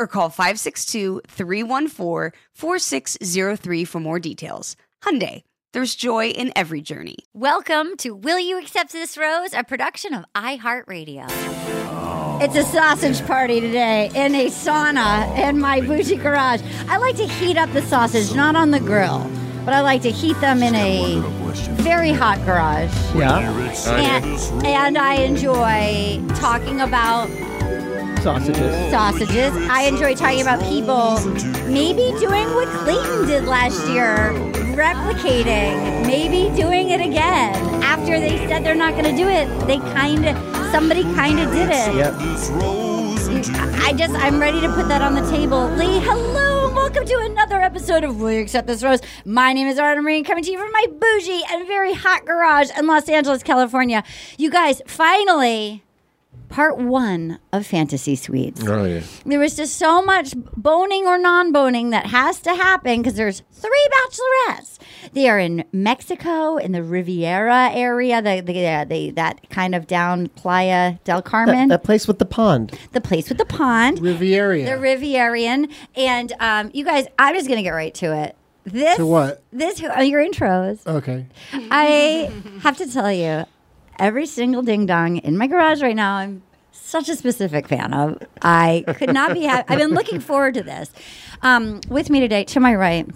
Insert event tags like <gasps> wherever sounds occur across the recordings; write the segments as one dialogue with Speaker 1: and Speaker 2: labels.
Speaker 1: or call 562-314-4603 for more details. Hyundai, there's joy in every journey.
Speaker 2: Welcome to Will You Accept This Rose, a production of iHeartRadio. It's a sausage party today in a sauna in my bougie garage. I like to heat up the sausage, not on the grill, but I like to heat them in a very hot garage.
Speaker 3: Yeah,
Speaker 2: And, and I enjoy talking about
Speaker 3: sausages.
Speaker 2: sausages. I enjoy talking about people maybe doing what Clayton did last year, replicating, maybe doing it again. After they said they're not going to do it, they kind of, somebody kind of did it.
Speaker 3: Yep.
Speaker 2: I just, I'm ready to put that on the table. Lee, hello. and Welcome to another episode of Will You Accept This Rose? My name is Arna Marie, and coming to you from my bougie and very hot garage in Los Angeles, California. You guys, finally, part one of Fantasy Suites.
Speaker 4: Oh yeah.
Speaker 2: There was just so much boning or non boning that has to happen because there's three bachelorettes. They are in Mexico, in the Riviera area, the, the, uh, the that kind of down Playa del Carmen,
Speaker 3: That, that place with the pond,
Speaker 2: the place with the pond,
Speaker 3: Riviera.
Speaker 2: the Rivierian. And um, you guys, I'm just going to get right to it. This,
Speaker 3: To what?
Speaker 2: This, uh, your intros.
Speaker 3: okay.
Speaker 2: I have to tell you, every single ding dong in my garage right now, I'm such a specific fan of. I could not be happy. I've been looking forward to this. Um, with me today, to my right,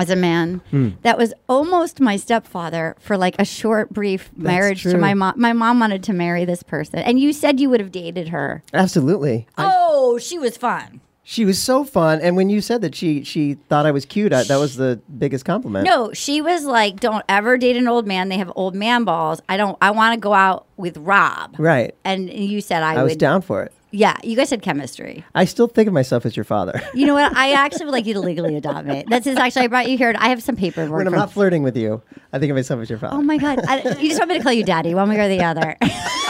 Speaker 2: is a man that was almost my stepfather for like a short, brief marriage to
Speaker 3: true.
Speaker 2: my mom. My mom wanted to marry this person, and you said you would have dated her.
Speaker 3: Absolutely.
Speaker 2: oh, she was fun.
Speaker 3: She was so fun, and when you said that she she thought I was cute, I, that was the biggest compliment.
Speaker 2: No, she was like, "Don't ever date an old man. They have old man balls. I don't. I want to go out with Rob."
Speaker 3: Right.
Speaker 2: And you said I,
Speaker 3: I was
Speaker 2: would
Speaker 3: down for it.
Speaker 2: Yeah, you guys had chemistry.
Speaker 3: I still think of myself as your father.
Speaker 2: You know what? I actually would like you to legally adopt me. That's just actually I brought you here. and I have some paperwork.
Speaker 3: <laughs> when I'm
Speaker 2: from-
Speaker 3: not flirting with you, I think of myself as your father.
Speaker 2: oh my god! I, you just want me to call you daddy, one way or the other. Oh.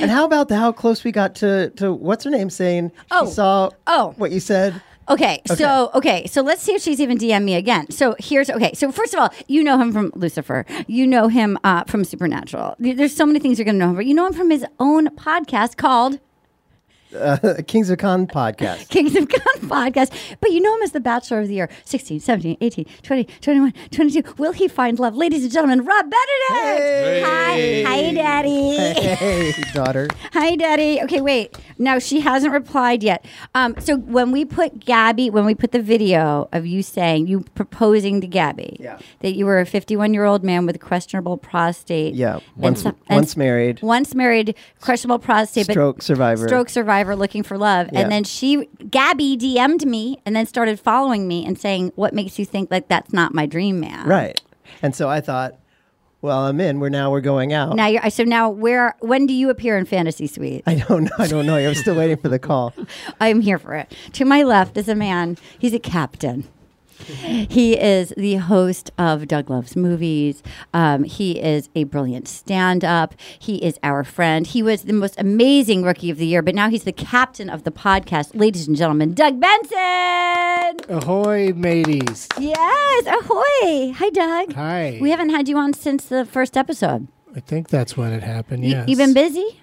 Speaker 3: and how about the, how close we got to to what's her name saying
Speaker 2: Oh.
Speaker 3: she saw
Speaker 2: Oh.
Speaker 3: what you said?
Speaker 2: Okay, so okay, so let's see if she's even DM me again. So here's okay. So first of all, you know him from Lucifer. You know him uh, from Supernatural. There- There's so many things you're gonna know him, but you know him from his own podcast called <laughs>
Speaker 3: The uh, <laughs> Kings of Con podcast.
Speaker 2: Kings of Con podcast. But you know him as the Bachelor of the Year 16, 17, 18, 20, 21, 22. Will he find love? Ladies and gentlemen, Rob Benedict. Hi. Hi, Daddy.
Speaker 3: <laughs> hey, daughter.
Speaker 2: Hi, Daddy. Okay, wait. Now she hasn't replied yet. Um, so when we put Gabby, when we put the video of you saying you proposing to Gabby
Speaker 3: Yeah.
Speaker 2: that you were a 51 year old man with questionable prostate.
Speaker 3: Yeah,
Speaker 2: and
Speaker 3: once-
Speaker 2: some- and
Speaker 3: once married.
Speaker 2: Once married, questionable prostate, but
Speaker 3: Stroke survivor.
Speaker 2: stroke survivor looking for love.
Speaker 3: Yeah.
Speaker 2: And then she, Gabby, DM'd me and then started following me and saying, "What makes you think like that's not my dream man?"
Speaker 3: Right. And so I thought, well, I'm in. We're now we're going out.
Speaker 2: Now you're so now where when do you appear in Fantasy Suite?
Speaker 3: <laughs> I don't know. I don't know.
Speaker 2: <laughs>
Speaker 3: I'm still waiting for the call.
Speaker 2: I'm here for it. To my left is a man. He's a captain. He is the host of Doug Loves Movies. Um, he is a brilliant stand up. He is our friend. He was the most amazing rookie of the year, but now he's the captain of the podcast. Ladies and gentlemen, Doug Benson.
Speaker 4: Ahoy, mateys.
Speaker 2: Yes. Ahoy. Hi, Doug.
Speaker 4: Hi.
Speaker 2: We haven't had you on since the first episode.
Speaker 4: I think that's when it happened.
Speaker 2: Y-
Speaker 4: Yes.
Speaker 2: You've been busy?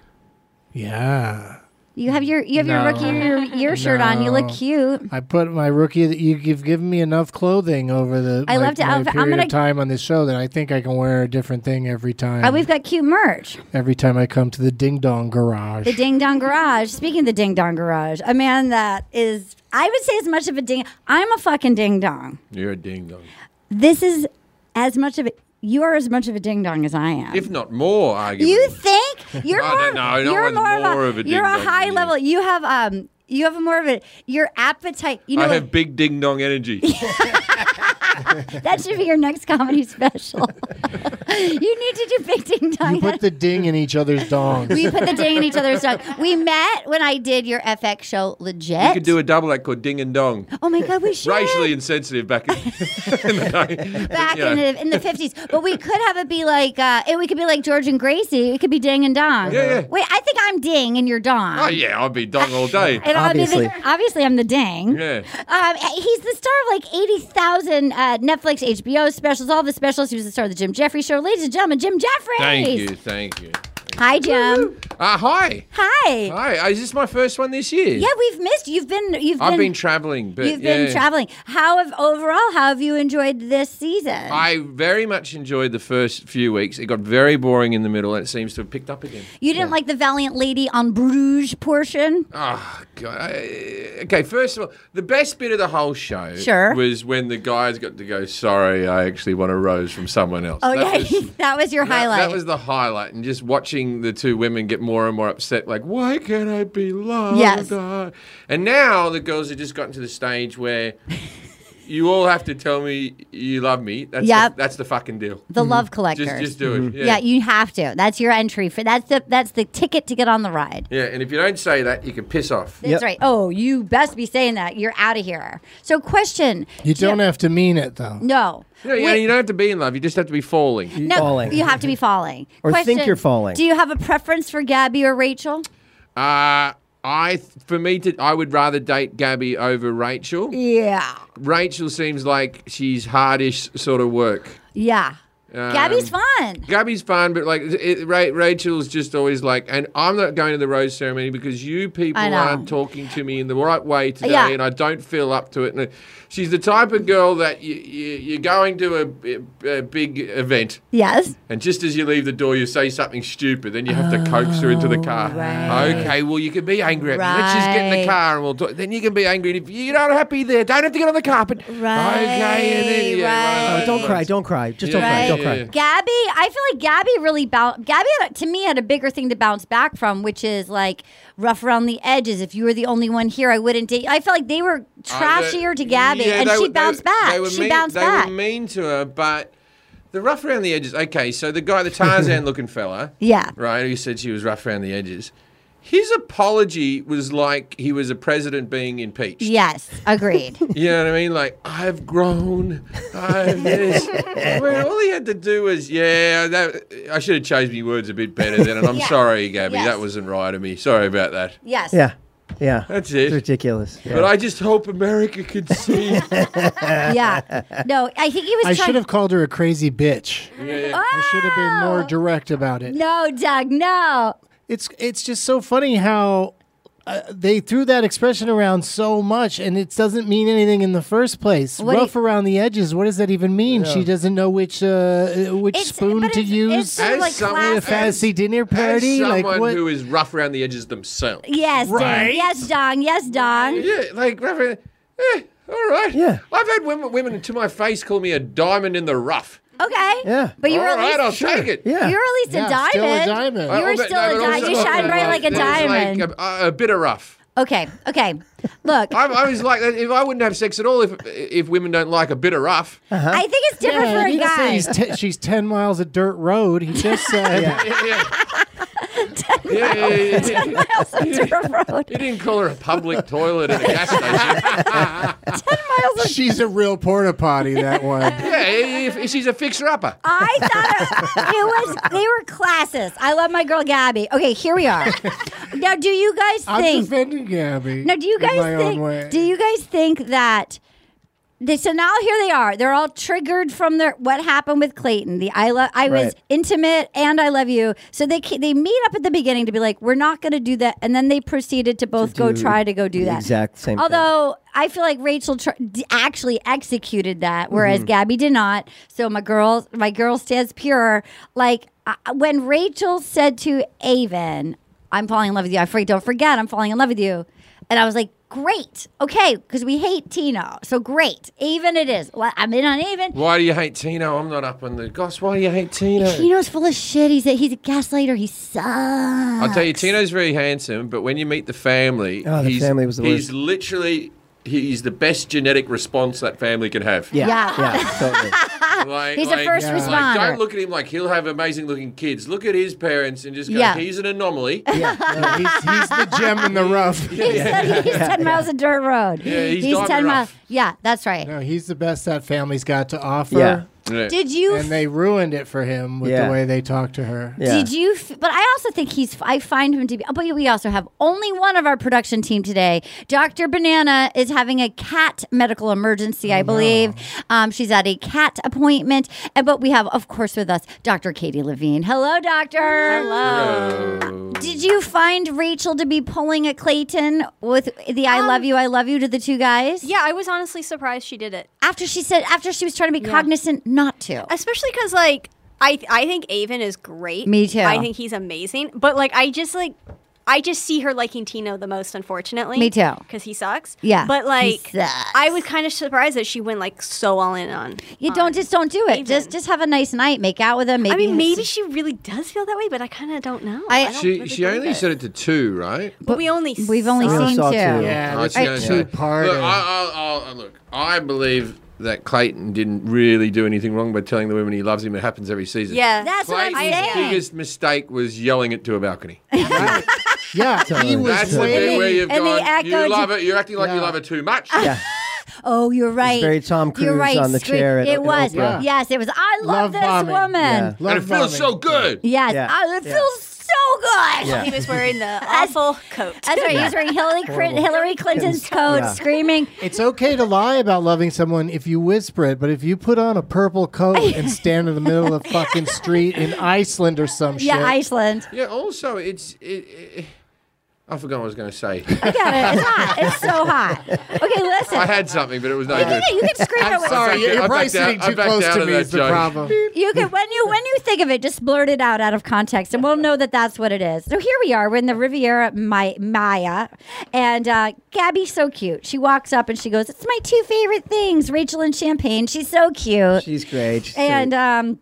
Speaker 4: Yeah.
Speaker 2: You have your you have your
Speaker 4: No.
Speaker 2: rookie of your year shirt on. You look
Speaker 4: No.
Speaker 2: cute.
Speaker 4: I put my rookie. That you, you've given me enough clothing over the
Speaker 2: I
Speaker 4: my-
Speaker 2: love to
Speaker 4: my
Speaker 2: outfit- I'm
Speaker 4: period
Speaker 2: gonna-
Speaker 4: of time on this show that I think I can wear a different thing every time.
Speaker 2: Oh, we've got cute merch.
Speaker 4: every time I come to the Ding Dong Garage.
Speaker 2: The Ding Dong Garage. Speaking of the Ding Dong Garage, a man that is, I would say, as much of a ding. I'm a fucking ding dong.
Speaker 5: You're a ding dong.
Speaker 2: This is as much of a. You are as much of a ding dong as I am.
Speaker 5: If not more, arguably.
Speaker 2: you think you're
Speaker 5: I
Speaker 2: more,
Speaker 5: don't know. <laughs> No
Speaker 2: you're
Speaker 5: one's
Speaker 2: more,
Speaker 5: more
Speaker 2: of
Speaker 5: of
Speaker 2: a,
Speaker 5: a
Speaker 2: you're a
Speaker 5: ding-dong than
Speaker 2: high
Speaker 5: you.
Speaker 2: level. You have um, you have more of a your appetite. You know,
Speaker 5: I have big ding
Speaker 2: <laughs>
Speaker 5: dong energy. <laughs>
Speaker 2: that should be your next comedy special. <laughs> you need to do big ding dong.
Speaker 4: you put the ding in each other's dong.
Speaker 2: we
Speaker 4: <laughs>
Speaker 2: put the ding in each other's dong. We met when I did your FX show. Legit.
Speaker 5: You could do a double act called Ding and Dong.
Speaker 2: Oh my
Speaker 5: <laughs>
Speaker 2: god, we should
Speaker 5: Racially insensitive back in, <laughs> in the day.
Speaker 2: back
Speaker 5: you know.
Speaker 2: in the
Speaker 5: <laughs>
Speaker 2: in the fifties. But we could have it be like uh, it, we could be like George and Gracie. It could be Ding and Dong.
Speaker 5: Yeah, yeah.
Speaker 2: Wait, I think I'm Ding and you're Dong.
Speaker 5: Oh, yeah, I'd be dong all day.
Speaker 2: <laughs> And obviously,
Speaker 3: Obviously.
Speaker 2: the, obviously, I'm the Ding.
Speaker 5: Yeah.
Speaker 2: Um, he's the star of like eighty thousand uh, Netflix, HBO specials, all the specials. He was the star of the Jim Jeffries Show. Ladies and gentlemen, Jim Jeffries.
Speaker 5: Thank you, thank you.
Speaker 2: Hi, Jim.
Speaker 5: Uh, hi.
Speaker 2: Hi.
Speaker 5: Hi. Is this my first one this year?
Speaker 2: Yeah, we've missed. You've been. You've
Speaker 5: I've been traveling, but
Speaker 2: You've been
Speaker 5: yeah.
Speaker 2: traveling. How have overall? How have you enjoyed this season?
Speaker 5: I very much enjoyed the first few weeks. It got very boring in the middle, and it seems to have picked up again.
Speaker 2: you didn't like the Valiant Lady on Bruges portion.
Speaker 5: Oh, God. I- Okay, first of all, the best bit of the whole show
Speaker 2: Sure.
Speaker 5: was when the guys got to go, sorry, I actually want a rose from someone else.
Speaker 2: Oh
Speaker 5: That
Speaker 2: yeah,
Speaker 5: was-
Speaker 2: <laughs> that was your
Speaker 5: that-
Speaker 2: highlight.
Speaker 5: That was the highlight, and just watching the two women get more and more upset, like, why can't I be
Speaker 4: Oh,
Speaker 5: loved?
Speaker 2: Yes.
Speaker 5: And now the girls have just gotten to the stage where you all have to tell me you love me. That's,
Speaker 2: Yep.
Speaker 5: the, that's the fucking deal.
Speaker 2: the
Speaker 3: Mm-hmm.
Speaker 2: love collectors.
Speaker 5: Just, just do it. Yeah.
Speaker 2: yeah. you have to. That's your entry for that's the that's the ticket to get on the ride.
Speaker 5: Yeah, and if you don't say that, you can piss off.
Speaker 2: That's right. Oh, you best be saying that. You're out of here. So question.
Speaker 4: You don't have to mean it though.
Speaker 2: No.
Speaker 5: You, know, you, know, you don't have to be in love. You just have to be falling.
Speaker 2: No,
Speaker 3: Falling.
Speaker 2: you have to be falling.
Speaker 3: <laughs> Or think you're falling.
Speaker 2: Do you have a preference for Gabby or Rachel?
Speaker 5: Uh, I, for me, to, I would rather date Gabby over Rachel.
Speaker 2: Yeah.
Speaker 5: Rachel seems like she's hardish sort of work. Um,
Speaker 2: Yeah. Gabby's fun.
Speaker 5: Gabby's fine, but like it, Ra- Rachel's just always like, and I'm not going to the rose ceremony because you people
Speaker 2: I know.
Speaker 5: aren't talking to me in the right way today,
Speaker 2: Yeah.
Speaker 5: and I don't feel up to it. And she's the type of girl that you, you, you're going to a, a big event,
Speaker 2: Yes.
Speaker 5: and just as you leave the door, you say something stupid, then you have to coax her into the car.
Speaker 2: Oh, right.
Speaker 5: Okay, well you can be angry at me. Let's just get in the
Speaker 2: Right.
Speaker 5: car and we'll talk. Then you can be angry. And if you're not happy there, don't have to get on the carpet. Okay, and then, yeah, one of
Speaker 2: right.
Speaker 3: Oh, don't
Speaker 5: those
Speaker 3: cry,
Speaker 5: ones.
Speaker 3: don't cry. Just
Speaker 5: Yeah,
Speaker 3: don't cry,
Speaker 5: yeah,
Speaker 3: don't cry.
Speaker 5: yeah.
Speaker 2: Gabby, I feel like Gabby really bounced. Gabby, had, to me, had a bigger thing to bounce back from, which is like rough around the edges. If you were the only one here, I wouldn't date. I felt like they were trashier to Gabby,
Speaker 5: Yeah,
Speaker 2: and
Speaker 5: they
Speaker 2: she
Speaker 5: were- they-
Speaker 2: bounced back.
Speaker 5: they were
Speaker 2: she
Speaker 5: mean-
Speaker 2: bounced
Speaker 5: they
Speaker 2: back.
Speaker 5: were mean to her, but the rough around the edges. Okay, so the guy,
Speaker 2: <laughs>
Speaker 5: the Tarzan looking fella,
Speaker 2: Yeah.
Speaker 5: right, who said she was rough around the edges. His apology was like he was a president
Speaker 2: <laughs>
Speaker 5: being impeached.
Speaker 2: <laughs> Yes, agreed.
Speaker 5: You know what I mean? Like, I've grown. I've this.
Speaker 2: <laughs>
Speaker 5: I mean, all he had to do was, yeah, that, I should have chose my words a bit better then. And
Speaker 2: <laughs>
Speaker 5: I'm
Speaker 2: Yeah.
Speaker 5: sorry, Gabby.
Speaker 2: Yes.
Speaker 5: That wasn't right of me. Sorry about that.
Speaker 2: yes.
Speaker 3: Yeah, yeah.
Speaker 5: That's
Speaker 3: It's
Speaker 5: it.
Speaker 3: ridiculous. Yeah.
Speaker 5: But I just hope America can see.
Speaker 2: <laughs> <laughs> Yeah. No, I think he was
Speaker 4: I
Speaker 2: trying. Ah!
Speaker 4: should have called her a crazy bitch. I should have been more
Speaker 2: Oh!
Speaker 4: direct about it.
Speaker 2: No, Doug, no.
Speaker 4: It's it's just so funny how uh, they threw that expression around so much, and it doesn't mean anything in the first place.
Speaker 2: What do
Speaker 4: Rough
Speaker 2: you-
Speaker 4: around the edges. What does that even mean? She doesn't know which uh, uh, which
Speaker 2: It's-
Speaker 4: spoon
Speaker 2: but
Speaker 4: to
Speaker 2: it's-
Speaker 4: use.
Speaker 2: it's sort of
Speaker 5: As
Speaker 2: like
Speaker 5: someone-
Speaker 4: at a
Speaker 5: As-
Speaker 2: classic.
Speaker 4: fancy dinner
Speaker 5: As
Speaker 4: party,
Speaker 5: someone
Speaker 4: like what?
Speaker 5: who is rough around the edges themselves.
Speaker 2: Yes, Dong.
Speaker 4: Right?
Speaker 2: Yes, Dong. Yes, Dong.
Speaker 5: Yeah, like rough around. Eh, all right.
Speaker 3: Yeah.
Speaker 5: I've had women, women to my face call me a diamond in the rough.
Speaker 2: Okay.
Speaker 3: Yeah.
Speaker 2: But you
Speaker 5: all
Speaker 2: were at
Speaker 5: right,
Speaker 2: least
Speaker 5: I'll take it.
Speaker 3: Yeah.
Speaker 2: You were at least a
Speaker 4: Yeah,
Speaker 2: diamond.
Speaker 4: still a diamond.
Speaker 2: You
Speaker 5: Uh,
Speaker 2: were
Speaker 5: but-
Speaker 2: still
Speaker 5: no,
Speaker 2: a
Speaker 5: but
Speaker 2: diamond.
Speaker 5: also-
Speaker 2: You shine bright like a
Speaker 5: It's like
Speaker 2: diamond.
Speaker 5: a, a bit of rough.
Speaker 2: okay, okay.
Speaker 5: <laughs>
Speaker 2: Look,
Speaker 5: I, I was like, if I wouldn't have sex at all, if if women don't like a bit of rough,
Speaker 2: I think it's different
Speaker 4: Uh-huh. Yeah,
Speaker 2: for
Speaker 4: he
Speaker 2: a
Speaker 4: didn't say
Speaker 2: guy.
Speaker 4: <laughs> he's te- she's ten miles of dirt road. He just said,
Speaker 5: <laughs>
Speaker 3: Yeah.
Speaker 5: yeah, Yeah, yeah, yeah, yeah.
Speaker 2: Ten
Speaker 5: <laughs>
Speaker 2: miles onto a road.
Speaker 5: You didn't call her a public toilet at a
Speaker 2: <laughs>
Speaker 5: gas station.
Speaker 2: <laughs> Ten miles. on-
Speaker 4: She's a real porta
Speaker 2: <laughs>
Speaker 4: potty, that one.
Speaker 5: yeah, yeah, yeah, she's a fixer-upper.
Speaker 2: I thought it, it was. They were classes. I love my girl Gabby. Okay, here we
Speaker 4: <laughs>
Speaker 2: are. now, do you guys
Speaker 4: I'm
Speaker 2: think?
Speaker 4: defending Gabby.
Speaker 2: Now, do you
Speaker 4: in my
Speaker 2: guys
Speaker 4: own
Speaker 2: think?
Speaker 4: way.
Speaker 2: Do you guys think that? They, so now here they are. They're all triggered from their what happened with Clayton. The I love I was
Speaker 3: Right.
Speaker 2: intimate and I love you. So they ca- they meet up at the beginning to be like we're not going to do that, and then they proceeded to both go
Speaker 3: do
Speaker 2: try to go do
Speaker 3: the
Speaker 2: that.
Speaker 3: exact same thing.
Speaker 2: Although I feel like Rachel tr- d- actually executed that,
Speaker 3: Mm-hmm.
Speaker 2: whereas Gabby did not. So my girl, my girl stands pure. Like I when Rachel said to Avon, "I'm falling in love with you." I forget. Don't forget, I'm falling in love with you. And I was like, "Great, okay," because we hate Tino. So great, Avon it is. Well, I'm in on Avon.
Speaker 5: Why do you hate Tino? I'm not up on the goss. Why do you hate Tino?
Speaker 2: Tino's full of shit. He's a, he's a gaslighter. He sucks.
Speaker 5: I'll tell you, Tino's very handsome, but when you meet the family,
Speaker 3: Oh, the
Speaker 5: he's,
Speaker 3: family was the
Speaker 5: he's
Speaker 3: worst.
Speaker 5: literally he's the best genetic response that family can have.
Speaker 3: Yeah,
Speaker 2: Yeah.
Speaker 3: yeah, totally.
Speaker 5: <laughs> Like,
Speaker 2: He's a first
Speaker 5: like,
Speaker 2: responder.
Speaker 5: don't look at him like he'll have amazing looking kids. Look at his parents and just go,
Speaker 2: Yeah.
Speaker 5: he's an anomaly.
Speaker 4: No, he's, he's the gem in the <laughs> rough.
Speaker 2: He said he's ten miles of dirt road.
Speaker 5: Yeah, he's diamond rough.
Speaker 2: Yeah, that's right.
Speaker 4: No, he's the best that family's got to offer.
Speaker 3: Yeah.
Speaker 5: Yeah.
Speaker 2: Did you
Speaker 4: And they ruined it for him with
Speaker 3: Yeah.
Speaker 4: the way they talked to her.
Speaker 3: Yeah.
Speaker 2: Did you? F- but I also think he's. I find him to be. But we also have only one of our production team today. Doctor Banana is having a cat medical emergency, I believe. Um, she's at a cat appointment, and but we have, of course, with us Doctor Katie Levine. Hello, Doctor.
Speaker 5: Hello.
Speaker 2: Did you find Rachel to be pulling a Clayton with the "I love you, I love you" to the two guys?
Speaker 6: Um, Yeah, I was honestly surprised she did it,
Speaker 2: After she said, after she was trying to be cognizant not to.
Speaker 6: especially because like I I think Avon is great.
Speaker 2: Me too.
Speaker 6: I think he's amazing, but like I just like I just see her liking Tino the most, unfortunately.
Speaker 2: Me too.
Speaker 6: because he sucks.
Speaker 2: Yeah,
Speaker 6: but
Speaker 2: he
Speaker 6: like
Speaker 2: sucks.
Speaker 6: I was kind of surprised that she went like so all in on.
Speaker 2: you
Speaker 6: on-
Speaker 2: don't just don't do it.
Speaker 6: Even.
Speaker 2: Just just have a nice night, make out with him. Maybe
Speaker 6: I mean,
Speaker 2: have
Speaker 6: maybe
Speaker 2: some-
Speaker 6: she really does feel that way, but I kind of don't know.
Speaker 2: I-
Speaker 6: I don't
Speaker 5: She
Speaker 6: really
Speaker 5: she
Speaker 6: believe
Speaker 5: only
Speaker 6: it.
Speaker 5: said it to two, right?
Speaker 6: But we only
Speaker 2: We've only
Speaker 6: saw-
Speaker 3: only
Speaker 2: seen
Speaker 3: saw
Speaker 2: two.
Speaker 3: two.
Speaker 4: Yeah,
Speaker 5: Oh,
Speaker 4: that's
Speaker 5: she only said-
Speaker 4: two parter.
Speaker 5: Look, I, I, I, look, I believe that Clayton didn't really do anything wrong by telling the women he loves him. It happens every season.
Speaker 6: Yeah,
Speaker 2: That's what I'm
Speaker 5: Clayton's
Speaker 2: saying.
Speaker 5: biggest mistake was yelling it to a balcony.
Speaker 4: yeah, <laughs> he was
Speaker 5: That's the
Speaker 4: waiting.
Speaker 5: bit where you've
Speaker 2: and the
Speaker 5: gone, you
Speaker 2: echo
Speaker 5: love
Speaker 2: to-
Speaker 5: it. You're acting like you
Speaker 4: Yeah.
Speaker 5: love it
Speaker 2: <laughs>
Speaker 5: too much.
Speaker 2: Oh, you're right.
Speaker 3: very Tom
Speaker 2: you're
Speaker 3: Cruise
Speaker 2: right.
Speaker 3: on the
Speaker 2: Scream-
Speaker 3: chair at-
Speaker 2: it
Speaker 3: at
Speaker 2: was.
Speaker 3: Oprah.
Speaker 2: Yes, it was. I love,
Speaker 4: Love
Speaker 2: this
Speaker 4: bombing.
Speaker 2: woman.
Speaker 3: Yeah.
Speaker 4: Love
Speaker 5: and it feels so
Speaker 4: bombing.
Speaker 5: good.
Speaker 2: Yes,
Speaker 3: Yeah.
Speaker 6: Oh,
Speaker 2: I, it feels so good.
Speaker 3: Yeah.
Speaker 6: he was <laughs> wearing the awful coat.
Speaker 2: That's right. He was wearing Hillary, Cl- Hillary Clinton's coat,
Speaker 3: Yeah.
Speaker 2: screaming.
Speaker 4: It's okay to lie about loving someone if you whisper it, but if you put on a purple coat
Speaker 2: <laughs>
Speaker 4: and stand in the middle of the fucking street in Iceland or some shit.
Speaker 2: Yeah, Iceland.
Speaker 5: Yeah. Also, it's it, it, I forgot what I was going to say.
Speaker 2: I got it. It's hot. It's so
Speaker 5: <laughs>
Speaker 2: hot. Okay, listen.
Speaker 5: I had something, but it was no
Speaker 2: you
Speaker 5: good.
Speaker 2: can, you can scream it with
Speaker 5: sorry,
Speaker 4: You're,
Speaker 5: I
Speaker 4: you're probably
Speaker 5: backed out-
Speaker 4: sitting
Speaker 5: I
Speaker 4: too
Speaker 5: backed
Speaker 4: close
Speaker 5: out
Speaker 4: to
Speaker 5: of
Speaker 4: me
Speaker 5: that
Speaker 4: is the
Speaker 5: joke.
Speaker 4: problem.
Speaker 2: You can when you when you think of it, just blurt it out out of context, and we'll know that that's what it is. So here we are. We're in the Riviera My, Maya, and uh, Gabby's so cute. She walks up and she goes, "It's my two favorite things, Rachel and champagne." She's so cute,
Speaker 3: She's great. She's
Speaker 2: and
Speaker 3: great.
Speaker 2: um.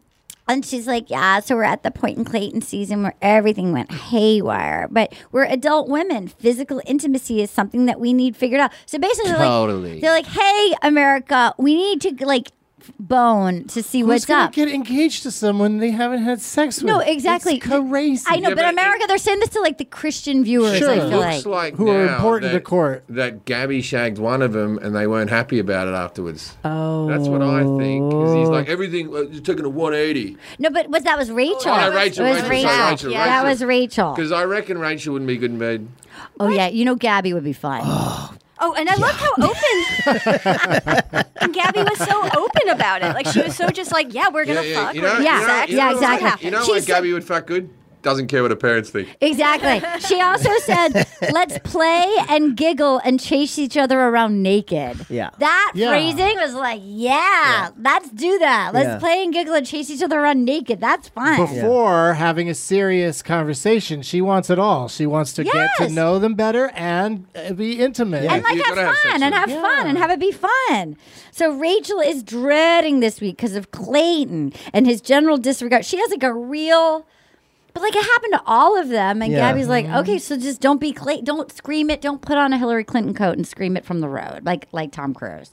Speaker 2: And she's like, yeah, so we're at the point in Clayton season where everything went haywire. But we're adult women. Physical intimacy is something that we need figured out. So basically, they're like-
Speaker 5: Totally.
Speaker 2: they're like, hey, America, we need to like bone to see
Speaker 4: Who's
Speaker 2: what's
Speaker 4: gonna
Speaker 2: up.
Speaker 4: get engaged to someone they haven't had sex with?
Speaker 2: No, exactly.
Speaker 4: It's crazy.
Speaker 2: I know,
Speaker 5: Yeah,
Speaker 2: but,
Speaker 5: but
Speaker 2: America, they're saying this to like the Christian viewers.
Speaker 4: Sure.
Speaker 2: I
Speaker 5: It
Speaker 2: feel
Speaker 5: looks
Speaker 2: like.
Speaker 5: like
Speaker 4: Who are
Speaker 5: now
Speaker 4: important to
Speaker 5: that-
Speaker 4: court.
Speaker 5: That Gabby shagged one of them, and they weren't happy about it afterwards. Oh, that's what I think. 'cause
Speaker 4: Oh.
Speaker 5: he's like everything. uh, You're taking a 180
Speaker 2: no, but was that was Rachel?
Speaker 5: no, Rachel,
Speaker 2: It was
Speaker 5: Oh, Rachel, sorry, Rachel,
Speaker 2: Yeah, That
Speaker 5: Rachel.
Speaker 2: was Rachel.
Speaker 5: because I reckon Rachel wouldn't be good in bed.
Speaker 2: Oh yeah, you know Gabby would be
Speaker 5: <gasps>
Speaker 2: fun.
Speaker 6: Oh, and I love how open
Speaker 2: <laughs>
Speaker 6: and <laughs> Gabby was so open about it. Like she was so just like, yeah, we're gonna fuck.
Speaker 5: you know,
Speaker 6: we're gonna
Speaker 2: yeah,
Speaker 6: have
Speaker 5: you know,
Speaker 6: sex.
Speaker 5: you know
Speaker 2: yeah,
Speaker 5: what-
Speaker 2: exactly.
Speaker 5: You know
Speaker 2: She
Speaker 5: why
Speaker 2: said-
Speaker 5: Gabby would fuck good? Doesn't care what her parents think.
Speaker 2: exactly. She also
Speaker 5: <laughs>
Speaker 2: said, "Let's play and giggle and chase each other around naked."
Speaker 3: Yeah.
Speaker 2: that
Speaker 4: Yeah.
Speaker 2: phrasing was like, yeah, let's do that. Let's
Speaker 3: Yeah.
Speaker 2: play and giggle and chase each other around naked. That's fun."
Speaker 4: Before having a serious conversation, she wants it all. She wants to get
Speaker 2: Yes.
Speaker 4: to know them better and uh, be intimate.
Speaker 5: Yeah.
Speaker 2: and like
Speaker 5: You
Speaker 2: have
Speaker 5: gotta have sex
Speaker 2: fun and
Speaker 5: with
Speaker 2: have fun and have it be fun. So Rachel is dreading this week because of Clayton and his general disregard. She has like a real, but like it happened to all of them. And
Speaker 3: Yeah.
Speaker 2: Gabby's like, okay, so just don't be Clay, don't scream it, don't put on a Hillary Clinton coat and scream it from the road, like like Tom Cruise,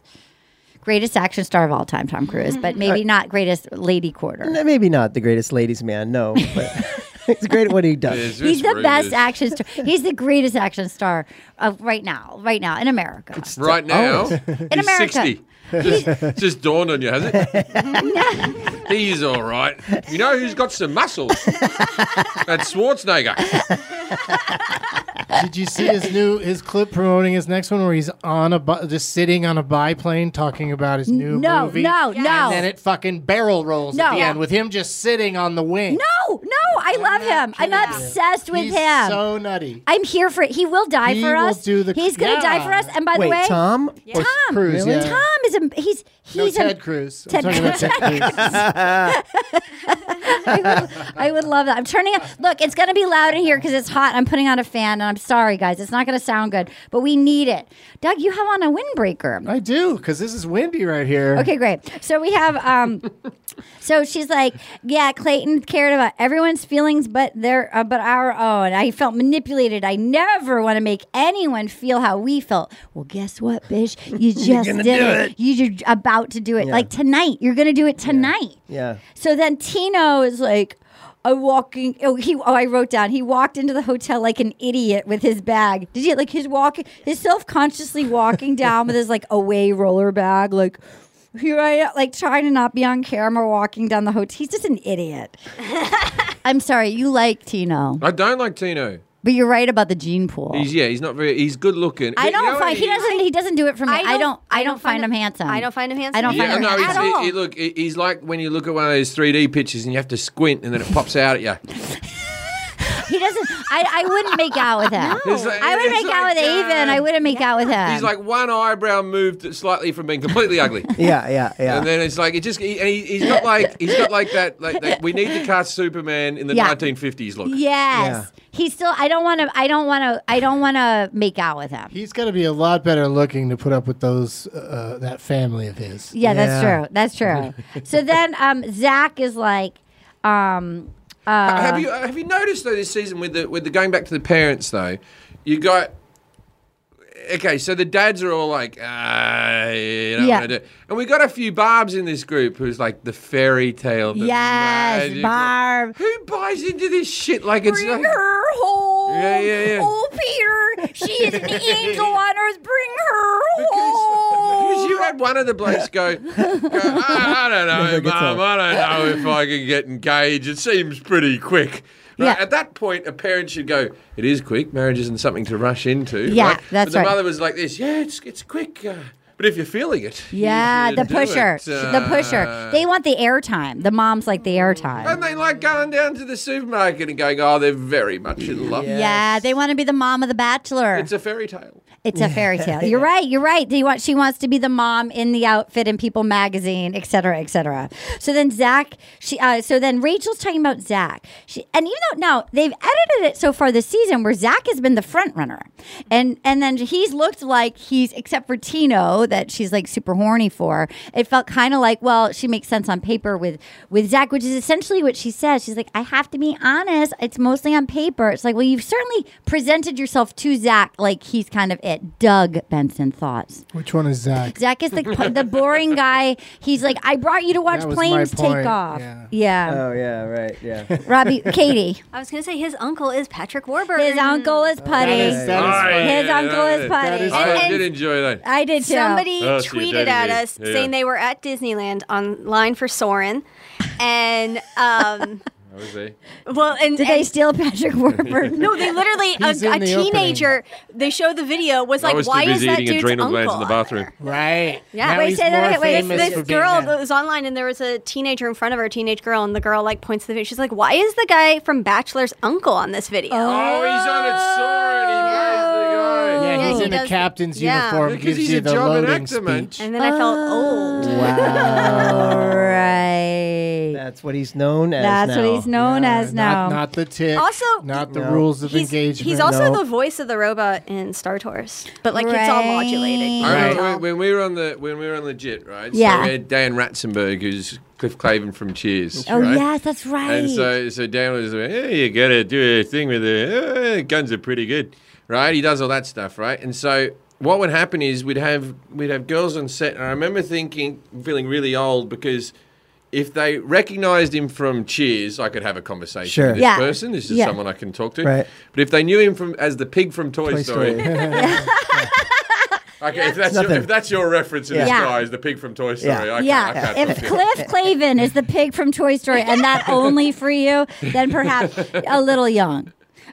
Speaker 2: greatest action star of all time,
Speaker 5: <laughs>
Speaker 2: Tom Cruise, but maybe not greatest lady quarter. <laughs>
Speaker 3: N- Maybe not the greatest ladies' man, no. But He's great at what he does.
Speaker 5: Is
Speaker 2: He's
Speaker 5: this
Speaker 2: the best
Speaker 5: rude?
Speaker 2: action star. He's the greatest action star of right now, right now in America.
Speaker 5: Right now,
Speaker 2: in
Speaker 5: he's
Speaker 2: America.
Speaker 5: 60. Just, just dawned on you, has it? <laughs> he's all right. You know who's got some muscles? That's Schwarzenegger.
Speaker 4: Did you see his new his clip promoting his next one where he's on a bu- just sitting on a biplane talking about his new
Speaker 2: No,
Speaker 4: movie?
Speaker 2: no, no.
Speaker 4: And then it fucking
Speaker 3: <laughs>
Speaker 4: barrel rolls at
Speaker 2: No.
Speaker 4: the end with him just sitting on the wing.
Speaker 2: No, no, I love him. I'm obsessed with
Speaker 4: He's
Speaker 2: him.
Speaker 4: so nutty.
Speaker 2: I'm here for it. He will die
Speaker 4: He
Speaker 2: for
Speaker 4: will
Speaker 2: us.
Speaker 4: do the-
Speaker 2: he's gonna die
Speaker 4: yeah.
Speaker 2: for us. And by
Speaker 3: Wait,
Speaker 2: the way,
Speaker 3: Tom?
Speaker 4: Or
Speaker 2: Tom,
Speaker 4: Cruise, yeah.
Speaker 2: Tom is a he's
Speaker 4: No,
Speaker 2: he's
Speaker 4: Ted
Speaker 2: a,
Speaker 4: Cruz.
Speaker 2: Ted
Speaker 4: I'm talking about Ted Cruz.
Speaker 2: I would love that. I'm turning. up- Look, it's going to be loud in here because it's hot. I'm putting on a fan, and I'm sorry, guys. It's not going to sound good, but we need it. Doug, you have on a windbreaker.
Speaker 4: I do, because this is windy right here.
Speaker 2: Okay, great. So we have. um So she's like, yeah, Clayton cared about everyone's feelings, but their uh, but our own. I felt manipulated. I never want to make anyone feel how we felt. Well, guess what, Bish? You just did it. You- You're about to do it. Like tonight, you're going to do it tonight.
Speaker 3: Yeah.
Speaker 2: So then Tino is like, I'm walking. Oh, he. Oh, I wrote down. He walked into the hotel like an idiot with his bag. Did you like his walking? His self consciously <laughs> walking down with his like away roller bag. Like here I am, like trying to not be on camera, walking down the hotel. He's just an <laughs> idiot. I'm sorry. You like
Speaker 3: Oh.
Speaker 2: Tino,
Speaker 5: I don't like Tino.
Speaker 2: but you're right about the gene pool.
Speaker 5: He's yeah, he's not very. He's good looking.
Speaker 2: I
Speaker 5: You
Speaker 2: don't
Speaker 5: know
Speaker 2: find he
Speaker 5: what
Speaker 2: doesn't. He doesn't do it for me. I don't. I don't, find, him, handsome.
Speaker 6: I don't find him handsome.
Speaker 2: I don't
Speaker 6: either.
Speaker 5: Yeah,
Speaker 2: find him
Speaker 5: no,
Speaker 2: handsome
Speaker 5: he's,
Speaker 2: at all.
Speaker 5: he, he- look, he- he's like when you look at one of those 3D pictures and you have to squint and then it pops out at you.
Speaker 3: <laughs>
Speaker 2: He doesn't. I, I wouldn't make out with him.
Speaker 5: It's like-
Speaker 2: I would
Speaker 5: it's
Speaker 2: make out
Speaker 5: like,
Speaker 2: with
Speaker 5: uh,
Speaker 2: Avon. I wouldn't make out with him.
Speaker 3: Um,
Speaker 5: He's like one eyebrow moved slightly from being completely ugly.
Speaker 3: <laughs> Yeah, yeah, yeah.
Speaker 5: And then it's like it just he, and he, he's got like he's got like that like
Speaker 2: <laughs>
Speaker 5: that, we need to cast Superman in the
Speaker 2: Yeah.
Speaker 5: 1950s look.
Speaker 2: Yes. He's still I don't want to I don't want to I don't want to make out with him.
Speaker 4: He's got to be a lot better looking to put up with those uh, that family of his.
Speaker 2: Yeah,
Speaker 3: Yeah.
Speaker 2: that's true.
Speaker 4: <laughs>
Speaker 2: That's true. so then um Zach is like um
Speaker 5: Ha- have you have you noticed though this season with the with the going back to the parents though, you got okay. So the dads are all like, ah, you don't
Speaker 2: Yeah.
Speaker 5: want to do, it." and we got a few barbs in this group who's like the fairy tale. The
Speaker 2: Yes,
Speaker 5: magical-
Speaker 2: Barb.
Speaker 5: Who buys into this shit? Like it's
Speaker 2: Bring
Speaker 5: like,
Speaker 2: her home.
Speaker 5: Yeah, yeah, yeah.
Speaker 2: Oh, Peter, she
Speaker 5: <laughs>
Speaker 2: is an angel on earth. Bring her
Speaker 5: Because
Speaker 2: home.
Speaker 5: <laughs> you had one of the blokes
Speaker 2: <laughs>
Speaker 5: go, go, I, I don't know, mum, I don't know if I can get engaged. It seems pretty quick. Right?
Speaker 2: Yeah.
Speaker 5: At that point, a parent should go, It is quick. Marriage isn't something to rush into.
Speaker 2: Yeah,
Speaker 5: right?
Speaker 2: that's
Speaker 5: But the
Speaker 2: right.
Speaker 5: mother was like this, Yeah, it's, it's quick. Uh, but if you're feeling it, you
Speaker 2: yeah,
Speaker 5: should
Speaker 2: the
Speaker 5: do
Speaker 2: pusher.
Speaker 5: it."
Speaker 2: the pusher.
Speaker 5: Uh,
Speaker 2: They want the airtime. The mom's like the airtime.
Speaker 5: and they like going down to the supermarket and going, Oh, they're very much in love.
Speaker 2: Yeah, they want to be the mom of the bachelor.
Speaker 5: It's a fairy tale.
Speaker 2: It's a fairy tale. You're right. You're right. They want, she wants to be the mom in the outfit in People magazine, et cetera, et cetera. So then Zach, she, uh, so then Rachel's talking about Zach. She, and even though now they've edited it so far this season where Zach has been the front runner. And, and then he's looked like he's, except for Tino that she's like super horny for. It felt kind of like, well, she makes sense on paper with, with Zach, which is essentially what she says. She's like, I have to be honest. It's mostly on paper. It's like, well, you've certainly presented yourself to Zach like he's kind of it. Doug Benson thoughts.
Speaker 4: Which one is Zach?
Speaker 2: Zach is the the boring guy. He's like, I brought you to watch
Speaker 4: That was my
Speaker 2: planes take
Speaker 4: point,
Speaker 2: off. Yeah.
Speaker 4: yeah. Uh,
Speaker 3: Oh yeah, right. Yeah.
Speaker 2: <laughs>
Speaker 4: <laughs>
Speaker 2: Robbie, Katie,
Speaker 6: <laughs> I was gonna say his uncle is Patrick Warburton.
Speaker 2: his uncle is putty.
Speaker 4: That is- that is
Speaker 5: Oh,
Speaker 4: funny.
Speaker 5: yeah,
Speaker 2: His uncle
Speaker 5: that
Speaker 2: is putty.
Speaker 4: is
Speaker 5: I
Speaker 2: And-
Speaker 5: did
Speaker 2: and
Speaker 5: enjoy that.
Speaker 2: I did too.
Speaker 6: Somebody
Speaker 5: Oh, so you're
Speaker 6: tweeted at
Speaker 5: dating me.
Speaker 6: us
Speaker 5: Yeah.
Speaker 6: saying they were at Disneyland on line for Soren, and um,
Speaker 5: I was there.
Speaker 6: well, and,
Speaker 2: Did
Speaker 6: and
Speaker 2: they steal Patrick Warburton?
Speaker 6: <laughs> no, they literally
Speaker 4: <laughs> He's
Speaker 6: a,
Speaker 4: in
Speaker 6: a
Speaker 4: the opening.
Speaker 6: teenager. They showed the video was like,
Speaker 5: I was
Speaker 6: why
Speaker 5: too
Speaker 6: is
Speaker 5: busy
Speaker 6: that
Speaker 5: eating
Speaker 6: dude's
Speaker 5: adrenal
Speaker 6: uncle?
Speaker 5: glands in the bathroom.
Speaker 4: Right.
Speaker 6: Yeah.
Speaker 4: Now
Speaker 6: Wait,
Speaker 4: he's
Speaker 2: say that
Speaker 4: more
Speaker 2: again. Wait,
Speaker 4: famous
Speaker 6: This
Speaker 4: for being
Speaker 6: girl that
Speaker 4: that.
Speaker 6: was online, and there was a teenager in front of her, a teenage girl, and the girl like points to the video. She's like, "Why is the guy from Bachelor's uncle on this video?"
Speaker 5: Oh, he's on it soaring. He marries the guy.
Speaker 4: Yeah, he's
Speaker 6: he
Speaker 4: in a
Speaker 6: does-
Speaker 4: captain's
Speaker 6: yeah.
Speaker 4: uniform.
Speaker 5: Because
Speaker 4: Gives
Speaker 5: Oh. he's
Speaker 4: you
Speaker 5: a
Speaker 4: the
Speaker 5: job and
Speaker 4: loading
Speaker 5: actor, man.
Speaker 4: speech.
Speaker 6: and then I felt old.
Speaker 4: <laughs>
Speaker 2: Wow. right.
Speaker 3: That's what he's known as.
Speaker 2: That's
Speaker 3: now.
Speaker 2: what he's known
Speaker 4: Yeah,
Speaker 2: as now.
Speaker 4: not, not the tick.
Speaker 6: Also-
Speaker 4: not the
Speaker 3: No.
Speaker 4: rules of
Speaker 6: He's,
Speaker 4: engagement.
Speaker 6: he's also
Speaker 3: No.
Speaker 6: the voice of the robot in Star Tours, but like it's all
Speaker 2: Right.
Speaker 6: modulated.
Speaker 5: I
Speaker 4: Right.
Speaker 5: remember when, when we were on the when we were on legit, right?
Speaker 2: Yeah.
Speaker 5: So we had Dan Ratzenberg, who's Cliff Clavin from Cheers.
Speaker 2: oh
Speaker 5: right?
Speaker 2: yes, that's right.
Speaker 5: And so so Dan was like, "Yeah, you gotta do a thing with the uh, guns are pretty good, right? He does all that stuff, right? And so what would happen is we'd have we'd have girls on set, and I remember thinking, feeling really old because if they recognized him from Cheers, I could have a conversation
Speaker 3: Sure.
Speaker 5: with this
Speaker 2: Yeah.
Speaker 5: person. This is
Speaker 2: Yeah.
Speaker 5: someone I can talk to.
Speaker 3: Right.
Speaker 5: But if they knew him from as the pig from Toy,
Speaker 3: Toy
Speaker 5: Story,
Speaker 3: Story.
Speaker 5: <laughs>
Speaker 3: <laughs>
Speaker 5: okay, if that's your,
Speaker 3: Nothing.
Speaker 5: if that's your reference in
Speaker 2: Yeah.
Speaker 5: this
Speaker 2: Yeah.
Speaker 5: guy is the pig from Toy Story, I can't, I
Speaker 2: yeah.
Speaker 5: can't talk
Speaker 2: If
Speaker 5: to him.
Speaker 2: Cliff Clavin is the pig from Toy Story and
Speaker 4: <laughs>
Speaker 2: that only for you, then perhaps a little young.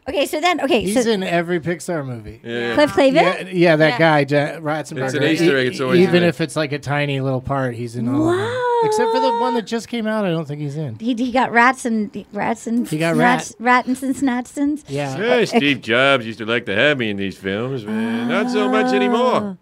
Speaker 2: Okay, so then okay,
Speaker 4: He's
Speaker 2: so
Speaker 4: in every Pixar movie. Yeah,
Speaker 2: Cliff Clavin?
Speaker 4: yeah, that guy, ja- Ratzenberger.
Speaker 5: It's an Easter egg, it's always
Speaker 4: E, even
Speaker 5: in it.
Speaker 4: if it's like a tiny little part, he's in all. of them.
Speaker 2: Wow.
Speaker 4: Except for the one that just came out, I don't think he's in.
Speaker 2: He, he got rats and rats and
Speaker 4: He got
Speaker 2: rats, rats and snatsons.
Speaker 4: Yeah.
Speaker 5: Yeah, Steve Jobs used to like to have me in these films, man. Not so much anymore.
Speaker 2: Oh.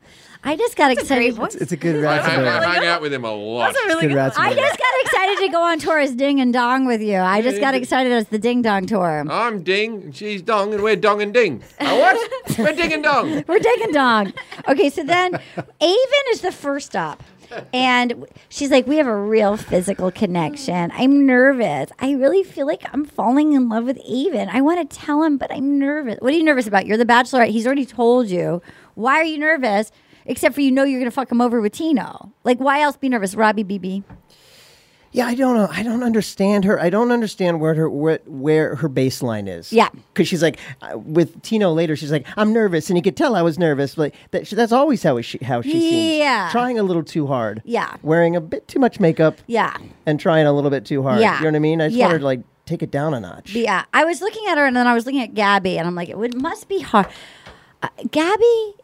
Speaker 2: I just got excited.
Speaker 3: It's a good
Speaker 5: I hang, I
Speaker 3: Ratzenberger.
Speaker 5: hang out with him a lot.
Speaker 6: That's a really
Speaker 3: Good
Speaker 6: good
Speaker 2: I
Speaker 3: Ratzenberger.
Speaker 2: just got excited to go on tour as Ding and Dong with you. I just got excited as the Ding Dong tour.
Speaker 5: I'm Ding, and she's Dong, and we're Dong and Ding. Oh, Uh, what? we're Ding and Dong.
Speaker 2: <laughs> We're Ding and Dong. Okay, so then Avon is the first stop. And she's like, We have a real physical connection. I'm nervous. I really feel like I'm falling in love with Avon. I want to tell him, but I'm nervous. What are you nervous about? You're the bachelorette. He's already told you. Why are you nervous? Except for you know you're going to fuck him over with Tino. Like, why else be nervous? Robbie BB.
Speaker 3: Yeah, I don't know. I don't understand her. I don't understand where her where, where her baseline is.
Speaker 2: Yeah.
Speaker 3: because she's like uh, with Tino later. She's like, I'm nervous, and you could tell I was nervous. Like that, she, that's always how she how she seems.
Speaker 2: Yeah.
Speaker 3: trying a little too hard.
Speaker 2: Yeah.
Speaker 3: wearing a bit too much makeup.
Speaker 2: Yeah.
Speaker 3: and trying a little bit too hard.
Speaker 2: Yeah.
Speaker 3: you know what I mean. I just
Speaker 2: Yeah.
Speaker 3: want her to like take it down a notch.
Speaker 2: Yeah, uh, I was looking at her, and then I was looking at Gabby, and I'm like, it would, must be hard. Uh, Gabby,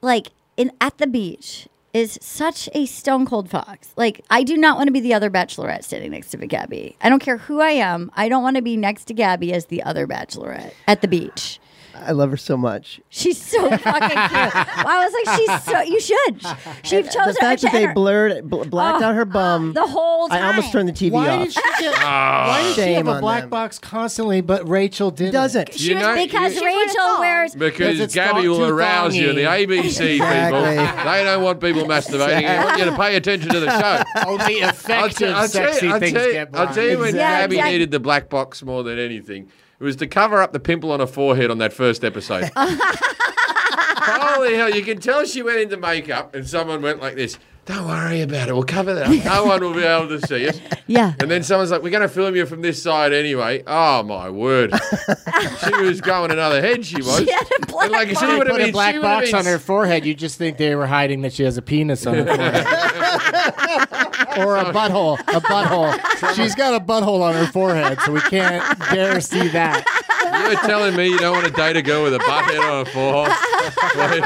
Speaker 2: like in at the beach, is such a stone cold fox. Like, I do not want to be the other bachelorette standing next to Gabby. I don't care who I am. I don't want to be next to Gabby as the other bachelorette at the beach.
Speaker 3: I love her so much.
Speaker 2: She's so <laughs> fucking cute. I was like, she's so. You should. She chose
Speaker 3: the fact
Speaker 2: her.
Speaker 3: that they
Speaker 2: her-
Speaker 3: blurred bl- blacked
Speaker 2: Oh,
Speaker 3: out her bum.
Speaker 2: the whole
Speaker 3: I
Speaker 2: time.
Speaker 3: almost turned the TV
Speaker 4: Why
Speaker 3: off.
Speaker 4: did she get? why did she
Speaker 3: Shame
Speaker 4: have a
Speaker 3: on
Speaker 4: black
Speaker 3: them.
Speaker 4: box constantly, but Rachel didn't?
Speaker 3: Doesn't
Speaker 2: She
Speaker 5: You
Speaker 2: was
Speaker 5: know-
Speaker 2: because
Speaker 5: you-
Speaker 6: She wanted
Speaker 2: Rachel
Speaker 6: thong.
Speaker 2: wears
Speaker 5: Because
Speaker 4: Because it's
Speaker 5: Gabby
Speaker 4: got
Speaker 5: will
Speaker 4: too
Speaker 5: arouse you. The
Speaker 4: thongy.
Speaker 5: ABC people,
Speaker 3: Exactly.
Speaker 5: they don't want people masturbating. They want you to pay attention to
Speaker 4: <laughs>
Speaker 5: the show.
Speaker 7: <laughs>
Speaker 4: Only
Speaker 5: t-
Speaker 4: effective
Speaker 5: tell you-
Speaker 4: sexy
Speaker 5: I'll
Speaker 4: things
Speaker 5: tell you-
Speaker 4: get
Speaker 5: I'll tell you when
Speaker 2: Yeah,
Speaker 5: Gabby
Speaker 2: exactly.
Speaker 5: needed the black box more than anything. It was to cover up the pimple on her forehead on that
Speaker 2: <laughs>
Speaker 5: first episode. Holy hell, you can tell she went into makeup and someone went like this. Don't worry about it. We'll cover
Speaker 4: <laughs>
Speaker 5: that up. No one will be able to see us.
Speaker 2: Yeah.
Speaker 5: And then someone's like, we're going to film you from this side anyway. Oh,
Speaker 2: <laughs>
Speaker 5: my word. she was going another head, she was.
Speaker 2: She had a black
Speaker 5: And like,
Speaker 2: box.
Speaker 5: she
Speaker 2: They
Speaker 5: would have
Speaker 4: put
Speaker 5: been,
Speaker 4: a black
Speaker 5: she would've
Speaker 4: box
Speaker 5: been <laughs>
Speaker 4: on her forehead. You just think they were hiding that she has a penis on her forehead. or a butthole.
Speaker 5: <laughs>
Speaker 4: A butthole. She's got a butthole on her forehead, so we can't dare see that.
Speaker 5: You're telling me you don't want to date a girl with a butt head on her forehead?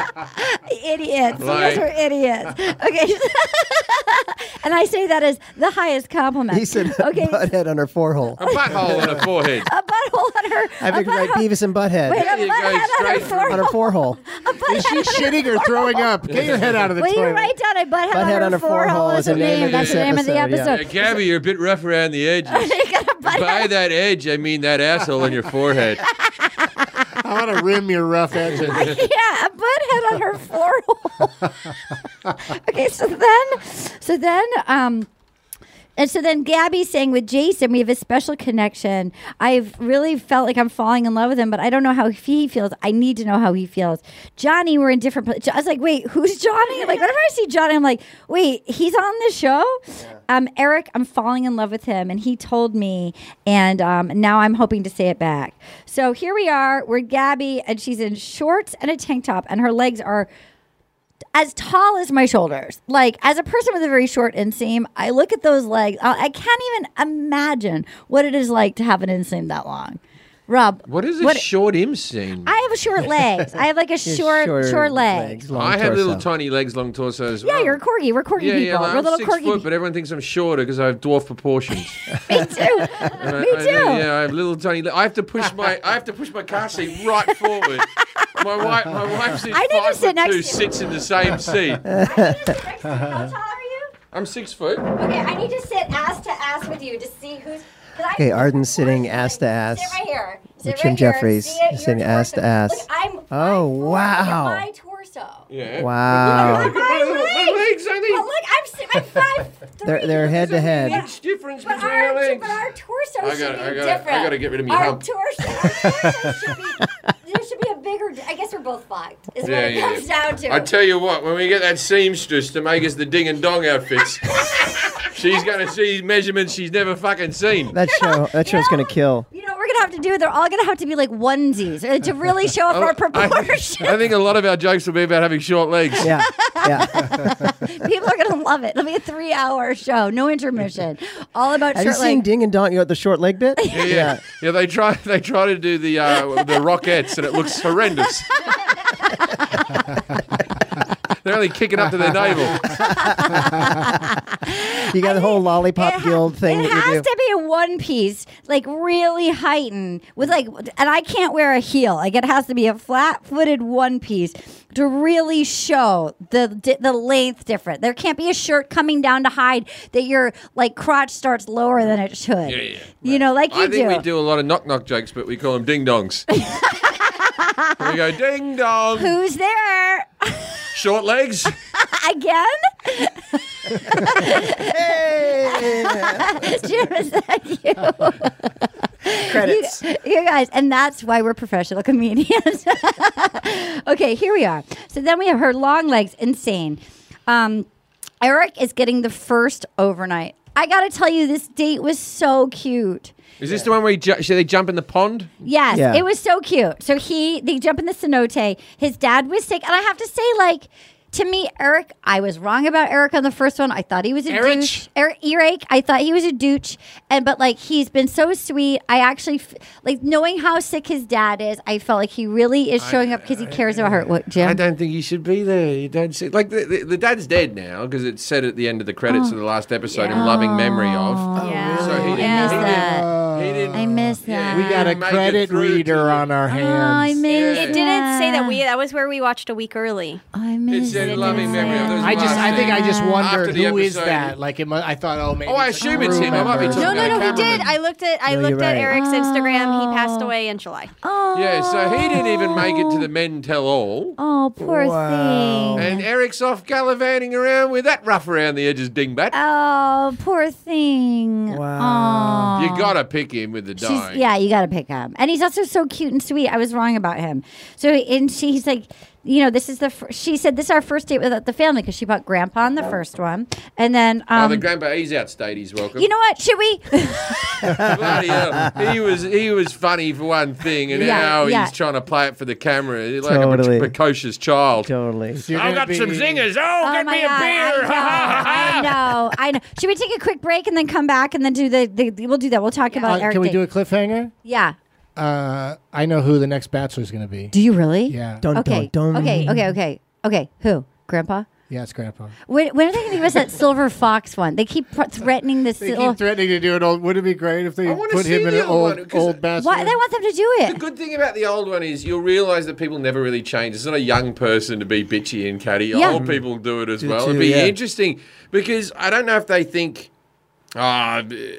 Speaker 2: idiots. You guys
Speaker 5: Like-
Speaker 2: are idiots. Okay. <laughs> and I say that as the highest compliment.
Speaker 3: he said
Speaker 2: okay.
Speaker 3: butthead on her forehole.
Speaker 5: a butthole on her forehead.
Speaker 2: A butthole on her.
Speaker 3: I
Speaker 2: a
Speaker 3: figured right,
Speaker 2: butthole-
Speaker 3: Beavis and Butthead
Speaker 2: Wait, a
Speaker 5: There you go,
Speaker 2: butthead on her
Speaker 5: straight
Speaker 2: forehole.
Speaker 3: on her
Speaker 2: <laughs>
Speaker 3: forehole.
Speaker 4: Is she shitting or throwing up? Get your head out of the
Speaker 2: Will you
Speaker 4: toilet.
Speaker 2: write down a butthead,
Speaker 3: Butthead
Speaker 2: on her forehole is her name?
Speaker 3: of
Speaker 2: That's <laughs>
Speaker 3: <laughs> this
Speaker 2: the name of <laughs> the
Speaker 3: episode, yeah.
Speaker 2: episode.
Speaker 5: Yeah, Gabby, you're a bit rough around the edges.
Speaker 2: You got a butthead-
Speaker 5: By that edge, I mean that asshole on your
Speaker 2: <laughs>
Speaker 5: forehead.
Speaker 4: I want to rim your rough edges.
Speaker 2: yeah, a butthead on her forehole. <laughs> okay, so then, so then, um, and so then Gabby's saying with Jason, we have a special connection. I've really felt like I'm falling in love with him, but I don't know how he feels. I need to know how he feels. Johnny, we're in different places. I was like, wait, who's Johnny? Like, whenever I see Johnny, I'm like, wait, he's on the show? Um, Eric, I'm falling in love with him, and he told me, and um, now I'm hoping to say it back. So here we are. We're Gabby, and she's in shorts and a tank top, and her legs are as tall as my shoulders. Like as a person with a very short inseam, I look at those legs. I, I can't even imagine what it is like to have an inseam that long. Rob,
Speaker 5: What is a short inseam?
Speaker 2: I have
Speaker 5: <laughs>
Speaker 2: short legs. I have like <laughs> a short, short, legs.
Speaker 3: long
Speaker 5: I have little
Speaker 3: torso.
Speaker 5: tiny legs, long torso as
Speaker 2: Yeah,
Speaker 5: well.
Speaker 2: you're a corgi. We're corgi
Speaker 5: Yeah,
Speaker 2: people.
Speaker 5: yeah, like,
Speaker 2: We're
Speaker 5: I'm
Speaker 2: little
Speaker 5: six
Speaker 2: corgi.
Speaker 5: foot, but everyone thinks I'm shorter because I have dwarf proportions.
Speaker 2: <laughs> Me too.
Speaker 5: And I-
Speaker 2: Me
Speaker 5: I-
Speaker 2: too.
Speaker 5: yeah, I have little tiny. le- I have to push my. I have to push my car seat
Speaker 2: <laughs>
Speaker 5: right forward. My wife, my wife, sits
Speaker 2: I never
Speaker 5: five
Speaker 2: sit
Speaker 5: foot
Speaker 2: next
Speaker 5: two,
Speaker 2: to you.
Speaker 5: sits in the same seat.
Speaker 3: <laughs>
Speaker 2: How tall are you?
Speaker 5: I'm six foot.
Speaker 2: Okay, I need to sit ass to ass with you to see who's. 'cause I-
Speaker 3: Okay, Arden's sitting ass to ass
Speaker 2: Sit right here. Sit
Speaker 3: with
Speaker 2: right
Speaker 3: Jim
Speaker 2: here.
Speaker 3: Jeffries
Speaker 2: See it, your
Speaker 3: sitting ass
Speaker 2: torso.
Speaker 3: to ass.
Speaker 2: Look, I'm five
Speaker 3: Oh,
Speaker 2: four.
Speaker 3: wow.
Speaker 2: Look at my torso.
Speaker 5: Yeah.
Speaker 3: Wow.
Speaker 5: Look at my, look at my legs. I
Speaker 2: But
Speaker 5: need.
Speaker 2: look, I'm, si- I'm five three.
Speaker 3: They're they're head to head.
Speaker 5: Huge difference
Speaker 2: But
Speaker 5: between our
Speaker 2: our,
Speaker 5: legs.
Speaker 2: but our torso
Speaker 5: I
Speaker 2: should
Speaker 5: gotta-
Speaker 2: be
Speaker 5: I gotta- I
Speaker 2: different.
Speaker 5: gotta get rid of me
Speaker 2: Our
Speaker 5: hump.
Speaker 2: torso, our torso <laughs> should
Speaker 3: <laughs>
Speaker 2: be. There should be a bigger. I guess we're both fucked. Is
Speaker 5: Yeah,
Speaker 2: what it
Speaker 5: yeah,
Speaker 2: comes
Speaker 5: yeah.
Speaker 2: down to. <laughs>
Speaker 5: I tell you what, when we get that seamstress to make us the ding and dong outfits, She's going to see measurements she's never fucking seen.
Speaker 3: <laughs> That show. That show's gonna kill.
Speaker 2: You know what we're gonna have to do? They're all gonna have to be like onesies uh, to really show off our proportions.
Speaker 5: Oh, I think a lot of our jokes will be about having short legs.
Speaker 3: Yeah. Yeah.
Speaker 2: <laughs> People are gonna love it. It'll be a three-hour show, no intermission, all about
Speaker 3: Have you
Speaker 2: short
Speaker 3: seen
Speaker 2: legs.
Speaker 3: Ding and Dong? You got the short
Speaker 2: <laughs>
Speaker 3: leg bit. <laughs>
Speaker 5: Yeah, yeah, yeah. They try, they try to do the uh, the rockets, and it looks
Speaker 3: <laughs>
Speaker 5: horrendous. They're only kicking up to their
Speaker 3: <laughs>
Speaker 5: navel.
Speaker 3: You got the whole lollipop
Speaker 2: It ha-
Speaker 3: guild thing
Speaker 2: It
Speaker 3: that you
Speaker 2: has
Speaker 3: do.
Speaker 2: to be a one piece, like really heightened with like, and I can't wear a heel. Like it has to be a flat-footed one piece to really show the di- the length different. There can't be a shirt coming down to hide that your like crotch starts lower than it should.
Speaker 5: Yeah, yeah,
Speaker 2: You know, like you
Speaker 5: I think we do a lot of knock knock jokes, but we call them ding dongs.
Speaker 2: <laughs>
Speaker 5: we go ding dong,
Speaker 2: Who's there?
Speaker 5: short legs.
Speaker 2: <laughs> Again?
Speaker 3: Hey!
Speaker 2: <laughs> Jim, is that you?
Speaker 3: Credits.
Speaker 2: you? you guys, and that's why we're professional comedians. <laughs> okay, here we are. So then we have her long legs, insane. Um, Eric is getting the first overnight. I gotta tell you, this date was so cute.
Speaker 5: Is this the one where he ju- should they jump in the pond?
Speaker 2: Yes,
Speaker 3: Yeah.
Speaker 2: it was so cute. So he they jump in the cenote. His dad was sick, and I have to say, like to me, Eric, I was wrong about Eric on the first one. I thought he was a
Speaker 5: Eric?
Speaker 2: douche. Eric, Eric, I thought he was a douche, and but like he's been so sweet. I actually f- like knowing how sick his dad is. I felt like he really is showing up because he cares about her. What, Jim?
Speaker 5: I don't think you should be there. You don't see like the, the, the dad's dead now because it's said at the end of the credits of the last episode in loving memory of.
Speaker 2: yeah,
Speaker 5: So he didn't-
Speaker 2: I miss
Speaker 5: he didn't-
Speaker 2: Oh, that.
Speaker 5: He didn't.
Speaker 2: I miss
Speaker 5: Yeah,
Speaker 2: that.
Speaker 4: Uh, We got a
Speaker 5: Make it
Speaker 4: credit
Speaker 5: through to
Speaker 4: reader
Speaker 5: the-
Speaker 4: on our
Speaker 2: Oh, I
Speaker 4: hands.
Speaker 2: miss.
Speaker 5: Yeah.
Speaker 6: It didn't say that we. That was where we watched a week early.
Speaker 2: I miss.
Speaker 5: It's in
Speaker 2: that.
Speaker 5: loving memory of those
Speaker 4: I just, I think I just
Speaker 5: After
Speaker 4: wondered
Speaker 5: the
Speaker 4: who is
Speaker 5: episode.
Speaker 4: that. Like, it mu- I thought, oh, maybe.
Speaker 5: Oh, I
Speaker 4: it's a
Speaker 5: assume it's him. I might be
Speaker 4: crew
Speaker 5: talking
Speaker 6: No,
Speaker 4: member.
Speaker 6: no, no.
Speaker 5: about
Speaker 6: He
Speaker 5: Cameron.
Speaker 6: did. I looked at. I
Speaker 3: No, you're
Speaker 6: looked at
Speaker 3: right.
Speaker 6: Eric's Instagram. He passed away in July.
Speaker 2: Oh,
Speaker 5: Yeah, so he didn't even make it to the men tell all.
Speaker 2: Oh, poor thing.
Speaker 5: And Eric's off gallivanting around with that rough around the edges dingbat.
Speaker 2: Oh, poor thing.
Speaker 3: Wow.
Speaker 2: Aw.
Speaker 5: you gotta pick him with the
Speaker 2: She's,
Speaker 5: dime.
Speaker 2: yeah, you got to pick him. And he's also so cute and sweet. I was wrong about him. So, and she, he's like, you know, this is the, fir- she said, this is our first date without the family because she bought grandpa on the first one. And then,
Speaker 5: Oh,
Speaker 2: um,
Speaker 5: the grandpa, Oh, he's outstayed his welcome.
Speaker 2: you know what? Should
Speaker 5: <laughs>
Speaker 2: we?
Speaker 5: Bloody hell. He was he was funny for one thing, and
Speaker 2: Yeah,
Speaker 5: now
Speaker 2: yeah.
Speaker 5: he's trying to play it for the camera, He's like
Speaker 3: Totally.
Speaker 5: a pre- precocious child.
Speaker 3: Totally.
Speaker 4: You're
Speaker 5: I've
Speaker 4: gonna
Speaker 5: got
Speaker 4: be-
Speaker 5: some zingers. Oh,
Speaker 2: oh
Speaker 5: get
Speaker 2: my
Speaker 5: me a
Speaker 2: God.
Speaker 5: beer. <laughs>
Speaker 2: I know, I know. I know. Should we take a quick break and then come back and then do the, the, the- we'll do that. We'll talk about
Speaker 4: Uh,
Speaker 2: Eric.
Speaker 4: can we
Speaker 2: Dane.
Speaker 4: do a cliffhanger?
Speaker 2: Yeah.
Speaker 4: Uh, I know who the next bachelor is going to be.
Speaker 2: Do you really?
Speaker 4: Yeah.
Speaker 3: Dun,
Speaker 2: Okay.
Speaker 3: dun, dun.
Speaker 2: Okay. Okay. Okay. Okay. Who? Grandpa?
Speaker 4: Yeah, it's Grandpa.
Speaker 2: When, when are they going to give us
Speaker 5: <laughs>
Speaker 2: that silver fox one? They keep pr- threatening this.
Speaker 4: They
Speaker 2: sil-
Speaker 4: keep threatening to do an old. Wouldn't it be great if they
Speaker 5: I wanna
Speaker 4: put
Speaker 5: see
Speaker 4: him in
Speaker 5: the
Speaker 4: an
Speaker 5: old
Speaker 4: old
Speaker 5: one, 'cause
Speaker 4: old
Speaker 5: it-
Speaker 4: bachelor?
Speaker 2: Why they want them to do
Speaker 5: The
Speaker 2: it?
Speaker 5: good thing about the old one is you'll realise that people never really change. It's not a young person to be bitchy and catty.
Speaker 2: Yeah.
Speaker 5: Old people do it as well.
Speaker 3: too,
Speaker 5: It'd be
Speaker 3: yeah.
Speaker 5: interesting because I don't know if they think, ah, b-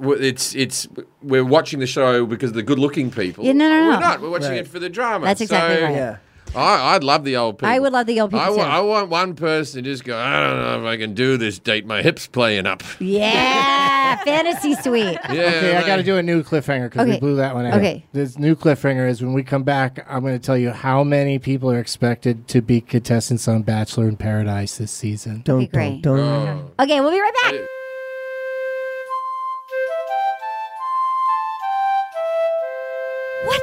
Speaker 5: w- it's it's we're watching the show because of the good-looking people.
Speaker 2: Yeah, no, no,
Speaker 5: we're
Speaker 2: no.
Speaker 5: not. We're watching it for the drama.
Speaker 2: That's exactly
Speaker 5: So-
Speaker 2: right.
Speaker 3: Yeah.
Speaker 5: I, I'd love the old people.
Speaker 2: I would love the old
Speaker 5: I
Speaker 2: people,
Speaker 5: wa-
Speaker 2: too.
Speaker 5: I want one person to just go, I don't know if I can do this date. My hip's playing up.
Speaker 4: <laughs>
Speaker 2: Yeah, fantasy suite.
Speaker 5: Yeah,
Speaker 4: Okay, I got to do a new cliffhanger because
Speaker 2: Okay.
Speaker 4: we blew that one out.
Speaker 2: Okay.
Speaker 4: This new cliffhanger is when we come back, I'm going to tell you how many people are expected to be contestants on Bachelor in Paradise this season. Uh,
Speaker 3: Dun,
Speaker 2: Okay, great.
Speaker 3: dun, dun.
Speaker 5: Oh.
Speaker 2: Okay, we'll be right back. What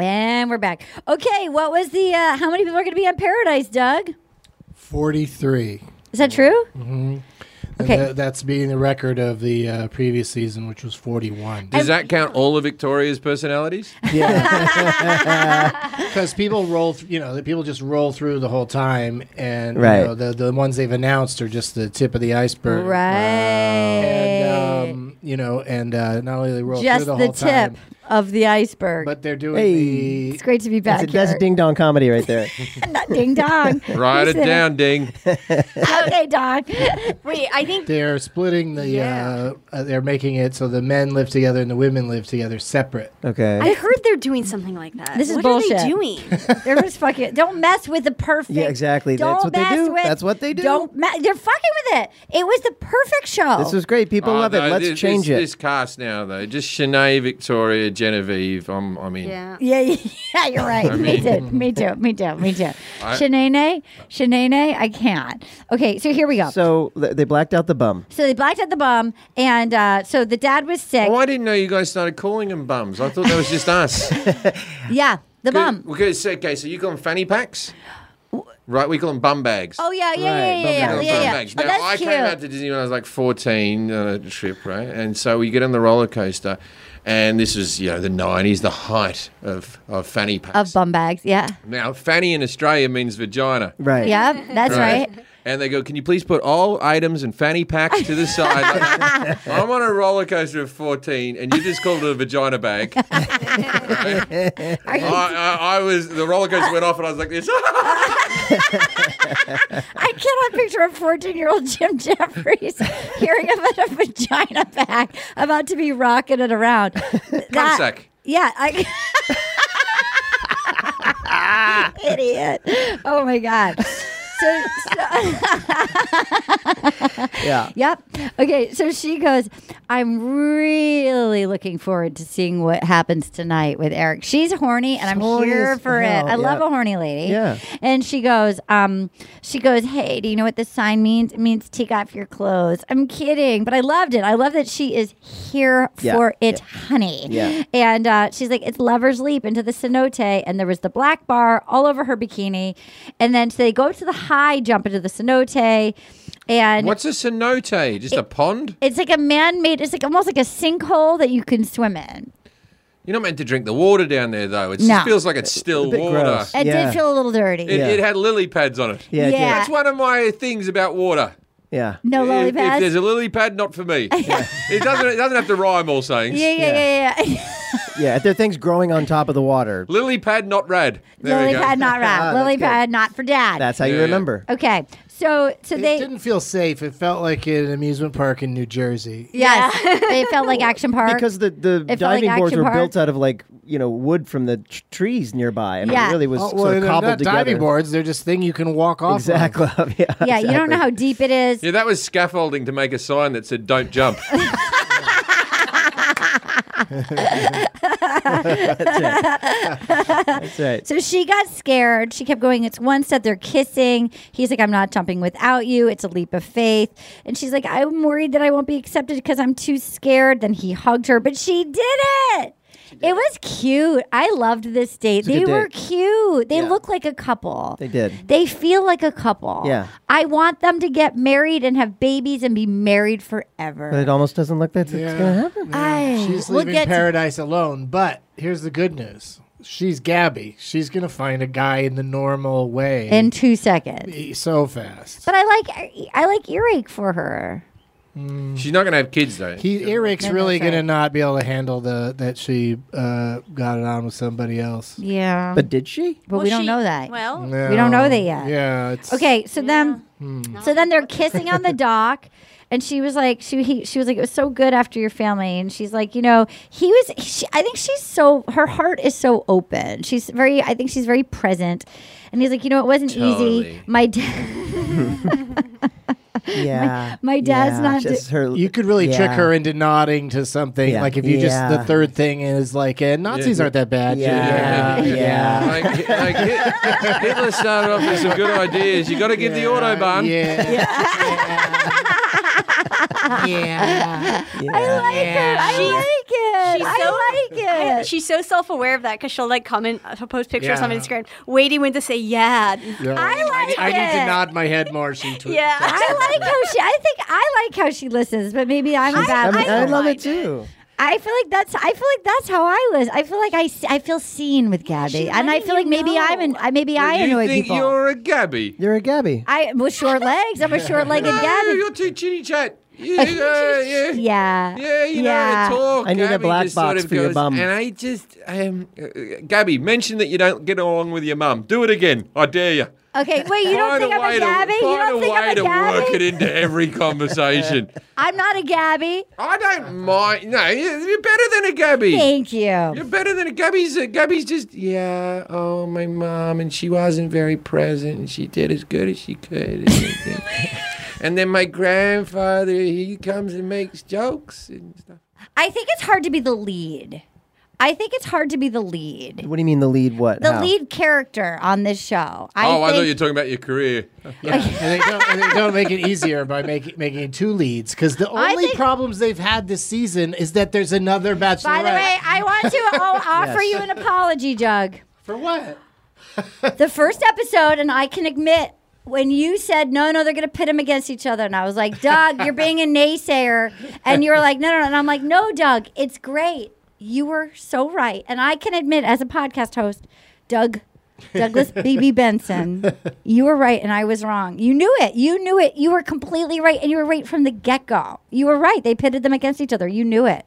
Speaker 2: And we're back. Okay, what was the, uh, how many people are going to be on Paradise, Doug?
Speaker 4: 43.
Speaker 2: Is that true?
Speaker 4: hmm
Speaker 2: Okay.
Speaker 4: that's being the record of the uh, previous season, which was 41.
Speaker 5: Does that count all of Victoria's
Speaker 3: <laughs>
Speaker 5: personalities?
Speaker 2: <laughs>
Speaker 4: <laughs> Because people roll, th- you know, the people just roll through the whole time, and you
Speaker 3: Right.
Speaker 4: know, the the ones they've announced are just the tip of the iceberg.
Speaker 2: Right.
Speaker 4: And, um, you know, and uh, not only they roll
Speaker 2: Just
Speaker 4: through
Speaker 2: the,
Speaker 4: the, whole
Speaker 2: tip
Speaker 4: time,
Speaker 2: of the iceberg.
Speaker 4: but they're doing
Speaker 3: Hey.
Speaker 4: the
Speaker 2: it's great to be
Speaker 3: That's,
Speaker 2: back.
Speaker 3: a, that's
Speaker 2: here. <laughs>
Speaker 3: ding dong comedy right there.
Speaker 2: Not ding dong.
Speaker 5: Write it
Speaker 2: Listen.
Speaker 5: down, Ding.
Speaker 2: okay, dog.
Speaker 4: <laughs>
Speaker 6: Wait, I think
Speaker 4: They're splitting the. Uh, uh, they're making it so the men live together and the women live together separate.
Speaker 3: Okay.
Speaker 6: I heard they're doing something like that.
Speaker 2: This is
Speaker 6: what Are
Speaker 2: bullshit.
Speaker 6: they doing?
Speaker 2: <laughs> They're just fucking. Don't mess with the perfect.
Speaker 3: Yeah, exactly.
Speaker 2: Don't
Speaker 3: That's what they
Speaker 2: mess
Speaker 3: do.
Speaker 2: With,
Speaker 3: That's what they do.
Speaker 2: Don't. Me- they're fucking with it. It was the perfect show.
Speaker 3: this was great. People
Speaker 5: Oh,
Speaker 3: love it.
Speaker 5: no,
Speaker 3: Let's
Speaker 5: thi- this,
Speaker 3: change
Speaker 5: This cast now, though. Just Shanae, Victoria, Genevieve. I'm, I mean,
Speaker 6: yeah.
Speaker 2: Yeah, <laughs> yeah, yeah, you're right. me
Speaker 5: mean-
Speaker 2: too. Me too. Me too. Me too. Shanae, Shanae, I can't. Okay, so here we go.
Speaker 3: it.
Speaker 2: So,
Speaker 3: <laughs> So th- they blacked out the bum.
Speaker 2: they blacked out the bum, and uh, so the dad was sick.
Speaker 5: Oh, I didn't know you guys started calling them bums. I thought that was just us.
Speaker 2: Yeah, the <laughs> bum.
Speaker 5: Because, okay, so you call them fanny packs? Right, we call them bum bags.
Speaker 2: Oh yeah, yeah,
Speaker 4: Right,
Speaker 2: yeah, yeah, yeah,
Speaker 5: Bum
Speaker 2: yeah. yeah.
Speaker 5: bags.
Speaker 2: Oh,
Speaker 5: Now,
Speaker 2: that's
Speaker 5: I
Speaker 2: cute.
Speaker 5: came out to Disney when I was like 14 on a trip, right? And so we get on the roller coaster, and this was, you know, the 90s, the height of, of fanny packs.
Speaker 2: of bum bags. Yeah,
Speaker 5: now, fanny in Australia means vagina.
Speaker 3: Right.
Speaker 2: yeah, that's right.
Speaker 5: And they go, can you please put all items and fanny packs to the side?
Speaker 2: <laughs>
Speaker 5: Like, I'm on a roller coaster of 14, and you just called it a
Speaker 2: <laughs>
Speaker 5: vagina bag. Right? I, I, I was the roller coaster went off, and I was like this.
Speaker 2: I cannot picture a 14 year old Jim
Speaker 3: <laughs>
Speaker 2: Jeffries hearing about a vagina bag about to be rocketed
Speaker 3: <laughs>
Speaker 2: around. That-
Speaker 5: sack.
Speaker 2: Yeah. I, <laughs> idiot. Oh my God. So, so- <laughs>
Speaker 3: Yeah.
Speaker 2: Yep. Okay. So she goes, I'm really looking forward to seeing what happens tonight with Eric. She's horny and I'm
Speaker 3: Horny
Speaker 2: here
Speaker 3: as
Speaker 2: for it.
Speaker 3: hell,
Speaker 2: I love
Speaker 3: yeah.
Speaker 2: a horny lady.
Speaker 3: Yeah.
Speaker 2: And she goes, um, she goes, Hey, do you know what this sign means? It means take off your clothes. I'm kidding, but I loved it. I love that she is here
Speaker 3: Yeah,
Speaker 2: for it, honey.
Speaker 3: Yeah.
Speaker 2: And uh, she's like, It's lover's leap into the cenote. And there was the black bar all over her bikini. And then so they go to the high, jump into the cenote. <laughs> And
Speaker 5: What's a cenote? Just a pond?
Speaker 2: it's like a man made, it's like almost like a sinkhole that you can swim in.
Speaker 5: You're not meant to drink the water down there, though. It
Speaker 2: No.
Speaker 5: just feels like it's still
Speaker 3: A bit
Speaker 5: water.
Speaker 3: gross.
Speaker 2: It
Speaker 3: Yeah.
Speaker 2: did feel a little dirty.
Speaker 5: It, it had lily pads on it.
Speaker 3: Yeah. it did.
Speaker 2: Yeah.
Speaker 5: That's one of my things about water.
Speaker 3: Yeah.
Speaker 2: No
Speaker 5: If-
Speaker 2: lolly
Speaker 5: if, there's
Speaker 2: pads.
Speaker 5: a lily pad, not
Speaker 2: <laughs>
Speaker 5: for me. it doesn't. It doesn't have to rhyme. All sayings.
Speaker 2: Yeah, yeah, yeah, yeah. yeah.
Speaker 3: Yeah. If there are things growing on top of the water,
Speaker 5: Lily pad, not rad. There
Speaker 2: Lily
Speaker 5: we go.
Speaker 2: pad,
Speaker 3: <laughs>
Speaker 2: not
Speaker 3: Ah,
Speaker 2: rap.
Speaker 3: that's
Speaker 2: Lily
Speaker 3: good.
Speaker 2: pad, not for dad.
Speaker 3: that's how you
Speaker 5: Yeah, yeah.
Speaker 3: remember.
Speaker 2: okay. So, so
Speaker 4: It
Speaker 2: they.
Speaker 4: didn't feel safe. It felt like an amusement park in New Jersey.
Speaker 2: Yes, <laughs> they felt like action park.
Speaker 3: Because the, the
Speaker 2: It felt like
Speaker 3: diving boards
Speaker 2: Action
Speaker 3: were
Speaker 2: Park.
Speaker 3: built out of like you know wood from the t- trees nearby. I mean,
Speaker 2: Yeah.
Speaker 3: it really was
Speaker 4: Oh,
Speaker 3: sort
Speaker 4: well,
Speaker 3: of
Speaker 4: they're
Speaker 3: cobbled
Speaker 4: not
Speaker 3: together.
Speaker 4: diving boards. They're just thing you can walk off. of.
Speaker 3: Exactly. <laughs> yeah.
Speaker 2: <laughs> yeah, you don't know how deep it
Speaker 3: <laughs>
Speaker 2: is.
Speaker 5: Yeah, that was scaffolding to make a sign that said
Speaker 2: <laughs>
Speaker 5: "Don't jump."
Speaker 2: <laughs>
Speaker 3: That's right.
Speaker 2: So she got scared. She kept going. It's one step. They're kissing. He's like, I'm not jumping without you. It's a leap of faith. And she's like, I'm worried that I won't be accepted because I'm too scared. Then he hugged her, but she did it. It was cute. I loved this date.
Speaker 3: a
Speaker 2: They
Speaker 3: good
Speaker 2: were
Speaker 3: date.
Speaker 2: cute. They
Speaker 3: Yeah.
Speaker 2: look like a couple.
Speaker 3: They did.
Speaker 2: They feel like a couple.
Speaker 3: Yeah.
Speaker 2: I want them to get married and have babies and be married forever.
Speaker 3: But it almost doesn't look that's it's gonna happen.
Speaker 2: I-
Speaker 4: She's
Speaker 2: we'll
Speaker 4: leaving
Speaker 2: get to-
Speaker 4: paradise alone. But here's the good news. She's Gabby. She's gonna find a guy in the normal way. E,
Speaker 2: in two seconds.
Speaker 4: so fast.
Speaker 2: But I like I like earache for her. Mm.
Speaker 5: She's not going to have kids though.
Speaker 4: He Eric's
Speaker 2: No,
Speaker 4: really
Speaker 2: that's right.
Speaker 4: gonna not be able to handle the that she uh, got it on with somebody else.
Speaker 2: Yeah. But,
Speaker 3: But did she?
Speaker 2: we don't know that.
Speaker 6: Well,
Speaker 4: No.
Speaker 2: We don't know that yet.
Speaker 4: Yeah. It's,
Speaker 2: Okay, so then so then they're kissing on the dock and she was like she he, she was like it was so good after your family and she's like, you know, he was she, I think she's so her heart is so open. She's very I think she's very present. And he's like, you know, it wasn't easy.
Speaker 5: Totally.
Speaker 2: My dad
Speaker 3: <laughs> Yeah.
Speaker 2: <laughs> my dad's
Speaker 3: yeah,
Speaker 2: not do-
Speaker 3: Just her,
Speaker 4: You could really trick
Speaker 3: yeah.
Speaker 4: her into nodding to something.
Speaker 3: Yeah.
Speaker 4: Like if you just
Speaker 3: Yeah.
Speaker 4: the third thing is like eh, Nazis aren't that bad.
Speaker 3: Yeah.
Speaker 4: yeah.
Speaker 3: Yeah.
Speaker 5: Like, like Hit- Hitler started off with some good ideas. You got to give the Autobahn.
Speaker 4: Yeah. yeah.
Speaker 2: <laughs> I like it. I
Speaker 6: She's-
Speaker 2: like it.
Speaker 6: she's
Speaker 2: I
Speaker 6: so-
Speaker 2: like it.
Speaker 6: She's so self aware of that because she'll like comment, she'll post pictures on
Speaker 4: Yeah.
Speaker 6: Instagram, waiting when to say yeah.
Speaker 4: Yeah.
Speaker 2: I like
Speaker 4: I need
Speaker 2: it.
Speaker 4: to nod my head more. She tweeted.
Speaker 6: Yeah.
Speaker 2: I like how she. I think I like how she listens, but maybe I'm a
Speaker 3: I,
Speaker 2: bad.
Speaker 3: mean, I
Speaker 2: listener.
Speaker 3: love it too.
Speaker 2: I feel like that's. I feel like that's how I listen. I feel like I. s- I feel seen with Gabby, and I
Speaker 6: letting
Speaker 2: feel like
Speaker 6: you
Speaker 2: maybe
Speaker 6: know.
Speaker 2: I'm. An, I maybe I
Speaker 5: you
Speaker 2: annoy
Speaker 5: think
Speaker 2: people.
Speaker 5: you're a Gabby?
Speaker 3: You're a Gabby.
Speaker 2: I with short legs. I'm a short-legged
Speaker 5: No,
Speaker 2: Gabby.
Speaker 5: you're too
Speaker 2: <laughs>
Speaker 5: chinny chat. Yeah, yeah, yeah.
Speaker 2: Yeah.
Speaker 5: Yeah, you know how to talk.
Speaker 3: I need a
Speaker 5: Oh, Gabby
Speaker 3: black
Speaker 5: just sort
Speaker 3: box
Speaker 5: of
Speaker 3: for your
Speaker 5: goes,
Speaker 3: bum.
Speaker 5: And I just, um, uh, Gabby, mention that you don't get along with your mum. Do it again. I dare you.
Speaker 2: Okay. Wait. You don't
Speaker 5: Find
Speaker 2: think
Speaker 5: a
Speaker 2: I'm
Speaker 5: way
Speaker 2: a
Speaker 5: to-
Speaker 2: Gabby? You
Speaker 5: find
Speaker 2: don't
Speaker 5: a
Speaker 2: think
Speaker 5: way
Speaker 2: I'm a
Speaker 5: to work it
Speaker 2: Gabby?
Speaker 5: into
Speaker 2: <laughs>
Speaker 5: every conversation.
Speaker 2: I'm not a Gabby.
Speaker 5: I don't mind. No, you- you're better than a Gabby.
Speaker 2: Thank you.
Speaker 5: You're better than a Gabby's. A Gabby's just, yeah, oh, my mom, and she wasn't very present, and she did as good as she could.
Speaker 2: <laughs> Oh,
Speaker 5: and then my grandfather, he comes and makes jokes and stuff.
Speaker 2: I think it's hard to be the lead. I think it's hard to be the lead.
Speaker 3: What do you mean the lead? What?
Speaker 2: the
Speaker 3: How?
Speaker 2: lead character on this show. I
Speaker 5: oh, I thought
Speaker 2: think-
Speaker 5: you were talking about your career.
Speaker 4: Yeah. and, they don't, and they don't make it easier by making making two leads because the
Speaker 2: I
Speaker 4: only
Speaker 2: think-
Speaker 4: problems they've had this season is that there's another bachelorette.
Speaker 2: By the way, I want to o- offer you an apology, Jug.
Speaker 4: for what?
Speaker 2: The first episode, and I can admit when you said no, no, they're going to pit them against each other, and I was like, Doug, you're being a naysayer, and you were like, no, no, no, and I'm like, no, Doug, it's great. You were so right, and I can admit as a podcast host, Doug.
Speaker 6: <laughs>
Speaker 2: Douglas BB Benson, you were right and I was wrong. You knew it. You knew it. You were completely right and you were right from the get go. You were right. They pitted them against each other. You knew it.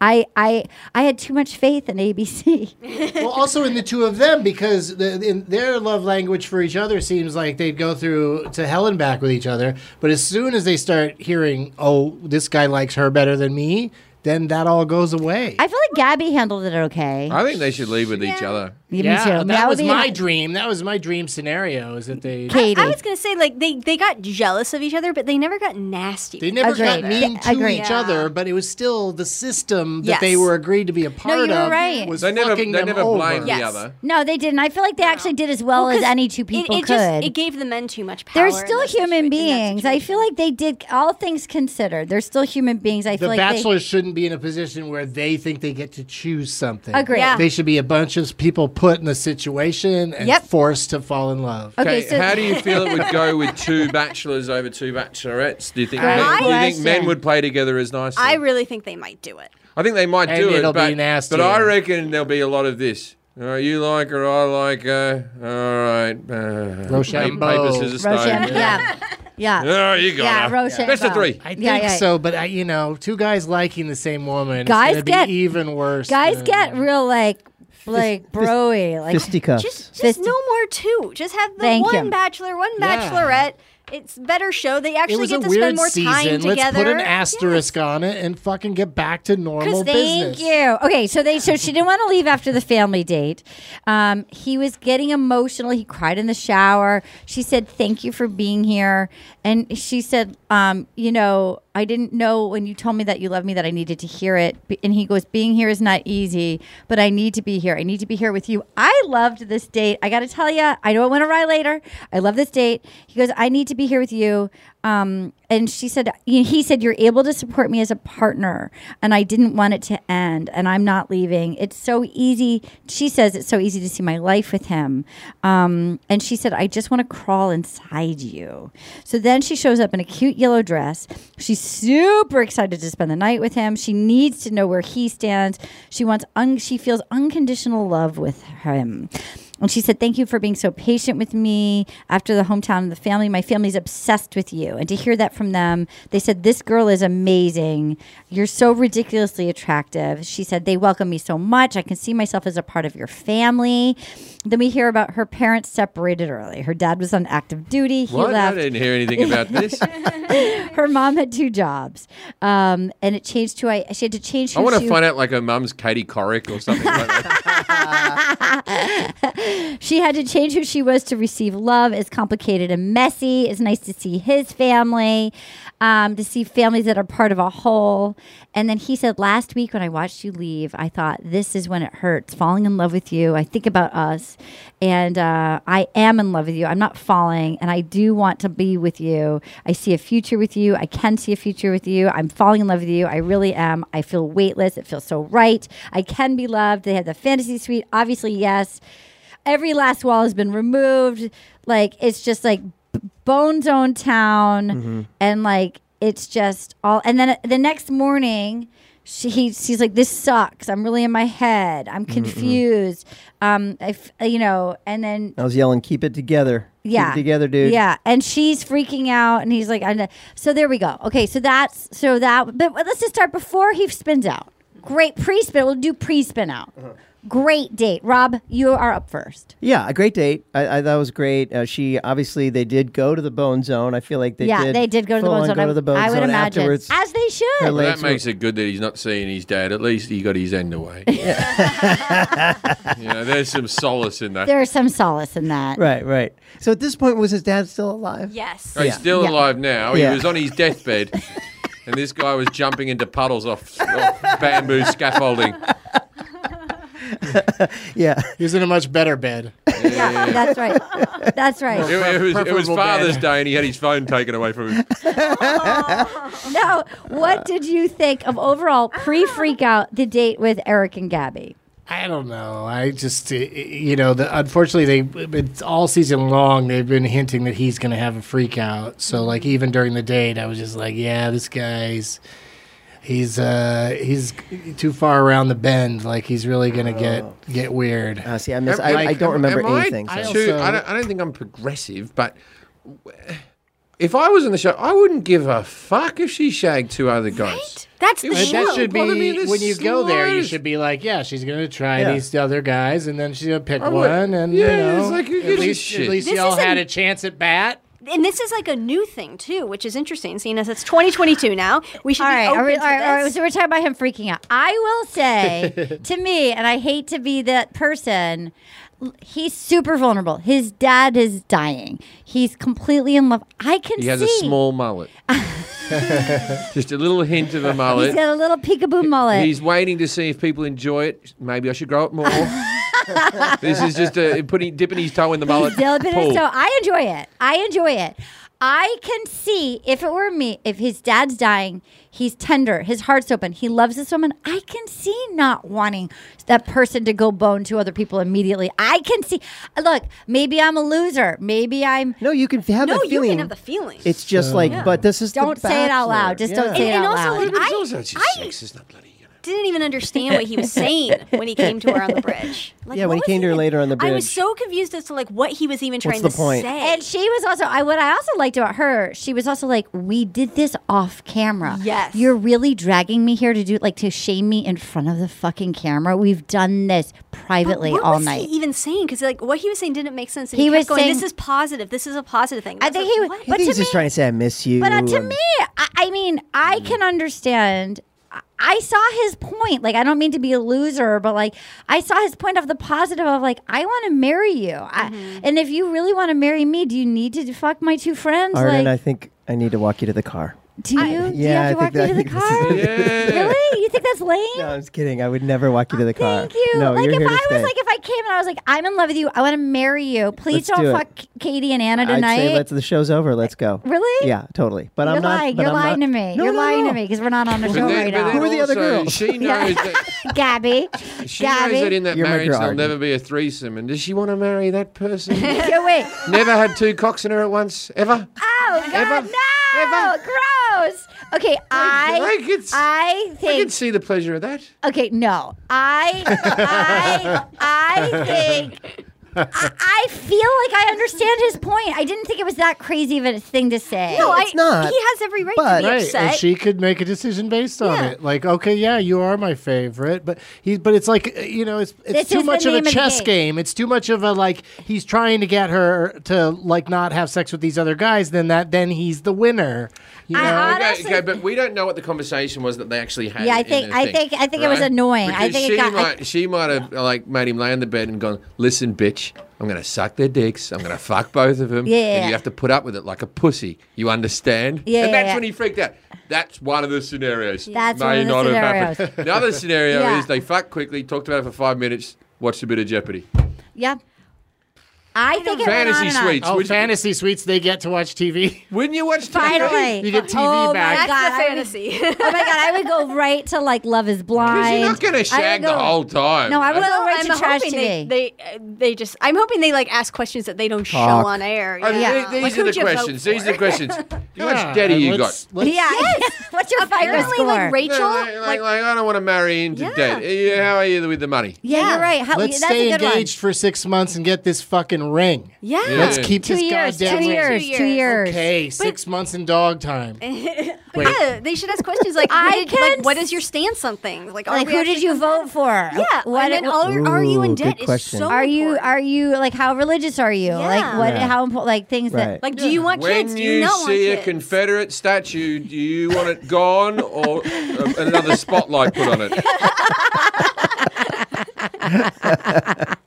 Speaker 2: I I I had too much faith in ABC.
Speaker 4: <laughs> well, also in the two of them because the, in their love language for each other seems like they'd go through to hell and back with each other. But as soon as they start hearing, "Oh, this guy likes her better than me," then that all goes away.
Speaker 2: I feel like Gabby handled it okay.
Speaker 5: I think they should leave with each other.
Speaker 2: Yeah,
Speaker 4: yeah, that, was
Speaker 2: would be-
Speaker 4: my dream. That was my dream scenario. Is that they
Speaker 2: Katie.
Speaker 6: I was gonna say like they they got jealous of each other, but they never got nasty.
Speaker 4: They never got
Speaker 2: Agreed.
Speaker 4: mean
Speaker 2: Yeah,
Speaker 4: to
Speaker 2: agreed.
Speaker 4: each
Speaker 6: Yeah.
Speaker 4: other, but it was still the system that they
Speaker 6: Yes.
Speaker 4: were agreed to be a part
Speaker 2: you were
Speaker 4: of.
Speaker 2: right.
Speaker 4: Was
Speaker 5: They never, they
Speaker 4: fucking them
Speaker 5: never
Speaker 4: over.
Speaker 5: blame
Speaker 6: Yes.
Speaker 5: the other.
Speaker 2: no, they didn't. I feel like they actually did as well,
Speaker 6: Well,
Speaker 2: as
Speaker 6: 'cause
Speaker 2: any two people
Speaker 6: it, it
Speaker 2: could.
Speaker 6: Just, it gave the men too much power.
Speaker 2: they're
Speaker 6: in
Speaker 2: still
Speaker 6: those
Speaker 2: human
Speaker 6: situa- in that
Speaker 2: beings. I feel
Speaker 6: situation.
Speaker 2: like they did all things considered. They're still human beings. I
Speaker 4: The
Speaker 2: feel like
Speaker 4: bachelors shouldn't be in a position where they think they get to choose something.
Speaker 2: Agreed. Yeah.
Speaker 4: They should be a bunch of people put in a situation and
Speaker 2: Yep.
Speaker 4: forced to fall in love.
Speaker 2: Okay,
Speaker 5: Okay,
Speaker 2: so-
Speaker 5: how
Speaker 2: <laughs>
Speaker 5: do you feel it would go with two bachelors over two bachelorettes? Do you think,
Speaker 2: Great
Speaker 5: men, do you think
Speaker 2: question.
Speaker 5: men would play together as nicely?
Speaker 6: I really think they might do it.
Speaker 5: I think they might
Speaker 4: And
Speaker 5: do it,
Speaker 4: it'll be
Speaker 5: but,
Speaker 4: nastier.
Speaker 5: but I reckon there'll be a lot of this. All right, you like her, I like her. All right. Uh,
Speaker 4: Rochambeau.
Speaker 5: Paper, scissors,
Speaker 2: they
Speaker 5: stone.
Speaker 2: Roshan, yeah. Yeah.
Speaker 5: Oh, you got
Speaker 2: Yeah,
Speaker 5: her.
Speaker 2: Rochambeau.
Speaker 5: Best of three.
Speaker 4: I think
Speaker 2: Yeah, yeah.
Speaker 4: so, but I, you know, two guys liking the same woman
Speaker 2: Guys
Speaker 4: is gonna
Speaker 2: get-
Speaker 4: be even worse.
Speaker 2: Guys
Speaker 4: than-
Speaker 2: get real like like broy like
Speaker 3: Fisticuffs.
Speaker 6: Just just
Speaker 2: Fist-
Speaker 6: no more two. Just have the
Speaker 2: Thank
Speaker 6: one
Speaker 2: you.
Speaker 6: bachelor, one
Speaker 4: Yeah.
Speaker 6: bachelorette. It's better show. They
Speaker 4: It
Speaker 6: actually
Speaker 4: was a
Speaker 6: get to
Speaker 4: weird
Speaker 6: spend more
Speaker 4: season.
Speaker 6: time
Speaker 4: Let's
Speaker 6: together.
Speaker 4: put an asterisk on it and fucking get back to normal
Speaker 2: Thank
Speaker 4: business.
Speaker 2: you. Okay, so they so she didn't want to leave after the family date. Um, he was getting emotional. He cried in the shower. She said, "Thank you for being here," and she said, um, "You know, I didn't know when you told me that you loved me that I needed to hear it." B- And he goes, "Being here is not easy, but I need to be here. I need to be here with you." I loved this date. I got to tell you, I know it went awry later. I love this date. He goes, "I need to be here with you." Um, and she said, he said, you're able to support me as a partner. And I didn't want it to end. And I'm not leaving. It's so easy. She says, it's so easy to see my life with him. Um, and she said, I just want to crawl inside you. So then she shows up in a cute yellow dress. She's super excited to spend the night with him. She needs to know where he stands. She wants, un- she feels unconditional love with him. And she said, Thank you for being so patient with me after the hometown and the family. My family's obsessed with you. And to hear that from them, they said, This girl is amazing. You're so ridiculously attractive. She said, They welcome me so much. I can see myself as a part of your family. Then we hear about her parents separated early. Her dad was on active duty. He
Speaker 5: What? I
Speaker 2: left
Speaker 5: didn't hear anything about this.
Speaker 2: <laughs> her mom had two jobs, um, and it changed to I. She had to change.
Speaker 5: I
Speaker 2: who
Speaker 5: want
Speaker 2: she-
Speaker 5: to find out like her mum's Katie Couric or something like that.
Speaker 2: she had to change who she was to receive love. It's complicated and messy. It's nice to see his family, um, to see families that are part of a whole. And then he said, Last week when I watched you leave, I thought, This is when it hurts. Falling in love with you. I think about us. And uh, I am in love with you. I'm not falling. And I do want to be with you. I see a future with you. I can see a future with you. I'm falling in love with you. I really am. I feel weightless. It feels so right. I can be loved. They had the fantasy suite. Obviously, yes every last wall has been removed. Like it's just like b- bone zone town,
Speaker 8: Mhm.
Speaker 2: and like it's just all. And then uh, the next morning, she he, she's like, "This sucks. I'm really in my head. I'm
Speaker 3: Mm-mm.
Speaker 2: confused. Um, if you know." And then
Speaker 3: I was yelling, keep it together. Keep it
Speaker 2: yeah.
Speaker 3: together, dude.
Speaker 2: Yeah. And she's freaking out and he's like, I know. So there we go. Okay. So that's, so that, but let's just start before he spins out. Great pre spin. We'll do pre spin out.
Speaker 3: Uh-huh.
Speaker 2: Great date. Rob, you are up first.
Speaker 3: Yeah, a great date. I, I that was great. Uh, she obviously they did go to the bone zone. I feel like they
Speaker 2: yeah.
Speaker 3: did.
Speaker 2: They did go to the
Speaker 3: full
Speaker 2: bone
Speaker 3: on
Speaker 2: zone.
Speaker 3: Go to the bone
Speaker 2: I
Speaker 3: zone
Speaker 2: would imagine.
Speaker 3: afterwards.
Speaker 2: As they should.
Speaker 3: <laughs> Her
Speaker 5: Well,
Speaker 3: legs
Speaker 5: that makes it good that he's not seeing his dad. At least he got his end
Speaker 3: <laughs>
Speaker 5: away. <laughs> you know, there's some solace in that.
Speaker 2: There's some solace in that.
Speaker 3: Right, right. So at this point, was his dad still alive?
Speaker 2: Yes.
Speaker 5: Oh, he's still
Speaker 2: Yeah.
Speaker 5: alive now.
Speaker 3: Yeah.
Speaker 5: He was on his deathbed, and this guy was jumping into puddles off, off bamboo scaffolding.
Speaker 3: yeah.
Speaker 4: He was in a much better bed.
Speaker 2: Yeah, that's
Speaker 3: <laughs>
Speaker 2: right. That's right.
Speaker 5: It, it was, it was
Speaker 4: Preferable
Speaker 5: Father's
Speaker 4: dad.
Speaker 5: Day, and he had his phone taken away from
Speaker 3: <laughs>
Speaker 5: him.
Speaker 2: <laughs> now, what did you think of overall pre freak out the date with Eric and Gabby?
Speaker 4: I don't know. I just, uh, you know, the, unfortunately, they it's all season long they've been hinting that he's going to have a freak out.
Speaker 6: Mm-hmm.
Speaker 4: So, like, even during the date, I was just like, yeah, this guy's he's uh he's too far around the bend. Like, he's really going to get get weird.
Speaker 3: Uh, Oh. see, I
Speaker 5: Am-
Speaker 3: miss. I, I
Speaker 5: like,
Speaker 3: don't
Speaker 5: am-
Speaker 3: remember
Speaker 5: am I
Speaker 3: anything. so.
Speaker 5: too- I, don't, I don't think I'm progressive, but w- if I was on the show, I wouldn't give a fuck if she shagged two other guys.
Speaker 6: That's
Speaker 5: It
Speaker 6: the
Speaker 5: was-
Speaker 6: show.
Speaker 4: That should be
Speaker 5: Well, I mean, the
Speaker 4: when you go there. You
Speaker 5: slightest-
Speaker 4: should be like, yeah, she's gonna try
Speaker 5: Yeah.
Speaker 4: these other guys, and then she's gonna pick
Speaker 5: I would-
Speaker 4: one, and
Speaker 5: yeah,
Speaker 4: you know,
Speaker 5: it's like, who
Speaker 4: at
Speaker 5: gives a
Speaker 4: least
Speaker 5: shit?
Speaker 4: at least
Speaker 6: This
Speaker 4: y'all
Speaker 6: isn't-
Speaker 4: had
Speaker 6: <laughs>
Speaker 4: a chance at bat.
Speaker 6: And this is like a new thing too, which is interesting. Seeing as it's 2022 now, we should
Speaker 2: All right,
Speaker 6: be open
Speaker 2: all right,
Speaker 6: to
Speaker 2: all right, all right.
Speaker 6: this.
Speaker 2: So we're talking about him freaking out. I will
Speaker 6: <laughs>
Speaker 4: <laughs>
Speaker 2: say to me, and I hate to be that person. l- He's super vulnerable. His dad is dying. He's completely in love. I can
Speaker 5: He has
Speaker 2: see.
Speaker 5: a small
Speaker 3: <laughs>
Speaker 5: mullet. Just a little hint of a
Speaker 2: He's
Speaker 5: mullet.
Speaker 2: got a little peekaboo mullet.
Speaker 5: He's waiting to see if people enjoy it. Maybe I should grow it more. this is just a, putting dipping his toe in the mullet.
Speaker 2: Dilbit
Speaker 5: pool.
Speaker 2: is so I enjoy it. I enjoy it. I can see if it were me, if his dad's dying, he's tender, his heart's open, he loves this woman. I can see not wanting that person to go bone to other people immediately. I can see. Look, maybe I'm a loser. Maybe I'm.
Speaker 3: No, you can have
Speaker 6: no,
Speaker 3: that
Speaker 6: you
Speaker 3: feeling.
Speaker 6: can have the feeling.
Speaker 3: It's just like, but this is the
Speaker 2: Don't say it out
Speaker 3: Bachelor.
Speaker 2: loud. Just don't
Speaker 3: Yeah.
Speaker 2: say it
Speaker 6: And- and
Speaker 2: out
Speaker 6: also,
Speaker 2: loud.
Speaker 6: what about-
Speaker 5: It's also- it's just
Speaker 6: I-
Speaker 5: sex, it's not bloody.
Speaker 6: Didn't even understand what he
Speaker 4: <laughs>
Speaker 6: was saying when he came to her on the bridge. Like,
Speaker 3: Yeah, when
Speaker 6: what
Speaker 3: he
Speaker 6: was
Speaker 3: came to her
Speaker 6: even-
Speaker 3: later on
Speaker 6: I
Speaker 3: the bridge.
Speaker 6: was so confused as to like what he was even
Speaker 3: What's
Speaker 6: trying
Speaker 3: the
Speaker 6: to
Speaker 3: point?
Speaker 6: say.
Speaker 2: And she was also I what I also liked about her, she was also like, We did this off camera.
Speaker 6: Yes.
Speaker 2: You're really dragging me here to do like to shame me in front of the fucking camera. We've done this privately
Speaker 6: what
Speaker 2: all
Speaker 6: was
Speaker 2: night.
Speaker 6: he even saying? Because like what he was saying didn't make sense. And
Speaker 2: He
Speaker 6: he, kept
Speaker 2: was
Speaker 6: going,
Speaker 2: saying-
Speaker 6: "This is positive. This is a positive thing."
Speaker 2: I
Speaker 6: was
Speaker 2: think
Speaker 6: like,
Speaker 2: he
Speaker 6: what?
Speaker 2: was
Speaker 3: I
Speaker 2: but
Speaker 3: think
Speaker 2: to
Speaker 3: he's
Speaker 2: me
Speaker 3: just trying to say, I miss you.
Speaker 2: But uh, to
Speaker 3: um,
Speaker 2: me,
Speaker 6: e-,
Speaker 2: I, I mean, I
Speaker 3: Mm.
Speaker 2: can understand. I- I saw his point. Like, I don't mean to be a loser, but like, I saw his point of the positive of like, I want to marry you, I,
Speaker 6: Mm-hmm.
Speaker 2: and if you really want to marry me, do you need to fuck my two friends?
Speaker 3: Arden, I
Speaker 2: like,
Speaker 3: think I need to walk you to the car.
Speaker 2: do you? do you
Speaker 3: yeah,
Speaker 2: have to
Speaker 3: I
Speaker 2: walk
Speaker 3: think that- <laughs> I
Speaker 2: me to the
Speaker 3: think this is-
Speaker 2: car? really? You think that's lame?
Speaker 3: No, I'm just kidding. I would never walk you to the car.
Speaker 2: Oh, Thank you.
Speaker 3: No,
Speaker 2: like
Speaker 3: you're
Speaker 2: if
Speaker 3: here
Speaker 2: I
Speaker 3: to
Speaker 2: was
Speaker 3: stay.
Speaker 2: like if I came and I was like, I'm in love with you, I want to marry you. Please
Speaker 3: Let's
Speaker 2: don't
Speaker 3: do it.
Speaker 2: fuck Katie and Anna
Speaker 3: I'd
Speaker 2: tonight.
Speaker 3: say let's the show's over. Let's go.
Speaker 2: Really?
Speaker 3: Yeah, totally. But
Speaker 2: You're
Speaker 3: I'm not.
Speaker 2: lying.
Speaker 3: but
Speaker 2: You're
Speaker 3: I'm
Speaker 2: lying
Speaker 3: not-
Speaker 2: to me.
Speaker 3: No,
Speaker 2: You're
Speaker 3: no,
Speaker 2: lying
Speaker 3: no.
Speaker 2: to me because we're not on the
Speaker 5: But
Speaker 2: show
Speaker 5: then-
Speaker 2: right
Speaker 5: but then
Speaker 2: now.
Speaker 3: Who are the other
Speaker 5: also,
Speaker 3: girls? <laughs>
Speaker 5: She
Speaker 2: Yeah.
Speaker 5: knows that
Speaker 2: Gabby.
Speaker 5: she knows that
Speaker 2: Gabby.
Speaker 5: in that
Speaker 3: You're my
Speaker 5: marriage there'll
Speaker 3: garden.
Speaker 5: never be a threesome. And does she want to marry that person?
Speaker 2: <laughs> Yeah,
Speaker 5: <laughs>
Speaker 2: wait.
Speaker 5: never had two cocks in her at once, ever.
Speaker 2: Oh God,
Speaker 5: Ever?
Speaker 2: no! Gross. Okay, I
Speaker 5: I could, I
Speaker 2: I
Speaker 5: could
Speaker 2: think
Speaker 5: see the <laughs> pleasure of that.
Speaker 2: Okay, no. I I I think I feel like I understand his point. I didn't think it was that crazy of a thing to say.
Speaker 6: No, I- It's not, he has every right to be but- upset.
Speaker 4: and she could make a decision based on it. Like, okay, yeah, you are my favorite, but he, but it's like uh, you know, it's it's
Speaker 2: This is
Speaker 4: too
Speaker 2: the
Speaker 4: much
Speaker 2: name
Speaker 4: of a
Speaker 2: of the
Speaker 4: chess
Speaker 2: game.
Speaker 4: game. It's too much of a like he's trying to get her to like not have sex with these other guys. Then that then he's the winner. You know?
Speaker 5: okay, okay, but we don't know what the conversation was that they actually had.
Speaker 2: Yeah, I
Speaker 5: in
Speaker 2: think-
Speaker 5: the
Speaker 2: I
Speaker 5: thing,
Speaker 2: think- I think it was
Speaker 5: right?
Speaker 2: annoying. I
Speaker 5: Because
Speaker 2: think it
Speaker 5: she
Speaker 2: got- I-
Speaker 5: might, she might have like made him lay on the bed and gone, "Listen, bitch, I'm gonna suck their dicks. I'm gonna fuck both of them. and
Speaker 2: Yeah.
Speaker 5: you have to put up with it like a pussy. You understand?
Speaker 2: Yeah,
Speaker 5: and
Speaker 2: yeah,
Speaker 5: that's
Speaker 2: yeah.
Speaker 5: when he freaked out. That's one of the scenarios.
Speaker 2: That's
Speaker 5: May
Speaker 2: one of the
Speaker 5: not have
Speaker 2: scenarios.
Speaker 5: happened. <laughs> The other scenario
Speaker 2: Yeah.
Speaker 5: is they fuck quickly, talked about it for five minutes, watched a bit of Jeopardy.
Speaker 2: Yeah. I think it went on
Speaker 5: Fantasy
Speaker 2: and on.
Speaker 5: suites.
Speaker 4: Oh,
Speaker 5: Would you-
Speaker 4: fantasy suites, they get to watch TV.
Speaker 5: Wouldn't you watch
Speaker 2: Finally.
Speaker 4: You get TV
Speaker 2: oh
Speaker 4: back.
Speaker 2: My God,
Speaker 6: That's the
Speaker 2: I would-
Speaker 6: <laughs> fantasy.
Speaker 2: oh my god, I would go right to like Love Is Blind.
Speaker 5: Because you're not going
Speaker 2: I
Speaker 5: to
Speaker 2: would
Speaker 5: shag the
Speaker 2: go-
Speaker 5: whole time.
Speaker 2: No, I
Speaker 5: right?
Speaker 2: would go right to
Speaker 6: I'm
Speaker 2: trash
Speaker 6: hoping they,
Speaker 2: TV.
Speaker 6: they, uh, they just. I'm hoping they like ask questions that they don't show
Speaker 3: Talk.
Speaker 6: on air.
Speaker 5: I mean,
Speaker 6: yeah.
Speaker 5: th-
Speaker 6: Like,
Speaker 5: these are
Speaker 6: who'd
Speaker 5: the
Speaker 6: you vote
Speaker 5: questions. These
Speaker 6: <laughs>
Speaker 5: are
Speaker 6: for?
Speaker 2: <laughs>
Speaker 5: the questions. How
Speaker 4: Yeah,
Speaker 5: much daddy you
Speaker 4: let's-
Speaker 5: got?
Speaker 4: let's-
Speaker 2: yeah. <laughs> What's your final
Speaker 6: Apparently,
Speaker 2: score?
Speaker 6: like Rachel,
Speaker 5: No, like, like, like, I don't want to marry into debt. Yeah, How are you with the money?
Speaker 2: yeah, you're right. How,
Speaker 4: Let's
Speaker 2: that's
Speaker 4: stay
Speaker 2: a good one.
Speaker 4: engaged for six months and get this fucking ring.
Speaker 6: yeah.
Speaker 4: Let's
Speaker 5: Yeah.
Speaker 4: keep
Speaker 2: Two
Speaker 4: this
Speaker 2: years,
Speaker 4: goddamn
Speaker 2: two
Speaker 4: ring.
Speaker 2: years,
Speaker 6: Two
Speaker 2: two
Speaker 6: years.
Speaker 2: years.
Speaker 4: Okay, six months in dog time.
Speaker 6: But yeah, they should ask questions like,
Speaker 2: I
Speaker 6: what did- like,
Speaker 2: can
Speaker 6: what is your stance on things? Like, are
Speaker 2: Like,
Speaker 6: we
Speaker 2: who did
Speaker 6: actually
Speaker 2: you vote for?
Speaker 6: Yeah,
Speaker 2: What,
Speaker 6: and then are, are you in
Speaker 3: Ooh, good
Speaker 6: debt? It's
Speaker 3: question.
Speaker 6: so
Speaker 2: are you?
Speaker 6: important.
Speaker 2: Are you like how religious are you? Like
Speaker 6: Yeah.
Speaker 2: what?
Speaker 3: Yeah.
Speaker 2: How important? Like things
Speaker 3: Right.
Speaker 2: that. Like,
Speaker 6: like, do you want kids?
Speaker 5: When
Speaker 6: Do
Speaker 5: you,
Speaker 6: you not want
Speaker 5: see a
Speaker 6: kids?
Speaker 5: Confederate statue, do you want it gone or uh, another spotlight put on it?
Speaker 2: <laughs>
Speaker 4: <laughs>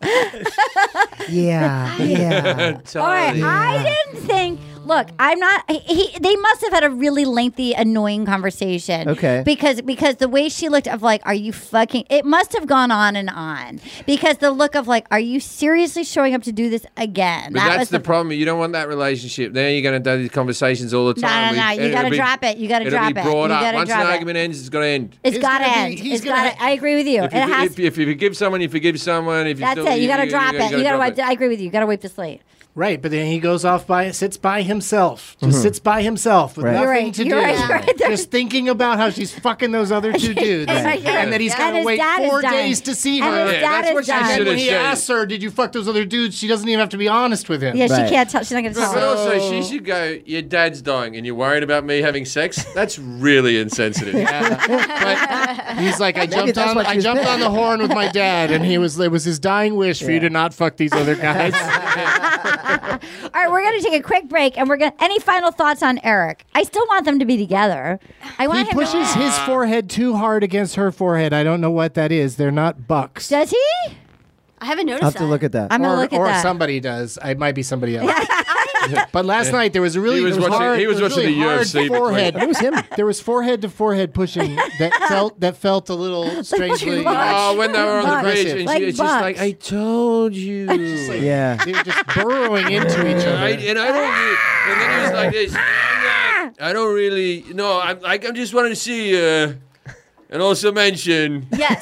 Speaker 5: <laughs>
Speaker 3: Yeah, yeah.
Speaker 2: all right,
Speaker 5: Totally.
Speaker 2: I didn't think. Look, I'm not. He, he, they must have had a really lengthy, annoying conversation.
Speaker 3: Okay.
Speaker 2: Because because the way she looked of like, are you fucking? It must have gone on and on because the look of like, are you seriously showing up to do this again?
Speaker 5: But that's the, problem. You don't want that relationship. Now you're going to do these conversations all the
Speaker 2: No, no,
Speaker 5: time.
Speaker 2: no,
Speaker 5: We-
Speaker 2: you
Speaker 5: it'll
Speaker 2: gotta
Speaker 5: be-
Speaker 2: drop it. You gotta
Speaker 5: it'll
Speaker 2: drop
Speaker 5: be
Speaker 2: it.
Speaker 5: brought
Speaker 2: You
Speaker 5: up.
Speaker 2: gotta
Speaker 5: Once
Speaker 2: drop
Speaker 5: an
Speaker 2: it.
Speaker 5: argument ends, it's got to end.
Speaker 2: It's got to
Speaker 4: gonna be-
Speaker 2: end.
Speaker 4: he's
Speaker 2: It's
Speaker 4: gonna
Speaker 2: got. to I agree with you.
Speaker 5: If
Speaker 2: it
Speaker 5: you,
Speaker 2: has.
Speaker 5: if, if you forgive someone, you forgive someone. If you
Speaker 2: that's
Speaker 5: still-
Speaker 2: it. You gotta drop it. You gotta
Speaker 5: drop
Speaker 2: wipe. I agree with you. You gotta wipe the slate.
Speaker 4: Right, but then he goes off by sits by himself. Just sits by himself with
Speaker 3: Right.
Speaker 4: nothing
Speaker 3: You're
Speaker 2: right,
Speaker 4: to
Speaker 2: you're
Speaker 4: do.
Speaker 2: right, you're right.
Speaker 4: <laughs> Just thinking about how she's fucking those other
Speaker 2: <laughs>
Speaker 4: two dudes.
Speaker 2: Right, you're
Speaker 4: And that he's
Speaker 2: right.
Speaker 4: got
Speaker 2: And
Speaker 4: to
Speaker 2: his
Speaker 4: wait
Speaker 2: dad is
Speaker 4: four
Speaker 2: dying.
Speaker 4: days to see
Speaker 2: And
Speaker 4: her.
Speaker 2: his
Speaker 5: Yeah,
Speaker 2: dad
Speaker 5: that's
Speaker 2: is
Speaker 5: what she
Speaker 2: done.
Speaker 4: And
Speaker 5: should
Speaker 4: then
Speaker 5: have
Speaker 4: when he
Speaker 5: said.
Speaker 4: asks her, "Did you fuck those other dudes?" She doesn't even have to be honest with him.
Speaker 2: Yeah,
Speaker 3: Right.
Speaker 2: she can't tell. She's not gonna
Speaker 5: But,
Speaker 2: tell.
Speaker 5: but
Speaker 2: him.
Speaker 5: also, she should go, Your dad's dying and you're worried about me having sex? That's really insensitive.
Speaker 4: <laughs> But he's like, "I jumped
Speaker 3: that's
Speaker 4: on,
Speaker 3: what
Speaker 4: I
Speaker 3: she's
Speaker 4: jumped
Speaker 3: been.
Speaker 4: on the horn with my dad, and he was it was his dying wish for you to not fuck these <laughs> other guys."
Speaker 2: All right, we're gonna take a quick break, and we're gonna. Any final thoughts on Eric? I still want them to be together. I
Speaker 4: he
Speaker 2: want him.
Speaker 4: pushes
Speaker 2: to,
Speaker 4: his forehead too hard against her forehead. I don't know what that is. They're not bucks.
Speaker 2: Does he?
Speaker 6: I haven't noticed
Speaker 3: I'll have to
Speaker 6: that.
Speaker 3: look at that.
Speaker 2: I'm gonna
Speaker 4: or,
Speaker 2: look at
Speaker 4: or
Speaker 2: that.
Speaker 4: somebody does. It might be somebody
Speaker 3: <laughs>
Speaker 4: else. <laughs> but last night there was a really
Speaker 5: He was
Speaker 4: there
Speaker 5: watching-
Speaker 4: hard-
Speaker 5: he was
Speaker 4: there
Speaker 5: watching
Speaker 4: really
Speaker 5: the
Speaker 4: hard
Speaker 5: UFC between-
Speaker 4: Forehead.
Speaker 3: it was him.
Speaker 4: there was forehead to forehead pushing
Speaker 3: <laughs>
Speaker 4: that felt that felt a little strangely.
Speaker 2: much.
Speaker 5: Oh, when they were on the
Speaker 2: Bucks.
Speaker 5: bridge, and
Speaker 2: Like
Speaker 5: she, it's just like,
Speaker 2: bucks.
Speaker 5: I told
Speaker 4: <laughs>
Speaker 5: you.
Speaker 3: Yeah.
Speaker 4: They were just burrowing into
Speaker 5: <laughs>
Speaker 4: each
Speaker 5: I,
Speaker 4: other.
Speaker 5: and I don't. Re- and then he was like this. "I'm not- I don't really. No, I'm like I just wanted to see you, and also mention.
Speaker 6: Yes,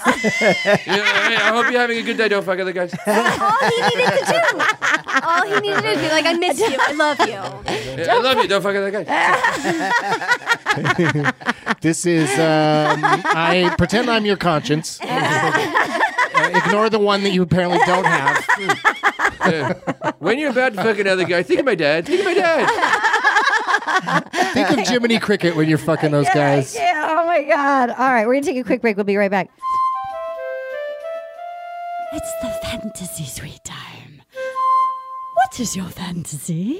Speaker 5: <laughs> You know, hey, I hope you're having a good day. Don't fuck other guys. Yeah,
Speaker 6: all he needed to do. <laughs> All he needed to do, like, I miss you, I love you.
Speaker 5: I love you. Don't fuck other guys.
Speaker 4: <laughs> This is um, I pretend I'm your
Speaker 3: <laughs>
Speaker 4: conscience. Uh, ignore the one that you apparently don't
Speaker 5: <laughs>
Speaker 4: have.
Speaker 5: When you're about to fuck another guy, think of my dad. Think of my dad.
Speaker 4: Think of
Speaker 2: <laughs>
Speaker 4: Jiminy Cricket when you're fucking those guys.
Speaker 2: Yeah, oh my God. All right, we're going to take a quick break. We'll be right back. It's the fantasy suite time. What is your fantasy?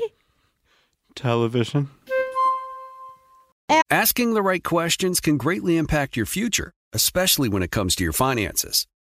Speaker 8: Television.
Speaker 9: Asking the right questions can greatly impact your future, especially when it comes to your finances.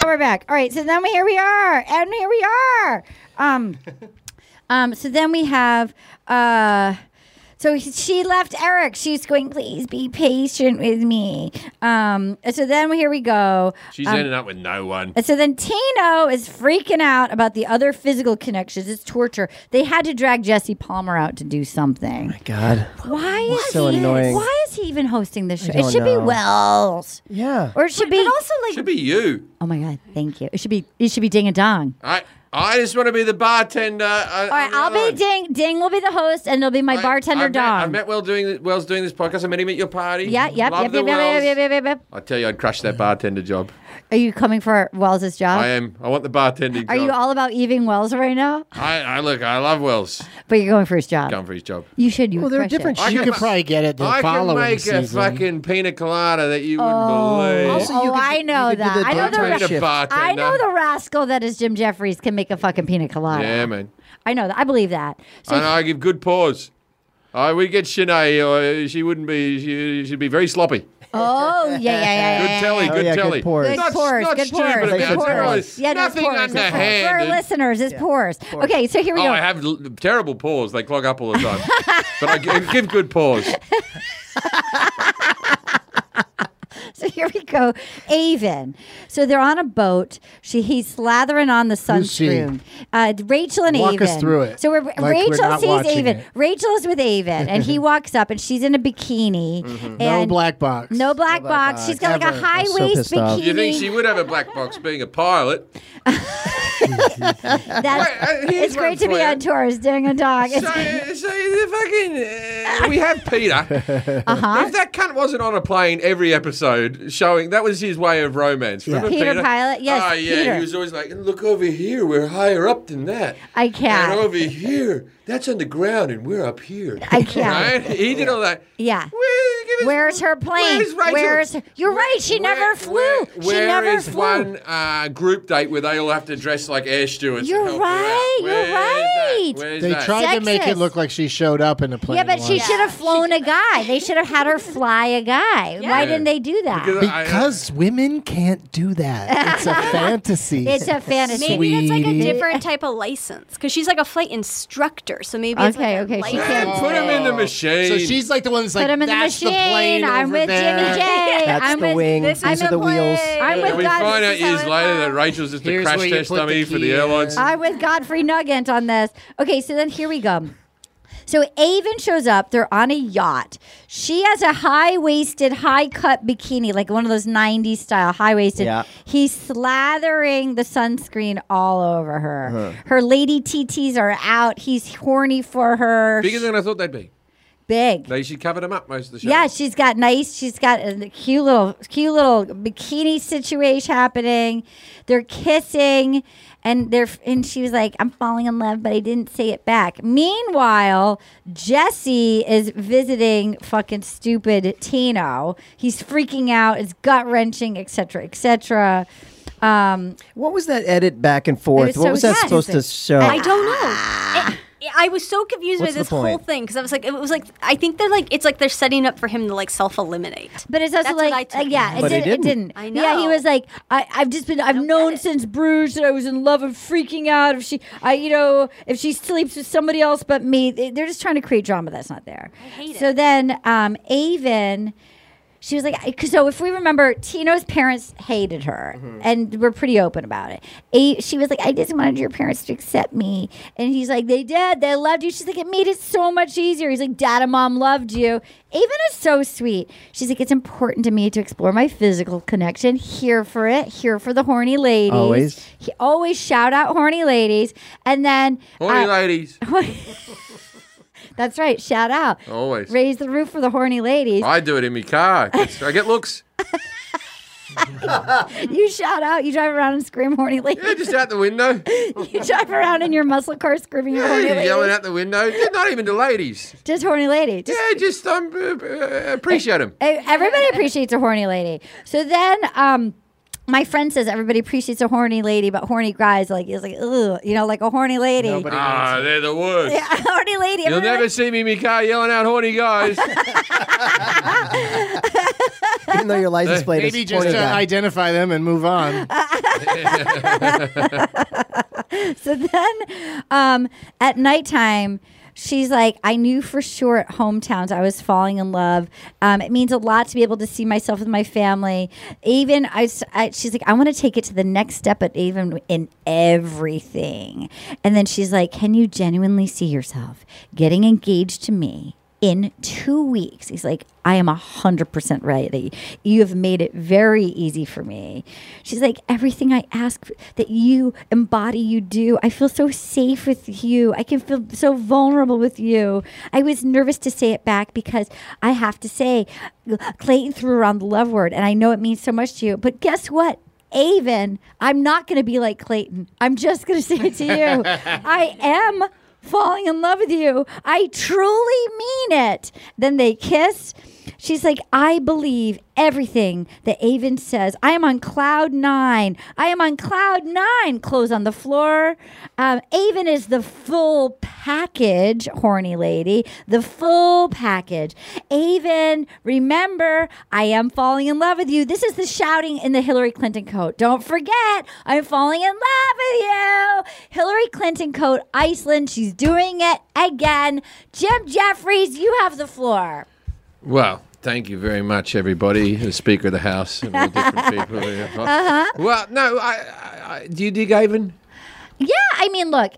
Speaker 2: Now we're back. All right. So then we, here we are, and here we are.
Speaker 5: <laughs>
Speaker 2: Um, um. So then we have. Uh, so she left Eric. She's going. Please be patient with me. Um. So then here we go.
Speaker 5: She's
Speaker 2: Um,
Speaker 5: ending up with no one.
Speaker 2: and so then Tino is freaking out about the other physical connections. It's torture. They had to drag Jesse Palmer out to do something.
Speaker 3: God.
Speaker 2: Why
Speaker 3: He's
Speaker 2: is
Speaker 3: Oh so
Speaker 2: he?
Speaker 3: annoying.
Speaker 2: Why is he even hosting this show?
Speaker 3: don't
Speaker 2: It should
Speaker 3: know.
Speaker 2: be Wells.
Speaker 3: Yeah.
Speaker 2: Or it should be. But also like.
Speaker 5: Should be you.
Speaker 2: Oh my God! Thank you. It should be. It should be Ding and Dong.
Speaker 5: I I just want to be the bartender. I,
Speaker 2: All right, I'll be Ding. Ding will be the host, and it'll be my bartender
Speaker 5: met, I
Speaker 2: Dong.
Speaker 5: met Wells doing Wells doing this podcast. I met him at your party.
Speaker 2: Yeah, yep, yep,
Speaker 5: Love
Speaker 2: yep,
Speaker 5: the
Speaker 2: yep, yep,
Speaker 5: Wells.
Speaker 2: yep, yep, yep, yep.
Speaker 5: I tell you, I'd crush that bartender job.
Speaker 2: Are you coming for Wells's job?
Speaker 5: I am. I want the bartending.
Speaker 2: Oh. Are
Speaker 5: job.
Speaker 2: you all about Eving Wells right now?
Speaker 5: I, I look. I love Wells.
Speaker 2: But you're going for his job.
Speaker 5: Going for his job.
Speaker 2: You should. You
Speaker 4: Well,
Speaker 2: would
Speaker 4: there are
Speaker 2: crush it.
Speaker 4: different. You could probably get it the
Speaker 5: I can
Speaker 4: following
Speaker 5: make a
Speaker 4: season.
Speaker 5: fucking pina colada that you wouldn't believe.
Speaker 2: Oh, oh, I know that. I know
Speaker 5: bartender
Speaker 2: the
Speaker 5: shift.
Speaker 2: ra- I know
Speaker 5: Bartender.
Speaker 2: the rascal that is Jim Jeffries can make a fucking pina colada.
Speaker 5: yeah, man.
Speaker 2: I know that. I believe that. So
Speaker 5: and I give good pause. I we get Sinead, uh, she wouldn't be. She, she'd be very sloppy.
Speaker 2: Oh yeah, yeah, yeah.
Speaker 5: Good
Speaker 2: yeah,
Speaker 5: telly,
Speaker 2: yeah.
Speaker 5: good Oh, yeah, good telly. pours.
Speaker 2: Good
Speaker 5: Not-
Speaker 2: pours,
Speaker 5: not
Speaker 2: good
Speaker 5: stupid
Speaker 2: pours,
Speaker 5: about
Speaker 2: good
Speaker 5: it.
Speaker 2: pours.
Speaker 5: Pours.
Speaker 2: Yeah, there's
Speaker 5: Nothing
Speaker 2: pours, there's pours.
Speaker 5: underhanded.
Speaker 2: For our listeners, it's pours. Okay, so here we
Speaker 5: Oh,
Speaker 2: go.
Speaker 5: I have l- terrible pause. They clog up all the time. but I gi- give
Speaker 2: <laughs>
Speaker 5: good pause.
Speaker 2: <laughs> So here we go. Avon. So they're on a boat. She he's slathering on the
Speaker 4: Who's she?
Speaker 2: sunscreen. Uh, Rachel and
Speaker 4: Walk
Speaker 2: Avon.
Speaker 4: us through it,
Speaker 2: So we're,
Speaker 4: like we're
Speaker 2: Rachel
Speaker 4: not
Speaker 2: sees
Speaker 4: watching
Speaker 2: Avon.
Speaker 4: it.
Speaker 2: Rachel is with Avon, and
Speaker 4: <laughs>
Speaker 2: he walks up, and she's in a bikini. And
Speaker 4: Mm-hmm. No black box.
Speaker 2: No black box. She's got like a
Speaker 4: Ever. I'm
Speaker 2: high
Speaker 4: so
Speaker 2: waist
Speaker 4: pissed off.
Speaker 2: bikini.
Speaker 5: You think she would have a black box being a pilot?
Speaker 2: <laughs> That's,
Speaker 5: here's
Speaker 2: it's great
Speaker 5: one
Speaker 2: to be
Speaker 5: for you.
Speaker 2: on tours doing a dog. <laughs>
Speaker 5: So, so the fucking uh, <laughs> we have Peter.
Speaker 2: Uh-huh.
Speaker 5: If that cunt wasn't on a plane every episode, showing that was his way of romance. Remember
Speaker 2: Peter
Speaker 5: Peter
Speaker 2: Pilot? Yes,
Speaker 5: Ah, yeah.
Speaker 2: Peter.
Speaker 5: He was always like, "Look over here. We're higher up than that."
Speaker 2: I can't.
Speaker 5: And over here, that's underground, and we're up here.
Speaker 2: I can't.
Speaker 5: <laughs> Right? He did all that.
Speaker 2: <laughs> Yeah. where's her plane?
Speaker 5: where's Rachel?
Speaker 2: Where's her- You're right. She never flew. she
Speaker 5: Where
Speaker 2: never
Speaker 5: is
Speaker 2: flew.
Speaker 5: one uh, group date where they all have to dress like air stewards?
Speaker 2: You're
Speaker 5: and help her out?
Speaker 2: right. You're
Speaker 5: Where's that?
Speaker 2: right.
Speaker 5: Where's
Speaker 4: They
Speaker 5: that?
Speaker 4: tried to make it
Speaker 2: Sexist.
Speaker 4: look like she showed up in a plane.
Speaker 2: Yeah, but she
Speaker 4: once.
Speaker 2: should have flown a guy. They should have had her fly a guy. Why didn't they do that?
Speaker 5: Because I-
Speaker 4: Because women can't do
Speaker 2: <laughs>
Speaker 4: that. It's a fantasy.
Speaker 2: It's a fantasy.
Speaker 6: Maybe
Speaker 4: Sweetie.
Speaker 6: it's like a
Speaker 2: <laughs>
Speaker 6: different type of license because she's like a flight instructor. So maybe it's
Speaker 2: Okay,
Speaker 6: like a
Speaker 2: okay, she
Speaker 6: license.
Speaker 2: can't
Speaker 5: Put him in the machine.
Speaker 4: So she's like the one that's
Speaker 2: Put
Speaker 4: like,
Speaker 2: him in the
Speaker 4: that's
Speaker 2: machine.
Speaker 4: plane
Speaker 2: I'm
Speaker 4: over
Speaker 2: with
Speaker 4: there.
Speaker 2: Jimmy J.
Speaker 3: That's
Speaker 2: am
Speaker 3: the
Speaker 2: with,
Speaker 3: wing.
Speaker 6: This
Speaker 3: These
Speaker 6: is
Speaker 3: are the wheels.
Speaker 2: I'm
Speaker 5: And
Speaker 2: with
Speaker 5: we find out
Speaker 2: God.
Speaker 5: years later that Rachel's just a
Speaker 4: Here's
Speaker 5: crash
Speaker 4: where you
Speaker 5: test
Speaker 4: put the
Speaker 5: dummy for
Speaker 4: key
Speaker 5: the
Speaker 4: in.
Speaker 5: airlines.
Speaker 2: I'm with Godfrey Nugent on this. Okay, so then here we go. So Avon shows up. They're on a yacht. She has a high waisted, high cut bikini, like one of those 90s style high waisted.
Speaker 3: Yeah.
Speaker 2: He's slathering the sunscreen all over her. Her lady TTs are out. He's horny for her.
Speaker 5: Bigger than I thought they'd be.
Speaker 2: Big.
Speaker 5: They she covered them up most of the show.
Speaker 2: Yeah, she's got nice. She's got a cute little, cute little bikini situation happening. They're kissing, and they're and she was like, "I'm falling in love," but I didn't say it back. Meanwhile, Jesse is visiting fucking stupid Tino. He's freaking out. It's gut wrenching, etc., etc. Um,
Speaker 3: What was that edit back and forth?
Speaker 2: was
Speaker 3: what
Speaker 2: so
Speaker 3: was that
Speaker 2: sad.
Speaker 3: supposed to show?
Speaker 6: I don't know. It- I was so confused
Speaker 3: What's
Speaker 6: by
Speaker 3: the
Speaker 6: this whole
Speaker 3: point?
Speaker 6: thing because I was like, it was like, I think they're like, it's like they're setting up for him to like self eliminate.
Speaker 2: But it's also
Speaker 6: That's what
Speaker 2: <laughs>
Speaker 6: I
Speaker 2: like,
Speaker 6: took
Speaker 2: uh, yeah,
Speaker 6: from
Speaker 2: it,
Speaker 3: But he
Speaker 2: did, it
Speaker 3: didn't.
Speaker 2: didn't.
Speaker 6: I
Speaker 2: Yeah, he
Speaker 6: know.
Speaker 2: was like, I, I've just been, I've known since Bruges that I was in love and freaking out. If she, I, you know, if she sleeps with somebody else but me, They- they're just trying to create drama that's not there. I hate so then, um, Avon. She was like, I- 'cause so if we remember, Tino's parents hated her and were pretty open about it. A, she was like, I just wanted your parents to accept me. And he's like, they did. They loved you. She's like, it made it so much easier. He's like, dad and mom loved you. Avon is so sweet. She's like, it's important to me to explore my physical connection. Here for it. Here for the horny ladies.
Speaker 3: Always.
Speaker 2: He always shout out horny ladies. And then.
Speaker 5: Horny
Speaker 2: uh,
Speaker 5: ladies.
Speaker 2: <laughs> That's right. Shout out.
Speaker 5: Always.
Speaker 2: Raise the roof for the horny ladies. <laughs>
Speaker 5: I do it in my car. 'cause I get looks.
Speaker 2: you shout out. You drive around and scream horny ladies.
Speaker 5: Yeah, just out the window.
Speaker 2: <laughs> you drive around in your muscle car screaming
Speaker 5: Yeah,
Speaker 2: horny
Speaker 5: you're
Speaker 2: ladies.
Speaker 5: yelling out the window. Yeah, Not even to ladies.
Speaker 2: Just horny lady. Just
Speaker 5: Yeah, just um, uh, uh, appreciate them.
Speaker 2: Eh, Everybody appreciates a horny lady. So then, um, my friend says everybody appreciates a horny lady, but horny guys like is like ugh, you know, like a horny lady.
Speaker 5: Ah, they're the worst.
Speaker 2: Yeah, <laughs> horny lady.
Speaker 5: You'll
Speaker 2: Everybody-
Speaker 5: never see me in my car yelling out
Speaker 2: <laughs>
Speaker 5: horny guys.
Speaker 3: Even though your license plate
Speaker 4: Maybe
Speaker 3: is
Speaker 4: just
Speaker 5: uh,
Speaker 3: horny
Speaker 4: to
Speaker 3: guy.
Speaker 4: identify them and move
Speaker 2: <laughs>
Speaker 4: on.
Speaker 2: <laughs> so then um, at nighttime she's like i knew for sure at hometowns i was falling in love um, it means a lot to be able to see myself with my family even i, s- I- she's like i want to take it to the next step at even in everything and then she's like can you genuinely see yourself getting engaged to me in two weeks. He's like, I am 100% ready. You have made it very easy for me. She's like, everything I ask that you embody, you do. I feel so safe with you. I can feel so vulnerable with you. I was nervous to say it back because I have to say, Clayton threw around the love word, and I know it means so much to you. But guess what? Avon, I'm not going to be like Clayton. I'm just going to say it to you. I am falling in love with you. I truly mean it. Then they kiss. She's like, I believe everything that Avon says. I am on cloud nine. I am on cloud nine. Clothes on the floor. Um, Avon is the full package, horny lady. The full package. Avon, remember, I am falling in love with you. This is the shouting in the Hillary Clinton coat. Don't forget, I'm falling in love with you. Hillary Clinton coat, Iceland. She's doing it again. Jim Jeffries, you have the floor.
Speaker 5: Well, thank you very much, everybody. The Speaker of the House and
Speaker 2: <laughs>
Speaker 5: all different people.
Speaker 2: Uh-huh.
Speaker 5: Well, no, I, I, I, do you dig Avon?
Speaker 2: Yeah, I mean, look.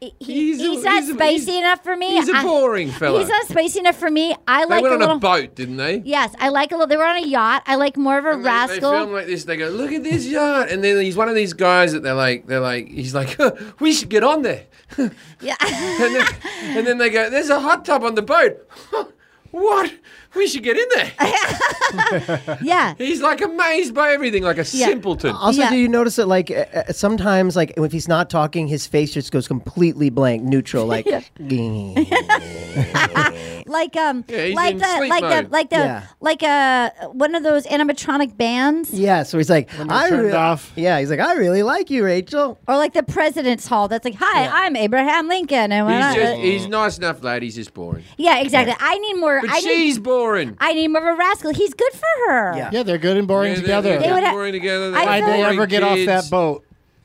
Speaker 2: he- He's, not
Speaker 5: he's a-
Speaker 2: spicy enough for me.
Speaker 5: he's a
Speaker 2: I-
Speaker 5: boring fella.
Speaker 2: He's not spicy enough for me. I
Speaker 5: they
Speaker 2: like
Speaker 5: went
Speaker 2: a
Speaker 5: on
Speaker 2: little.
Speaker 5: a boat, didn't they?
Speaker 2: Yes, I like a little. They were on a yacht. I like more of a
Speaker 5: And they- They,
Speaker 2: rascal.
Speaker 5: film like this. They go, "Look at this yacht," and then he's one of these guys that they're like, they're like, he's like, <laughs> "We should get on there." <laughs>
Speaker 2: yeah.
Speaker 5: and, then, and then they go, "There's a hot tub on the boat." <laughs> what? We should get in there.
Speaker 2: <laughs> yeah.
Speaker 5: <laughs> He's like amazed by everything, like a simpleton.
Speaker 3: Uh, Also, do you notice that like uh, uh, sometimes like if he's not talking, his face just goes completely blank, neutral, like.
Speaker 2: <laughs> Yeah.
Speaker 3: "Gee."
Speaker 2: like um
Speaker 3: Yeah, he's
Speaker 2: like
Speaker 3: in
Speaker 2: the
Speaker 3: sleep
Speaker 2: like the
Speaker 3: mode.
Speaker 2: like the
Speaker 3: Yeah.
Speaker 2: like uh one of those animatronic bands
Speaker 3: yeah, so he's like, I
Speaker 2: turned
Speaker 3: really, yeah, he's like, I really like you, Rachel.
Speaker 2: Oh, or like the president's hall that's like hi i'm abraham lincoln and when
Speaker 5: He's,
Speaker 2: I,
Speaker 5: just, he's nice enough, lad. He's just boring.
Speaker 2: yeah exactly i need more
Speaker 5: But
Speaker 2: i
Speaker 5: she's
Speaker 2: need
Speaker 5: boring.
Speaker 2: i need more of a rascal he's good for her
Speaker 4: Yeah, they're good and boring together.
Speaker 5: They're,
Speaker 2: They would ha-
Speaker 5: boring together.
Speaker 2: I
Speaker 5: They're
Speaker 2: feel- Why'd they
Speaker 5: boring
Speaker 4: ever get off that
Speaker 5: kids.
Speaker 4: boat?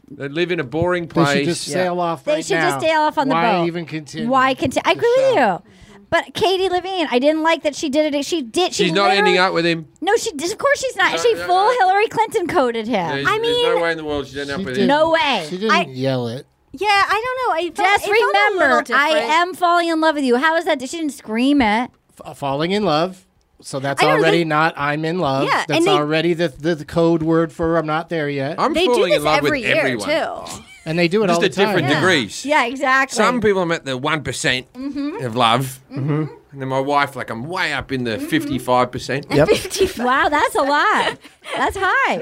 Speaker 5: They live in a boring
Speaker 4: They
Speaker 5: place.
Speaker 4: should just sail off
Speaker 2: they
Speaker 4: right
Speaker 2: should
Speaker 4: now.
Speaker 2: just sail off on the
Speaker 4: Why
Speaker 2: boat
Speaker 4: even continue?
Speaker 2: why continue i agree with you but katie levine i didn't like that she did it she did she
Speaker 5: She's not
Speaker 2: literally-
Speaker 5: ending up with him.
Speaker 2: no she did of course she's not
Speaker 5: No,
Speaker 2: she
Speaker 5: no,
Speaker 2: full hillary clinton coded him
Speaker 5: There's,
Speaker 2: i
Speaker 5: there's
Speaker 2: mean
Speaker 5: no way in the world she's ending up with him.
Speaker 2: no way
Speaker 4: She didn't
Speaker 2: I-
Speaker 4: yell it.
Speaker 6: Yeah, I don't know. I felt,
Speaker 2: Just
Speaker 6: it felt a little
Speaker 2: remember, I
Speaker 6: different.
Speaker 2: am falling in love with you. How is that? She didn't scream it.
Speaker 4: F- falling in love. So that's
Speaker 2: I don't
Speaker 4: already
Speaker 2: think-
Speaker 4: not I'm in love.
Speaker 2: Yeah,
Speaker 4: that's
Speaker 2: and they-
Speaker 4: already the, the the code word for I'm not there yet.
Speaker 5: I'm They do falling in this love with every year, everyone.
Speaker 6: too.
Speaker 4: And they do it
Speaker 5: Just
Speaker 4: all the
Speaker 5: at different
Speaker 4: time.
Speaker 5: degrees.
Speaker 2: Yeah, exactly.
Speaker 5: Some people I'm at the one
Speaker 6: Mm-hmm.
Speaker 2: Mhm.
Speaker 5: of love,
Speaker 4: Mm-hmm.
Speaker 5: Mm-hmm. and then my wife, like I'm way up in
Speaker 2: Mm-hmm.
Speaker 5: the 55 percent.
Speaker 6: <laughs>
Speaker 2: Wow, that's a lot. That's high.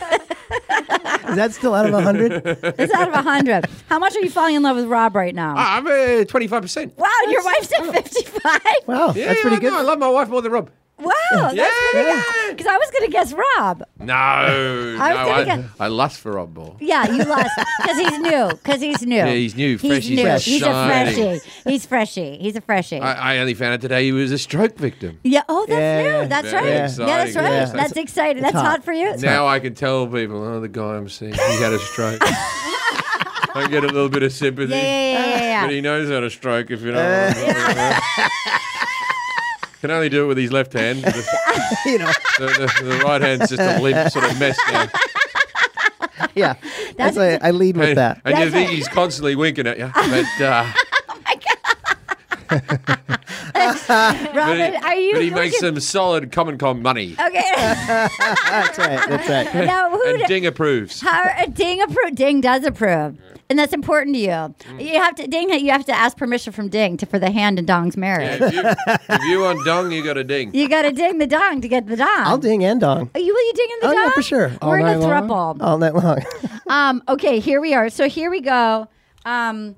Speaker 3: Is that still out
Speaker 2: <laughs>
Speaker 3: of hundred? <laughs>
Speaker 2: It's out of 100. How much are you falling in love with Rob right now?
Speaker 5: <laughs> Ah, I'm at 25 percent.
Speaker 2: wow, your wife's at 55.
Speaker 3: Wow,
Speaker 5: Yeah, I know, I love my wife more than Rob.
Speaker 2: Wow, that's pretty good. Because I was going to guess Rob.
Speaker 5: No, I no,
Speaker 2: gonna
Speaker 5: I,
Speaker 2: get-
Speaker 5: I lust for Rob more.
Speaker 2: Yeah, you lost. Because he's new. Because he's new.
Speaker 5: Yeah, he's new. Fresh, he's
Speaker 2: new.
Speaker 5: fresh.
Speaker 2: He's a
Speaker 5: Shiny.
Speaker 2: freshie. He's freshie. He's a freshie.
Speaker 5: I, I only found out today he was a stroke victim.
Speaker 2: yeah, oh, that's
Speaker 5: Yeah.
Speaker 2: new. That's
Speaker 5: Very
Speaker 2: right.
Speaker 5: exciting.
Speaker 2: Yeah, that's right.
Speaker 5: Yeah.
Speaker 2: That's exciting.
Speaker 5: It's
Speaker 2: That's hot.
Speaker 5: hot.
Speaker 2: for you.
Speaker 5: now I can tell people, oh, the guy I'm seeing, he had
Speaker 2: <laughs>
Speaker 5: a stroke. I get a little bit of sympathy.
Speaker 2: Yeah, yeah, yeah, yeah, yeah. Uh.
Speaker 5: But he knows how to stroke if you know. what I'm talking about.
Speaker 2: <laughs>
Speaker 5: Can only do it with his left hand. The,
Speaker 3: you know.
Speaker 5: the, the, the right hand's just a limp sort of mess now.
Speaker 3: yeah, that's why I lead with
Speaker 5: and,
Speaker 3: that.
Speaker 5: And you think he's constantly winking at you. But, uh,
Speaker 2: <laughs> Robin,
Speaker 5: but he,
Speaker 2: are you.
Speaker 5: but he
Speaker 2: who
Speaker 5: makes
Speaker 2: you-
Speaker 5: some solid Common
Speaker 2: <laughs>
Speaker 5: Con money.
Speaker 2: Okay. <laughs>
Speaker 3: that's right. That's right.
Speaker 2: Now, who
Speaker 5: and
Speaker 2: do-
Speaker 5: Ding approves.
Speaker 2: How, Ding approved. Ding does approve. and that's important to you.
Speaker 5: Mm.
Speaker 2: You have to Ding. You have to ask permission from Ding to, for the hand in Dong's marriage.
Speaker 5: if, you, if you want dong, you got to
Speaker 2: <laughs>
Speaker 5: ding.
Speaker 2: you got to ding the dong to get the dong.
Speaker 3: I'll ding and dong.
Speaker 2: Are you will you ding in the
Speaker 3: oh
Speaker 2: dong?
Speaker 3: yeah, for sure.
Speaker 2: We're in a throuple.
Speaker 3: All night long.
Speaker 2: Um, okay, here we are. So here we go. Um,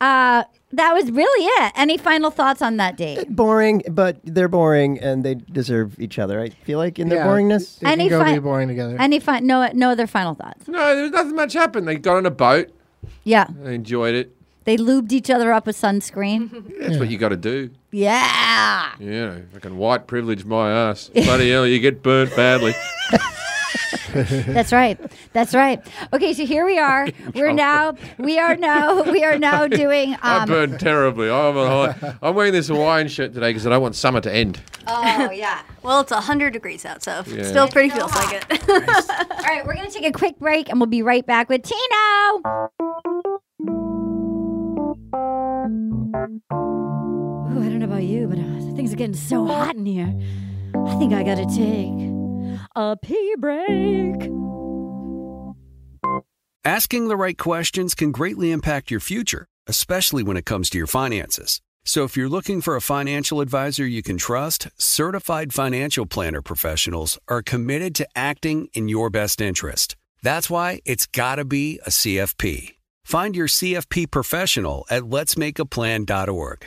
Speaker 2: uh, that was really it. Any final thoughts on that date?
Speaker 3: boring, but they're boring and they deserve each other. I feel like in their boringness.
Speaker 2: fi- Any fun? No, no other final thoughts.
Speaker 5: No, there's nothing much happened. They got on a boat.
Speaker 2: Yeah,
Speaker 5: They enjoyed it.
Speaker 2: they lubed each other up with sunscreen.
Speaker 5: <laughs> That's what you got to do.
Speaker 2: yeah.
Speaker 5: Yeah, fucking white privilege my ass. Bloody hell, you get burnt
Speaker 2: <laughs>
Speaker 5: badly.
Speaker 2: That's right. That's right. Okay, so here we are. We're now. We are now. We are now doing.
Speaker 5: I
Speaker 2: Um,
Speaker 5: burn terribly. I'm, a, I'm wearing this Hawaiian shirt today because I don't want summer to end.
Speaker 6: Oh yeah. well, it's hundred degrees out, so
Speaker 5: Yeah.
Speaker 6: still pretty feels like it. <laughs>
Speaker 2: all right, we're gonna take a quick break, and we'll be right back with Tino. Ooh, I don't know about you, but uh, things are getting so hot in here. I think I gotta take a pee break.
Speaker 9: Asking the right questions can greatly impact your future, especially when it comes to your finances. So if you're looking for a financial advisor you can trust, certified financial planner professionals are committed to acting in your best interest. That's why it's got to be a CFP. Find your CFP professional at letsmakeaplan.org.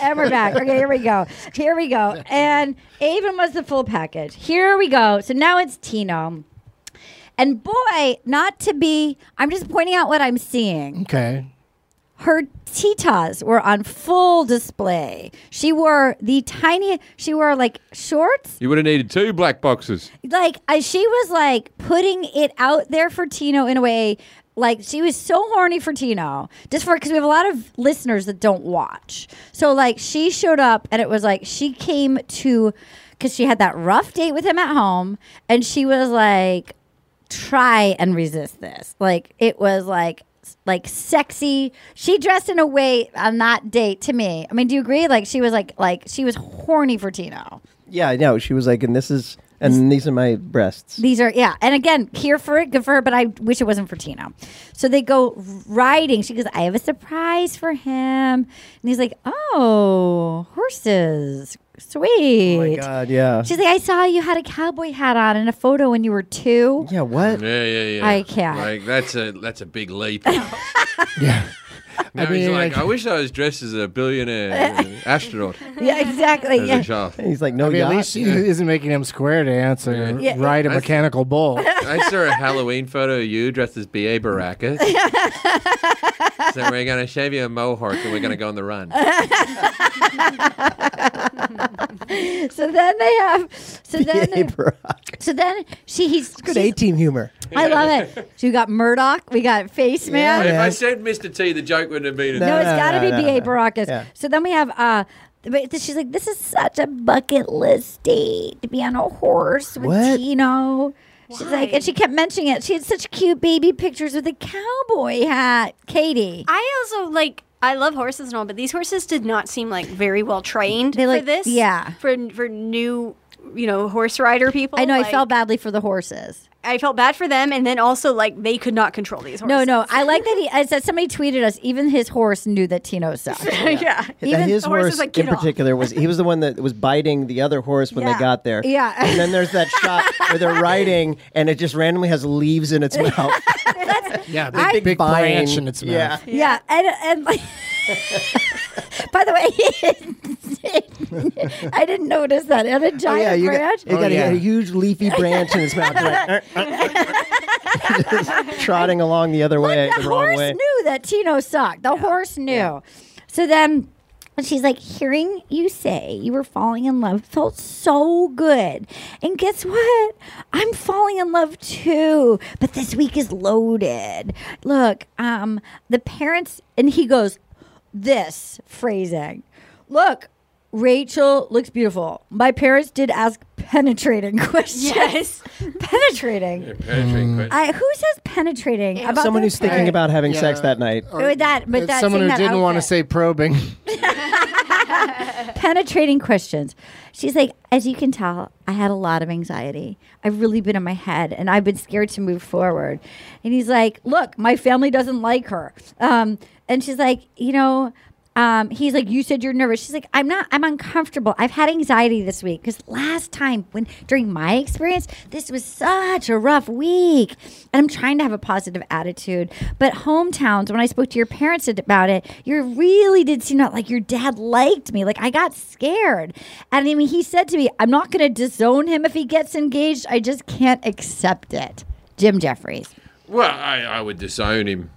Speaker 2: And we're back. Okay, here we go. Here we go. And Avon was the full package. Here we go. So now it's Tino. And boy, not to be, I'm just pointing out what I'm seeing.
Speaker 4: Okay.
Speaker 2: Her titas were on full display. She wore the tiny, she wore like shorts
Speaker 5: You would have needed two black boxes.
Speaker 2: like I, she was like putting it out there for Tino in a way like she was so horny for Tino just for because we have a lot of listeners that don't watch. So like she showed up and it was like she came to because she had that rough date with him at home and she was like try and resist this. Like it was like like sexy. She dressed in a way on that date to me. I mean, do you agree? Like she was like like she was horny for Tino.
Speaker 3: Yeah, I know. She was like, and this is, and these are my breasts.
Speaker 2: These are yeah, and again, here for it, good for her. But I wish it wasn't for Tino. So they go riding. She goes, "I have a surprise for him," and he's like, "Oh, horses, sweet."
Speaker 3: Oh my god, yeah.
Speaker 2: She's like, "I saw you had a cowboy hat on in a photo when you were two.
Speaker 3: Yeah, what?
Speaker 5: Yeah, yeah, yeah.
Speaker 2: Uh, I can't.
Speaker 5: Like that's a that's a big
Speaker 2: <laughs>
Speaker 5: leap. yeah. Now
Speaker 3: I
Speaker 5: he's
Speaker 3: mean,
Speaker 5: like,
Speaker 3: like-
Speaker 5: I wish I was dressed as a billionaire uh, astronaut
Speaker 2: <laughs> Yeah, exactly.
Speaker 5: as a
Speaker 2: Yeah.
Speaker 5: child.
Speaker 3: He's like, no,
Speaker 4: I mean,
Speaker 3: yacht.
Speaker 4: at least she isn't making him square to answer.
Speaker 2: Yeah.
Speaker 4: Ride a mechanical bull.
Speaker 5: I saw a Halloween photo of you dressed as
Speaker 2: <laughs>
Speaker 5: B.A. Baracus. so we're going to shave you a mohawk and we're going to go on the run.
Speaker 2: <laughs> So then they have. So then.
Speaker 3: Hey, bro.
Speaker 2: so then she he's
Speaker 3: Good
Speaker 2: she's-
Speaker 3: A
Speaker 2: <laughs>
Speaker 3: team humor.
Speaker 2: I love
Speaker 5: <laughs>
Speaker 2: it. So we got Murdoch. We got Face Man.
Speaker 5: If I said Mr. T, the joke wouldn't have been.
Speaker 2: No, it's got to
Speaker 3: no,
Speaker 2: be
Speaker 3: no,
Speaker 2: B.A.
Speaker 3: no.
Speaker 2: Baracus.
Speaker 3: Yeah.
Speaker 2: So then we have, uh, but th- she's like, this is such a bucket list date to be on a horse with
Speaker 3: What?
Speaker 2: Tino. She's like, and she kept mentioning it. She had such cute baby pictures with a cowboy hat. Katie.
Speaker 6: I also like. I love horses and all, but these horses did not seem like very well trained
Speaker 2: They, like-
Speaker 6: for this.
Speaker 2: yeah.
Speaker 6: For for new you know, horse rider people.
Speaker 2: I know. I
Speaker 6: Like,
Speaker 2: felt badly for the horses.
Speaker 6: I felt bad for them, and then also like they could not control these horses.
Speaker 2: No, no. I like that he. I said somebody tweeted us. Even his horse knew that Tino <laughs> sucked.
Speaker 6: yeah.
Speaker 2: Even
Speaker 3: his
Speaker 2: the horse is
Speaker 3: horse
Speaker 2: like,
Speaker 3: in
Speaker 2: "Get off."
Speaker 3: particular was he was the one that was biting the other horse when
Speaker 2: Yeah.
Speaker 3: they got there.
Speaker 2: Yeah.
Speaker 3: And then there's that shot
Speaker 2: <laughs>
Speaker 3: where they're riding and it just randomly has leaves in its
Speaker 4: <laughs>
Speaker 3: mouth.
Speaker 4: yeah,
Speaker 2: big- I- big
Speaker 4: branch in its mouth.
Speaker 2: Yeah,
Speaker 3: Yeah.
Speaker 2: and, and like, <laughs> by the way, <laughs> I didn't notice that. And a
Speaker 3: Oh,
Speaker 2: giant
Speaker 3: yeah, you
Speaker 2: branch.
Speaker 3: got, you got a, a huge leafy branch in its mouth, "Er, right? <laughs> Just trotting along the other way,
Speaker 2: the
Speaker 3: the wrong
Speaker 2: horse
Speaker 3: way.
Speaker 2: knew that Tino sucked. The horse knew. So then she's like, hearing you say you were falling in love felt so good. And guess what? I'm falling in love too. But this week is loaded. Look, um, the parents and he goes, this phrasing. Look, Rachel looks beautiful. My parents did ask penetrating <laughs> questions.
Speaker 6: Yes.
Speaker 2: penetrating. <laughs> I, who says penetrating? About
Speaker 3: Someone
Speaker 2: their
Speaker 3: who's thinking
Speaker 2: parents?
Speaker 3: about having sex
Speaker 4: Yeah.
Speaker 3: that night.
Speaker 2: Or that, <laughs> but
Speaker 4: It's
Speaker 2: that's
Speaker 4: someone who didn't want to
Speaker 2: to
Speaker 4: say probing.
Speaker 2: penetrating questions. She's like, as you can tell, I had a lot of anxiety. I've really been in my head, and I've been scared to move forward. And he's like, look, my family doesn't like her. Um, and she's like, you know. Um, he's like, you said you're nervous. She's like, I'm not. I'm uncomfortable. I've had anxiety this week because last time when during my experience, this was such a rough week, and I'm trying to have a positive attitude. But hometowns, when I spoke to your parents about it, you really did seem not like your dad liked me. Like I got scared, and I mean, he said to me, "I'm not going to disown him if he gets engaged. I just can't accept it." Jim Jeffries,
Speaker 5: Well, I, I would disown him.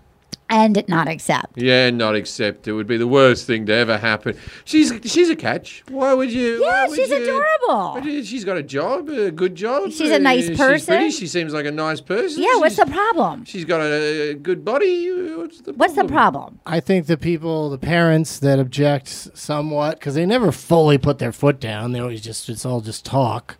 Speaker 2: and not accept.
Speaker 5: Yeah, not accept. It would be the worst thing to ever happen. She's she's a catch. Why would you? why
Speaker 2: Yeah,
Speaker 5: would
Speaker 2: she's
Speaker 5: you-
Speaker 2: adorable.
Speaker 5: But uh, she's got a job, a good job. Uh,
Speaker 2: She's a nice
Speaker 5: she's
Speaker 2: person.
Speaker 5: pretty, She seems like a nice person.
Speaker 2: Yeah, what's
Speaker 5: She's-
Speaker 2: the problem?
Speaker 5: She's got a, uh, good body. Uh, What's the
Speaker 2: What's the problem?
Speaker 4: I think the people, the parents that object s- somewhat, because they never fully put their foot down. They always just, it's all just talk.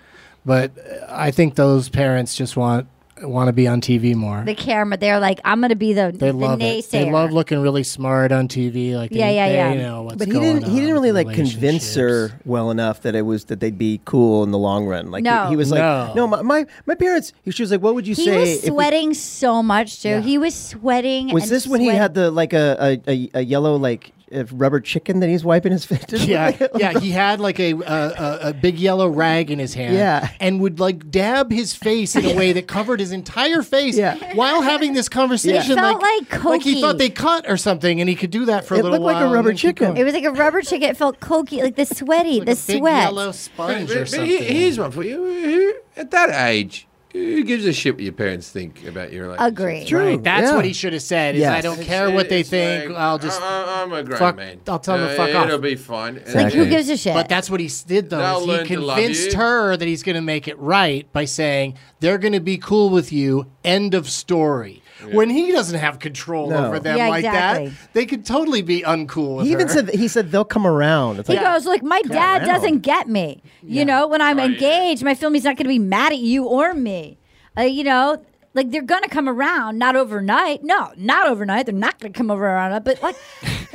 Speaker 4: But uh, I think those parents just want want to be on TV more.
Speaker 2: The camera. They're like, "I'm going to be the,
Speaker 4: They
Speaker 2: the
Speaker 4: love
Speaker 2: naysayer."
Speaker 4: it. They love looking really smart on TV. Like, they,
Speaker 2: Yeah, yeah,
Speaker 4: they
Speaker 2: yeah.
Speaker 4: know what's
Speaker 3: But he
Speaker 4: going
Speaker 3: didn't.
Speaker 4: on.
Speaker 3: He didn't really like convince her well enough that it was that they'd be cool in the long run. Like he-
Speaker 2: No.
Speaker 3: he, was like,
Speaker 4: No.
Speaker 3: no, my, my my parents. She was like, what would you
Speaker 2: He
Speaker 3: say?
Speaker 2: was
Speaker 3: if we-
Speaker 2: sweating so much, too. He was sweating.
Speaker 3: was
Speaker 2: and
Speaker 3: this when he
Speaker 2: sweat-
Speaker 3: had the like a a, a, a yellow like uh, rubber chicken that he's wiping his face? <laughs>
Speaker 4: yeah, yeah. He had like a, a a- a big yellow rag in his hand,
Speaker 3: Yeah.
Speaker 4: and would like dab his face in a way that covered his entire face,
Speaker 3: Yeah.
Speaker 4: while having this conversation.
Speaker 2: It felt like
Speaker 4: he
Speaker 2: Cokie.
Speaker 4: thought they cut or something, and he could do that for a
Speaker 3: It
Speaker 4: little
Speaker 3: looked like
Speaker 4: while.
Speaker 3: a
Speaker 4: and
Speaker 3: rubber
Speaker 4: then keep
Speaker 3: chicken.
Speaker 4: going.
Speaker 2: It was like a rubber chicken. It felt cokey, like the sweaty, the
Speaker 4: Big
Speaker 2: sweat.
Speaker 4: yellow
Speaker 5: But,
Speaker 4: sponge or
Speaker 5: but
Speaker 4: something.
Speaker 5: here- here's one for you. Who- At that age, who gives a shit what your parents think about your relationship?
Speaker 2: Agreed.
Speaker 3: True.
Speaker 4: Right, That's
Speaker 3: yeah.
Speaker 4: what he should have said. Is
Speaker 3: Yes.
Speaker 4: I don't
Speaker 5: It's-
Speaker 4: care what they
Speaker 5: it's
Speaker 4: think.
Speaker 5: like,
Speaker 4: I'll just.
Speaker 5: I, am a grown
Speaker 4: fuck-
Speaker 5: man.
Speaker 4: I'll tell them to
Speaker 5: Uh,
Speaker 4: fuck off.
Speaker 5: It'll be fine. And
Speaker 2: Like, who
Speaker 3: Exactly.
Speaker 2: gives a shit?
Speaker 4: But that's what he s- did, though.
Speaker 5: They'll
Speaker 4: is
Speaker 5: learn
Speaker 4: he
Speaker 5: to love
Speaker 4: convinced
Speaker 5: you.
Speaker 4: her that he's going to make it right by saying they're going to be cool with you. End of story. When he doesn't have control
Speaker 3: No.
Speaker 4: over them
Speaker 2: Yeah,
Speaker 4: like
Speaker 2: exactly.
Speaker 4: that, they could totally be uncool. With
Speaker 3: He even
Speaker 4: her.
Speaker 3: said he said they'll come around. It's
Speaker 2: he
Speaker 3: like,
Speaker 2: goes, Look, my dad
Speaker 3: around.
Speaker 2: doesn't get me. You know, when I'm engaged, my family's not going to be mad at you or me. Uh, you know, like they're going to come around, not overnight. No, not overnight. They're not going to come over around. But like,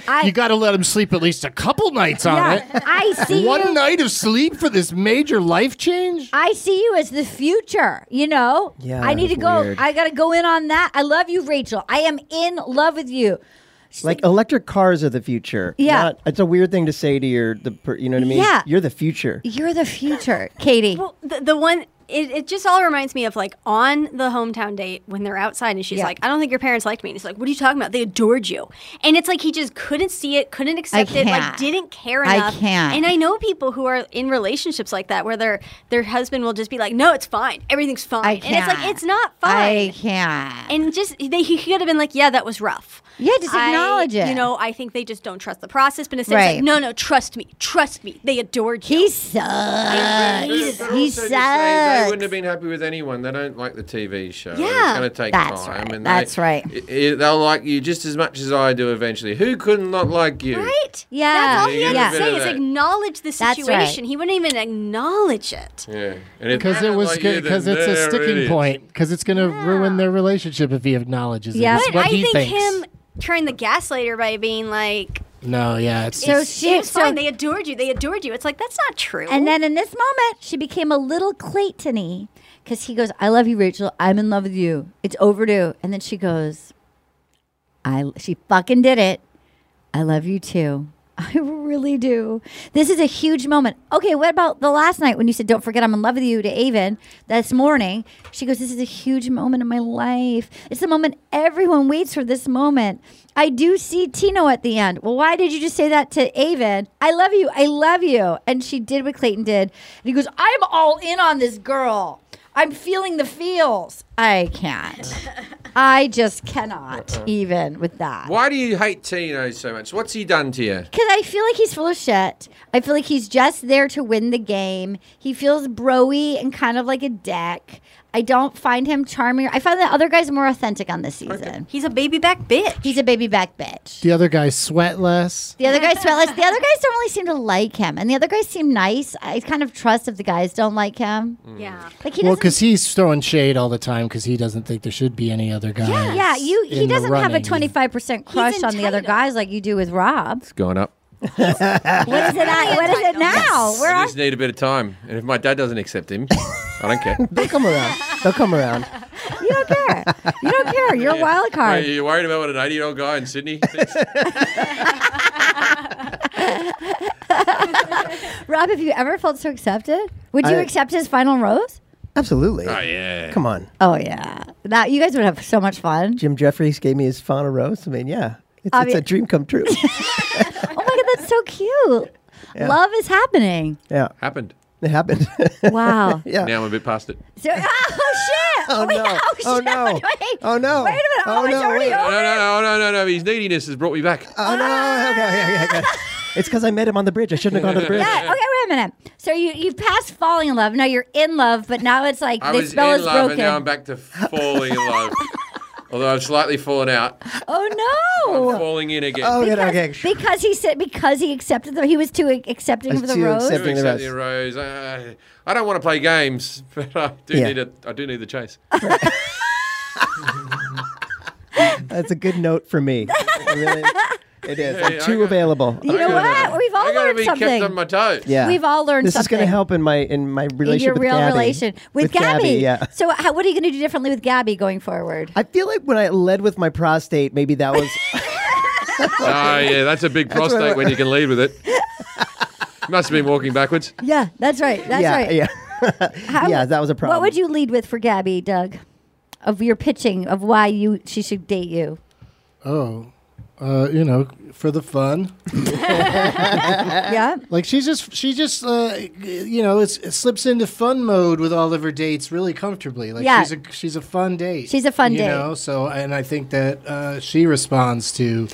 Speaker 2: I.
Speaker 4: "You got to let him sleep at least a couple nights on
Speaker 3: <laughs>
Speaker 2: yeah,
Speaker 4: <laughs>
Speaker 2: I
Speaker 4: it.
Speaker 2: see
Speaker 4: One
Speaker 2: you.
Speaker 4: night of sleep for this major life change."
Speaker 2: I see you as the future, you know?
Speaker 3: Yeah,
Speaker 2: I need to
Speaker 3: that's
Speaker 2: go.
Speaker 3: weird.
Speaker 2: I got to go in on that. I love you, Rachel. I am in love with you.
Speaker 3: like electric cars are the future.
Speaker 2: Yeah.
Speaker 3: Not- it's a weird thing to say to your the per, you know what I mean.
Speaker 2: Yeah.
Speaker 3: you're the future.
Speaker 2: You're the future, <laughs> Katie.
Speaker 6: Well, the, the one it, it just all reminds me of like on the hometown date when they're outside and she's
Speaker 2: Yeah.
Speaker 6: like, I don't think your parents liked me. And he's like, What are you talking about? They adored you. And it's like he just couldn't see it, couldn't accept it, like
Speaker 2: can't.
Speaker 6: didn't care
Speaker 2: I
Speaker 6: enough.
Speaker 2: can't.
Speaker 6: And I know people who are in relationships like that where their their husband will just be like, No, it's fine. Everything's fine.
Speaker 2: I
Speaker 6: And it's like
Speaker 2: can't.
Speaker 6: it's not
Speaker 2: I
Speaker 6: fine.
Speaker 2: can't.
Speaker 6: and just they, he could have been like, Yeah, that was rough.
Speaker 2: Yeah, just
Speaker 6: I-
Speaker 2: acknowledge it.
Speaker 6: You know, I think they just don't trust the process. But instead, it's
Speaker 2: Right.
Speaker 6: like, no, no, trust me, trust me. They adored you.
Speaker 2: he sucks.
Speaker 5: But
Speaker 2: He
Speaker 5: also
Speaker 2: he
Speaker 5: just saying They
Speaker 2: sucks.
Speaker 5: wouldn't have been happy with anyone. They don't like the TV show.
Speaker 6: Yeah.
Speaker 5: it's going to take
Speaker 2: That's
Speaker 5: time.
Speaker 2: right.
Speaker 5: And
Speaker 2: That's
Speaker 5: they,
Speaker 2: right.
Speaker 5: i- i- they'll like you just as much as I do eventually. Who couldn't not like you?
Speaker 6: Right?
Speaker 2: Yeah.
Speaker 6: That's all he had
Speaker 2: Yeah.
Speaker 6: to
Speaker 5: Yeah.
Speaker 6: say
Speaker 5: Yeah.
Speaker 6: is acknowledge the
Speaker 2: That's
Speaker 6: situation.
Speaker 2: right.
Speaker 6: He wouldn't even acknowledge it.
Speaker 5: Yeah, and if
Speaker 4: Because
Speaker 5: they
Speaker 4: it
Speaker 5: don't
Speaker 4: was
Speaker 5: like you, then
Speaker 4: because it's a
Speaker 5: they're
Speaker 4: sticking
Speaker 5: idiots.
Speaker 4: point. Because it's going to ruin their relationship if he acknowledges
Speaker 2: Yeah.
Speaker 4: it. It's
Speaker 6: But
Speaker 4: what
Speaker 6: I
Speaker 4: he
Speaker 6: think
Speaker 4: thinks.
Speaker 6: him trying the gaslighter by being like,
Speaker 4: No, yeah, it's
Speaker 2: So
Speaker 6: So she,
Speaker 2: she-
Speaker 6: was
Speaker 2: so-
Speaker 6: fine. They adored you. They adored you. It's like that's not true.
Speaker 2: And then in this moment, she became a little Clayton-y because he goes, I love you, Rachel. I'm in love with you. It's overdue. And then she goes, I she fucking did it. I love you too. <laughs> I really do. This is a huge moment. Okay, what about the last night when you said, Don't forget I'm in love with you to Avon this morning? She goes, This is a huge moment in my life. It's the moment everyone waits for this moment. I do see Tino at the end. Well, why did you just say that to Avon? I love you. I love you. And she did what Clayton did. And he goes, I'm all in on this girl. I'm feeling the feels. I can't. I just cannot, even with that.
Speaker 5: Why do you hate Tino so much? What's he done to you?
Speaker 2: Because I feel like he's full of shit. I feel like he's just there to win the game. He feels broy and kind of like a dick. I don't find him charming. I find the other guy's more authentic on this season. He's a baby back bitch. He's a baby back bitch.
Speaker 4: The other guys sweat less.
Speaker 2: The other guys sweatless. The other guys don't really seem to like him, and the other guys seem nice. I kind of trust if the guys don't like him. Yeah, like he
Speaker 4: well,
Speaker 2: doesn't.
Speaker 4: because he's throwing shade all the time because he doesn't think there should be any other guys.
Speaker 2: Yeah, you. He
Speaker 4: in the
Speaker 2: doesn't have a
Speaker 4: running.
Speaker 2: twenty five percent crush on the other guys like you do with Rob.
Speaker 5: It's going up.
Speaker 2: <laughs> What is it? at- what is it now? Where
Speaker 5: I just need a bit of time. And if my dad doesn't accept him, I don't care.
Speaker 3: <laughs> They'll come around. They'll
Speaker 2: <laughs>
Speaker 3: come around.
Speaker 2: You don't care. You're a wild
Speaker 5: Are
Speaker 2: <laughs> card.
Speaker 5: you worried about what an 80 year old guy in Sydney thinks?
Speaker 2: <laughs> Rob, have you ever felt so accepted? Would you
Speaker 3: I-
Speaker 2: accept his final rose?
Speaker 3: Absolutely.
Speaker 5: Oh, yeah.
Speaker 3: Come on.
Speaker 2: Oh yeah, that you guys would have so much fun.
Speaker 3: Jim Jeffries gave me his final rose. I mean, yeah. It's,
Speaker 2: I
Speaker 3: it's a
Speaker 2: mean-
Speaker 3: dream
Speaker 2: <laughs>
Speaker 3: come true.
Speaker 2: Oh my god, that's so cute.
Speaker 3: Yeah.
Speaker 2: Love is happening.
Speaker 3: yeah.
Speaker 5: Happened.
Speaker 3: It happened.
Speaker 2: <laughs> Wow.
Speaker 3: yeah.
Speaker 5: Now I'm a bit past it.
Speaker 2: <laughs> So, oh shit!
Speaker 3: Oh,
Speaker 2: Wait,
Speaker 3: no.
Speaker 2: Oh, shit.
Speaker 3: Oh, no.
Speaker 2: <laughs> Wait.
Speaker 3: Oh, no.
Speaker 2: Wait a minute! Oh,
Speaker 3: Oh,
Speaker 2: it's
Speaker 3: no,
Speaker 2: already
Speaker 3: wait.
Speaker 5: No,
Speaker 2: over.
Speaker 5: no, no, no, no, no. His neediness has brought me back.
Speaker 3: Oh,
Speaker 2: Ah.
Speaker 3: no. Okay. <laughs> okay, okay, okay. It's because I met him on the bridge. I shouldn't have gone to the bridge.
Speaker 2: Yeah, okay, wait a minute. So you you passed falling in love. Now you're in love, but now it's like
Speaker 5: I
Speaker 2: this
Speaker 5: was in
Speaker 2: spell
Speaker 5: love
Speaker 2: is
Speaker 5: and
Speaker 2: broken.
Speaker 5: now I'm back to falling
Speaker 2: <laughs>
Speaker 5: in love. Although I've slightly fallen out,
Speaker 2: oh no!
Speaker 5: falling in again.
Speaker 3: Oh, okay. <laughs> okay.
Speaker 2: Because he said because he accepted the he was too accepting
Speaker 3: Was
Speaker 2: of the
Speaker 3: too
Speaker 2: rose.
Speaker 3: accepting.
Speaker 5: Doing
Speaker 3: the
Speaker 5: something rose. Uh, I don't want to play games, <laughs> but I do
Speaker 3: Yeah.
Speaker 5: need a, I do need the chase.
Speaker 3: That's a good note
Speaker 2: <laughs>
Speaker 3: for me. It, really- it is.
Speaker 5: Hey,
Speaker 3: I'm
Speaker 5: I
Speaker 3: too
Speaker 5: got-
Speaker 3: available.
Speaker 2: You know what? We've all
Speaker 5: I gotta
Speaker 2: learned
Speaker 5: be
Speaker 2: something.
Speaker 5: kept on my toes.
Speaker 3: Yeah.
Speaker 2: We've all learned
Speaker 3: This is going to
Speaker 2: something.
Speaker 3: help in my in my
Speaker 2: in your
Speaker 3: relationship with
Speaker 2: real
Speaker 3: Gabby.
Speaker 2: relation with, Gabby.
Speaker 3: Yeah.
Speaker 2: So, how, what are you going to do differently with Gabby going forward?
Speaker 3: I feel like when I led with my prostate, maybe that was <laughs>
Speaker 5: Oh yeah, that's a big
Speaker 3: what I
Speaker 5: prostate
Speaker 3: want.
Speaker 5: when you can lead with
Speaker 3: <laughs>
Speaker 5: it. Must have been walking backwards.
Speaker 2: yeah, that's right. That's
Speaker 3: yeah,
Speaker 2: right.
Speaker 3: <laughs> yeah.
Speaker 2: How-
Speaker 3: yeah, that was a problem.
Speaker 2: What would you lead with for Gabby, Doug? Of your pitching of why you she should date you.
Speaker 4: Oh, uh, you know, for the fun.
Speaker 2: <laughs> yeah.
Speaker 4: Like she's just she just uh, you know it's, it slips into fun mode with all of her dates really comfortably. Like
Speaker 2: Yeah.
Speaker 4: she's a she's a fun date.
Speaker 2: She's a fun
Speaker 4: you
Speaker 2: date.
Speaker 4: Know? So and I think that uh, she responds to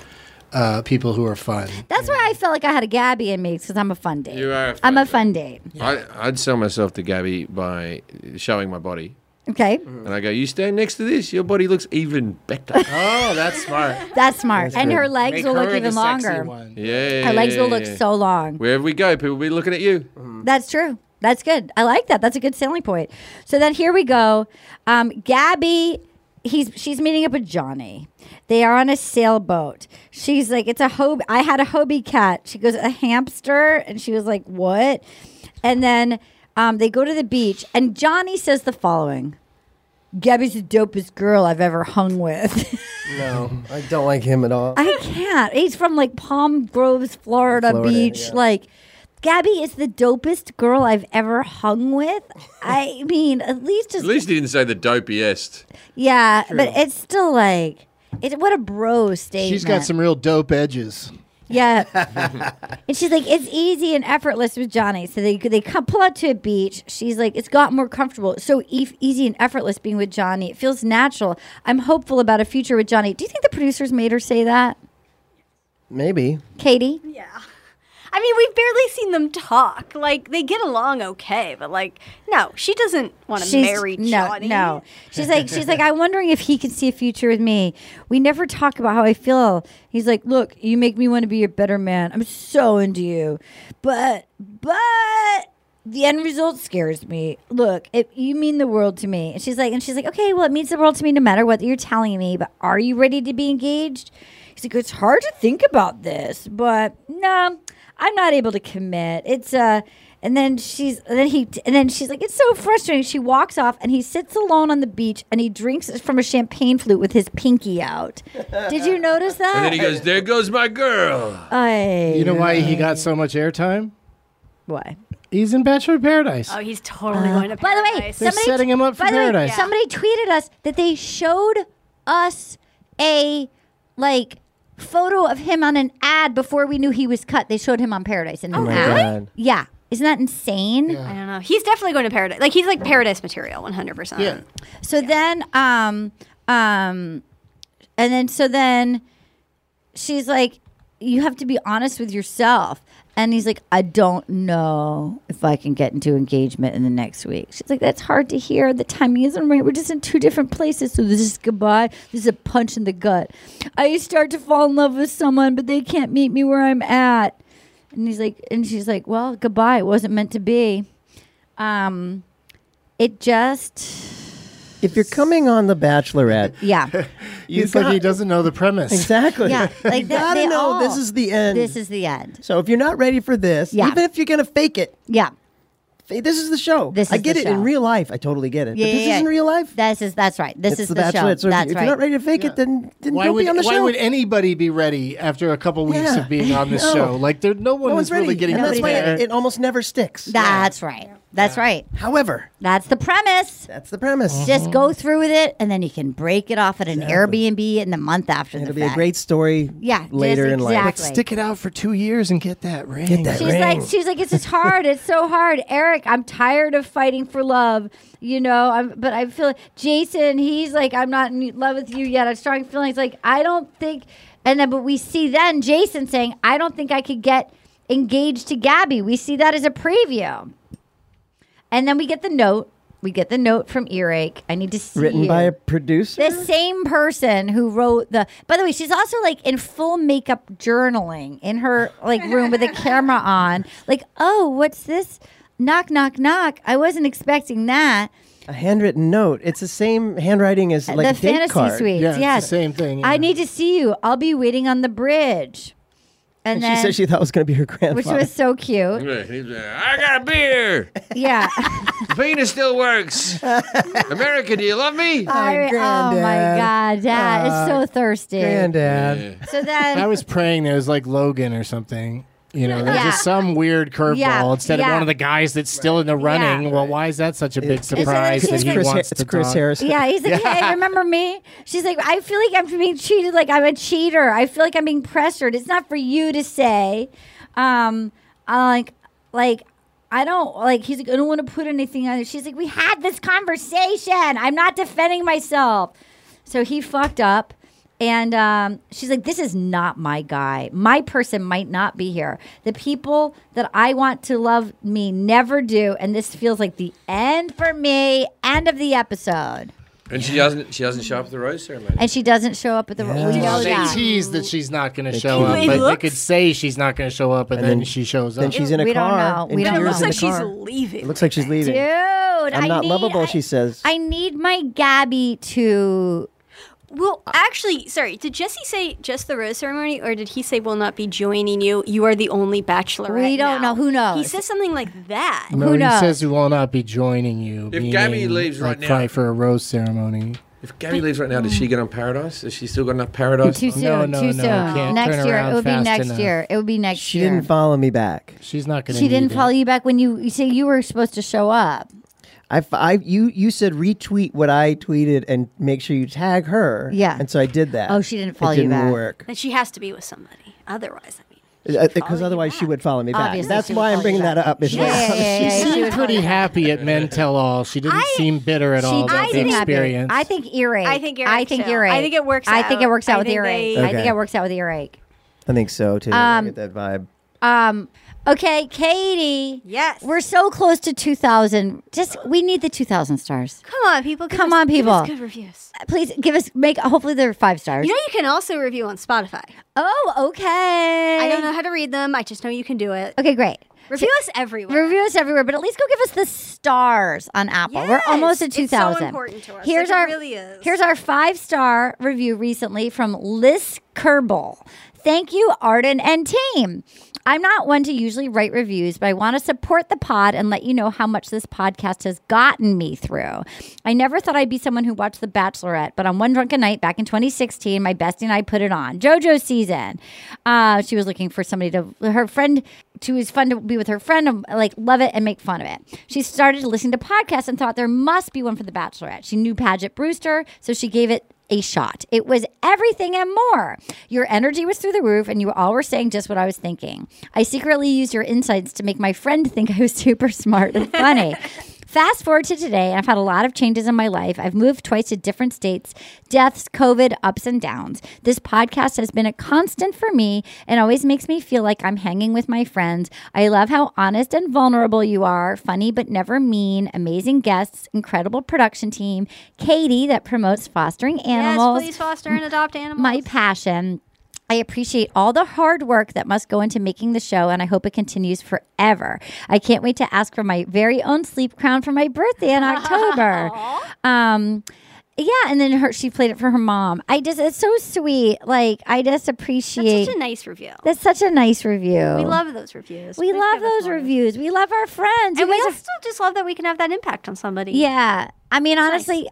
Speaker 4: uh, people who are fun.
Speaker 2: That's why I felt like I had a Gabby in me because I'm a fun date.
Speaker 5: You are a
Speaker 2: I'm
Speaker 5: fun
Speaker 2: a fun date.
Speaker 5: I, I'd sell myself to Gabby by showing my body,
Speaker 2: Okay,
Speaker 4: Mm-hmm.
Speaker 5: and I go, "You stand next to this, your body looks even better."
Speaker 4: <laughs> Oh, that's smart.
Speaker 2: that's smart. and her legs
Speaker 4: Make
Speaker 2: will
Speaker 4: her
Speaker 2: look even
Speaker 4: the
Speaker 2: longer.
Speaker 4: Sexy one.
Speaker 5: yeah,
Speaker 2: Her legs will look so long.
Speaker 5: Wherever we go, people will be looking at you.
Speaker 4: Mm-hmm.
Speaker 2: That's true. That's good. I like that. That's a good selling point. So then here we go. Um, Gabby, he's she's meeting up with Johnny. They are on a sailboat. She's like, it's a hob. I had a Hobie cat. She goes, a hamster, and she was like, what? And then um, they go to the beach, and Johnny says the following: Gabby's the dopest girl I've ever hung with. <laughs>
Speaker 3: No, I don't like him at all.
Speaker 2: I can't. He's from like Palm Groves, Florida,
Speaker 3: Florida,
Speaker 2: beach.
Speaker 3: yeah.
Speaker 2: Like, Gabby is the dopest girl I've ever hung with. I mean, at least just
Speaker 5: At least he didn't say the dopiest.
Speaker 2: yeah, but it's still like it. What a bro statement.
Speaker 4: She's got some real dope edges.
Speaker 2: Yeah. and she's like, it's easy and effortless with Johnny. So they they come, pull out to a beach. She's like, it's got more comfortable. It's so e- easy and effortless being with Johnny. It feels natural. I'm hopeful about a future with Johnny. Do you think the producers made her say that,
Speaker 3: Maybe.
Speaker 2: Katie?
Speaker 6: I mean, we've barely seen them talk. Like they get along okay, but like no, she doesn't want to
Speaker 2: She's-
Speaker 6: marry
Speaker 2: no,
Speaker 6: Johnny.
Speaker 2: No, she's like, she's like, I'm wondering if he can see a future with me. We never talk about how I feel. He's like, look, you make me want to be a better man. I'm so into you, but but the end result scares me. Look, it, you mean the world to me. And she's like, and she's like, okay, well, it means the world to me no matter what you're telling me. But are you ready to be engaged? He's like, it's hard to think about this, but no, I'm not able to commit. It's uh and then she's and then he and then she's like, it's so frustrating. She walks off and he sits alone on the beach and he drinks from a champagne flute with his pinky out. Did
Speaker 5: <laughs>
Speaker 2: you uh, notice that?
Speaker 5: And then he goes, "There goes my girl."
Speaker 2: I,
Speaker 4: You know why he got so much airtime?
Speaker 2: Why?
Speaker 4: He's in Bachelor in Paradise.
Speaker 6: Oh, he's totally going to.
Speaker 2: By the way,
Speaker 6: Paradise.
Speaker 4: They're
Speaker 2: somebody
Speaker 4: setting him up for
Speaker 2: by the Way,
Speaker 4: paradise. Yeah.
Speaker 2: Somebody tweeted us that they showed us a like photo of him on an ad before we knew he was cut. They showed him on Paradise in an
Speaker 3: Oh my
Speaker 2: ad.
Speaker 3: God.
Speaker 2: Yeah, isn't that insane?
Speaker 6: I don't know. He's definitely going to paradise. Like he's like paradise material, one hundred percent.
Speaker 4: Yeah.
Speaker 2: So then, um, um, and then so then, she's like, "You have to be honest with yourself." And he's like, "I don't know if I can get into engagement in the next week." She's like, "That's hard to hear. The timing isn't right. We're just in two different places. So this is goodbye. This is a punch in the gut. I start to fall in love with someone, but they can't meet me where I'm at." And he's like, and she's like, "Well, goodbye. It wasn't meant to be." Um, it just,
Speaker 3: If you're coming on The Bachelorette,
Speaker 2: yeah.
Speaker 3: <laughs> you
Speaker 4: He's like he
Speaker 3: got-
Speaker 4: doesn't know the premise.
Speaker 3: Exactly. <laughs>
Speaker 2: Yeah, like
Speaker 3: you
Speaker 2: that-
Speaker 3: gotta
Speaker 2: they
Speaker 3: know
Speaker 2: all-
Speaker 3: this is the end.
Speaker 2: This is the end.
Speaker 3: so if you're not ready for this,
Speaker 2: Yeah.
Speaker 3: even if you're gonna fake it,
Speaker 2: Yeah.
Speaker 3: fa- this is the show.
Speaker 2: This
Speaker 3: I
Speaker 2: is
Speaker 3: get
Speaker 2: the
Speaker 3: it
Speaker 2: show.
Speaker 3: in real life. I totally get it.
Speaker 2: Yeah,
Speaker 3: but this
Speaker 2: yeah, yeah.
Speaker 3: isn't real life.
Speaker 2: This is that's right. This
Speaker 3: It's
Speaker 2: is
Speaker 3: the
Speaker 2: the, show.
Speaker 3: Bachelorette. So if-
Speaker 2: that's
Speaker 3: if
Speaker 2: right.
Speaker 3: you're not ready to fake it, then, then
Speaker 4: Why
Speaker 3: don't
Speaker 4: would
Speaker 3: be on the
Speaker 4: why
Speaker 3: show.
Speaker 4: would anybody be ready after a couple weeks
Speaker 3: Yeah.
Speaker 4: of being on this
Speaker 3: No.
Speaker 4: show? Like there, no one was
Speaker 3: no one's ready,
Speaker 4: really getting
Speaker 3: and that's why
Speaker 4: prepared.
Speaker 3: it, it almost never sticks.
Speaker 2: that's right. That's right.
Speaker 3: However,
Speaker 2: That's the premise.
Speaker 3: that's the premise.
Speaker 2: Just go through with it, and then you can break it off at an Airbnb in the month after
Speaker 3: It'll
Speaker 2: the
Speaker 3: be
Speaker 2: fact.
Speaker 3: a great story.
Speaker 2: Yeah,
Speaker 3: later
Speaker 2: yes,
Speaker 3: in
Speaker 2: exactly.
Speaker 3: life.
Speaker 4: Stick it out for two years and get that ring.
Speaker 3: Get that
Speaker 2: She's
Speaker 3: ring.
Speaker 2: like, she's like, it's
Speaker 3: <laughs>
Speaker 2: just hard. It's so hard, Eric. I'm tired of fighting for love. You know, I'm, but I feel Jason. He's like, I'm not in love with you yet. I have strong feelings. Like, I don't think. And then, but we see then Jason saying, I don't think I could get engaged to Gabby. We see that as a preview. And then we get the note. We get the note from Earache. I need to see
Speaker 3: Written
Speaker 2: you.
Speaker 3: by a producer.
Speaker 2: the same person who wrote the. By the way, she's also like in full makeup journaling in her like room with a camera on. Like, oh, what's this? Knock, knock, knock. I wasn't expecting that.
Speaker 3: a handwritten note. It's the same handwriting as like a
Speaker 2: the
Speaker 3: date
Speaker 2: fantasy
Speaker 3: card.
Speaker 2: suite.
Speaker 4: Yeah, it's the
Speaker 2: yes.
Speaker 4: same thing, yeah.
Speaker 2: I need to see you. I'll be waiting on the bridge. And,
Speaker 3: And
Speaker 2: then,
Speaker 3: she said she thought it was going to be her grandfather.
Speaker 2: which was so cute.
Speaker 5: Yeah, he's like, "Ah, I got a beer.
Speaker 2: Yeah.
Speaker 5: <laughs> Venus still works. America, do you love me?
Speaker 2: I- oh my
Speaker 3: granddad.
Speaker 2: God. Dad is so thirsty.
Speaker 3: Granddad.
Speaker 2: So then.
Speaker 4: I was praying that it was like Logan or something. You know, there's
Speaker 2: Yeah.
Speaker 4: just some weird curveball
Speaker 2: Yeah,
Speaker 4: instead of
Speaker 2: yeah.
Speaker 4: one of the guys that's still in the running. Well, why is that such a big surprise that
Speaker 2: she's
Speaker 4: he
Speaker 2: like-
Speaker 3: Chris,
Speaker 4: wants
Speaker 3: it's
Speaker 4: to
Speaker 3: Chris
Speaker 4: talk? <laughs>
Speaker 3: Harris.
Speaker 2: Yeah, he's like, hey, remember me? She's like, I feel like I'm being treated like I'm a cheater. I feel like I'm being pressured. It's not for you to say. Um, I like, like, I don't like. He's like, I don't want to put anything on. it." She's like, we had this conversation. I'm not defending myself. So he fucked up. And um, she's like, this is not my guy. My person might not be here. The people that I want to love me never do. And this feels like the end for me, end of the episode
Speaker 5: And she doesn't. She doesn't show up at the rose ceremony.
Speaker 2: and she doesn't show up at the we
Speaker 4: Well,
Speaker 2: know
Speaker 4: they
Speaker 2: that.
Speaker 4: tease that she's not going to show
Speaker 6: tease.
Speaker 4: up,
Speaker 6: It
Speaker 4: but
Speaker 6: looks-
Speaker 4: they could say she's not going to show up, and, then, she shows up.
Speaker 3: Then she's in a
Speaker 2: We don't
Speaker 3: car.
Speaker 2: know.
Speaker 3: in
Speaker 2: We don't
Speaker 6: It
Speaker 3: tears
Speaker 2: know.
Speaker 6: looks
Speaker 3: in
Speaker 6: like
Speaker 3: the
Speaker 6: she's
Speaker 3: car.
Speaker 6: leaving.
Speaker 3: It looks like she's leaving.
Speaker 2: Dude,
Speaker 3: I'm not
Speaker 2: need,
Speaker 3: lovable,
Speaker 2: I,
Speaker 3: she says.
Speaker 2: I need my Gabby to.
Speaker 6: Well, actually, sorry. Did Jesse say just the rose ceremony, or did he say we'll not be joining you? You are the only bachelorette.
Speaker 2: We don't
Speaker 6: now."
Speaker 2: know. Who knows?
Speaker 6: He says something like that.
Speaker 4: No,
Speaker 2: Who
Speaker 4: he
Speaker 2: knows?
Speaker 4: says we will not be joining you.
Speaker 5: If Gabby
Speaker 4: meaning,
Speaker 5: leaves right
Speaker 4: like,
Speaker 5: now-
Speaker 4: cry for a rose ceremony.
Speaker 5: If Gabby leaves right now, does she get on Paradise? Has she still got enough Paradise?
Speaker 2: Too soon.
Speaker 4: no,
Speaker 2: too
Speaker 4: no,
Speaker 2: soon.
Speaker 4: can't
Speaker 2: next
Speaker 4: turn
Speaker 2: year. It
Speaker 4: around
Speaker 2: would be
Speaker 4: fast
Speaker 2: next
Speaker 4: enough.
Speaker 2: year. It would be next
Speaker 3: She
Speaker 2: year.
Speaker 3: didn't follow me back.
Speaker 4: She's not going to.
Speaker 2: she didn't follow you back when you you say you were supposed to show up.
Speaker 3: I, f- I- you, you said retweet what I tweeted and make sure you tag her.
Speaker 2: Yeah.
Speaker 3: And so I did that.
Speaker 2: Oh, she didn't follow
Speaker 3: it
Speaker 2: you
Speaker 3: didn't
Speaker 2: back.
Speaker 3: work.
Speaker 6: Then she has to be with somebody. Otherwise, I mean.
Speaker 3: Because otherwise she would follow me back.
Speaker 2: Obviously,
Speaker 3: That's
Speaker 2: she would
Speaker 3: why I'm
Speaker 2: follow
Speaker 3: bringing
Speaker 2: you
Speaker 3: that
Speaker 2: back.
Speaker 3: up. is
Speaker 2: Yeah, yeah,
Speaker 3: that-
Speaker 2: yeah,
Speaker 4: She
Speaker 2: yeah, yeah.
Speaker 4: seemed pretty happy at Men Tell All. She didn't
Speaker 6: I-
Speaker 4: seem bitter at all about the
Speaker 2: did.
Speaker 4: experience.
Speaker 2: I think earache.
Speaker 6: I think
Speaker 2: I
Speaker 6: earache
Speaker 2: think
Speaker 6: too.
Speaker 2: earache.
Speaker 6: I think it works
Speaker 2: I think it
Speaker 6: out.
Speaker 2: works
Speaker 6: I
Speaker 2: out with
Speaker 6: think
Speaker 2: earache.
Speaker 6: they-
Speaker 2: I think
Speaker 3: Okay.
Speaker 2: it works out with earache.
Speaker 3: I think so too. I get that vibe.
Speaker 2: Um. Okay, Katie.
Speaker 6: Yes.
Speaker 2: We're so close to 2,000. Just we need the 2,000 stars.
Speaker 6: Come on, people. Give
Speaker 2: Come
Speaker 6: us-
Speaker 2: on,
Speaker 6: give us
Speaker 2: people.
Speaker 6: good reviews.
Speaker 2: please give us make hopefully they're five stars
Speaker 6: You know, you can also review on Spotify.
Speaker 2: oh okay
Speaker 6: I don't know how to read them. I just know you can do it.
Speaker 2: okay great
Speaker 6: Review us everywhere.
Speaker 2: Review us everywhere, but at least go give us the stars on Apple. We're almost at
Speaker 6: Yes,
Speaker 2: two
Speaker 6: it's so
Speaker 2: thousand.
Speaker 6: important to us.
Speaker 2: Here's
Speaker 6: Like, it
Speaker 2: our
Speaker 6: really is.
Speaker 2: here's our five star review recently from Liz Kerbal. Thank you, Arden and team. I'm not one to usually write reviews, but I want to support the pod and let you know how much this podcast has gotten me through. I never thought I'd be someone who watched The Bachelorette, but on one drunken night back in 2016, my bestie and I put it on JoJo season. Uh, she was looking for somebody to her friend. She was fun to be with her friend, and, like love it and make fun of it. She started listening to podcasts and thought there must be one for The Bachelorette. She knew Paget Brewster, so she gave it a shot. It was everything and more. Your energy was through the roof, and you all were saying just what I was thinking. I secretly used your insights to make my friend think I was <laughs> super smart and funny. Fast forward to today, and I've had a lot of changes in my life. I've moved twice to different states, deaths, COVID, ups and downs. This podcast has been a constant for me and always makes me feel like I'm hanging with my friends. I love how honest and vulnerable you are, funny but never mean, amazing guests, incredible production team, Katie that promotes fostering animals.
Speaker 6: Yes, please foster and
Speaker 2: <laughs>
Speaker 6: adopt animals.
Speaker 2: My passion. I appreciate all the hard work that must go into making the show, and I hope it continues forever. I can't wait to ask for my very own sleep crown for my birthday in
Speaker 6: <laughs>
Speaker 2: October. um, yeah, and then her, she played it for her mom. I just, it's so sweet. Like, I just appreciate.
Speaker 6: That's such a nice review.
Speaker 2: That's such a nice review.
Speaker 6: We love those reviews.
Speaker 2: We love those reviews. We love our friends. You
Speaker 6: And we
Speaker 2: guys are-
Speaker 6: also just love that we can have that impact on somebody.
Speaker 2: Yeah. I mean, honestly,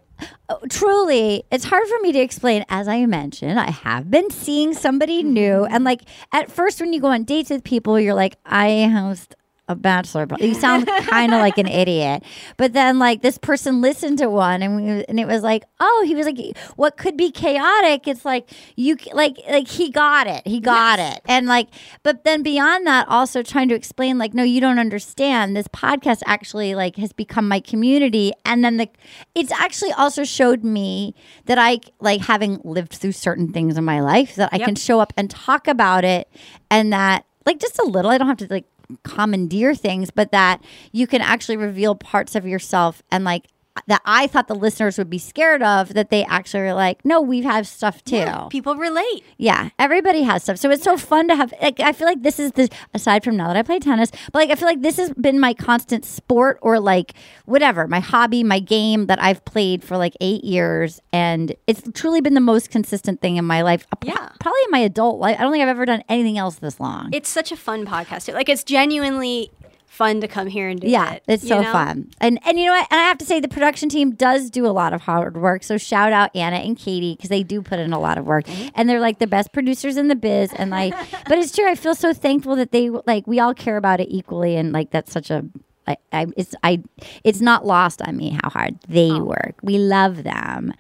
Speaker 2: uh, truly, it's hard for me to explain. As I mentioned, I have been seeing somebody new. And like at first, when you go on dates with people, you're like, I host a bachelor party. You sound kind of like an idiot. But then, like, this person listened to one and, we, and it was like, oh, he was like, what could be chaotic? It's like, you, c- like, like he got it. He got it. And like, but then beyond that, also trying to explain, like, no, you don't understand. This podcast actually, like, has become my community. And then the, it's actually also showed me that I, like, having lived through certain things in my life, that I
Speaker 6: Yep.
Speaker 2: can show up and talk about it and that, like, just a little, I don't have to, like, commandeer things, but that you can actually reveal parts of yourself and, like, that I thought the listeners would be scared of, that they actually are like, no, we have stuff too.
Speaker 6: People relate.
Speaker 2: Yeah, everybody has stuff. So it's so fun to have. Like, I feel like this is the aside from now that I play tennis, but like I feel like this has been my constant sport or like whatever my hobby, my game that I've played for like eight years, and it's truly been the most consistent thing in my life. Yeah, probably in my adult life. I don't think I've ever done anything else this long.
Speaker 6: It's such a fun podcast. too. Like it's genuinely fun to come here and do
Speaker 2: yeah,
Speaker 6: it.
Speaker 2: it's
Speaker 6: you
Speaker 2: so
Speaker 6: know?
Speaker 2: fun, Um, and and you know what? And I have to say, the production team does do a lot of hard work. So shout out Anna and Katie because they do put in a lot of work, and they're like the best producers in the biz. And like, but it's true. I feel so thankful that they like we all care about it equally, and like that's such a. I, I, it's I, it's not lost on me how hard they work. We love them.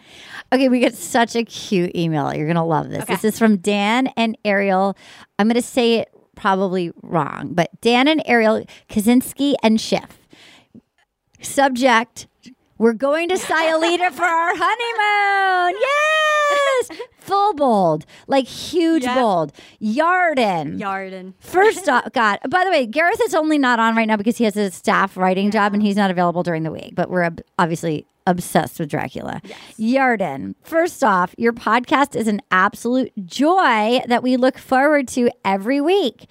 Speaker 2: Okay, we get such a cute email. You're gonna love this. This is from Dan and Ariel. I'm gonna say it probably wrong, but Dan and Ariel Kaczynski and Schiff. Subject We're going to Sayulita for our honeymoon. Yes. Full bold, like huge bold. Yarden.
Speaker 6: Yarden.
Speaker 2: First off, God, by the way, Gareth is only not on right now because he has a staff writing job and he's not available during the week, but we're ob- obviously obsessed with Dracula. Yarden, first off, your podcast is an absolute joy that we look forward to every week.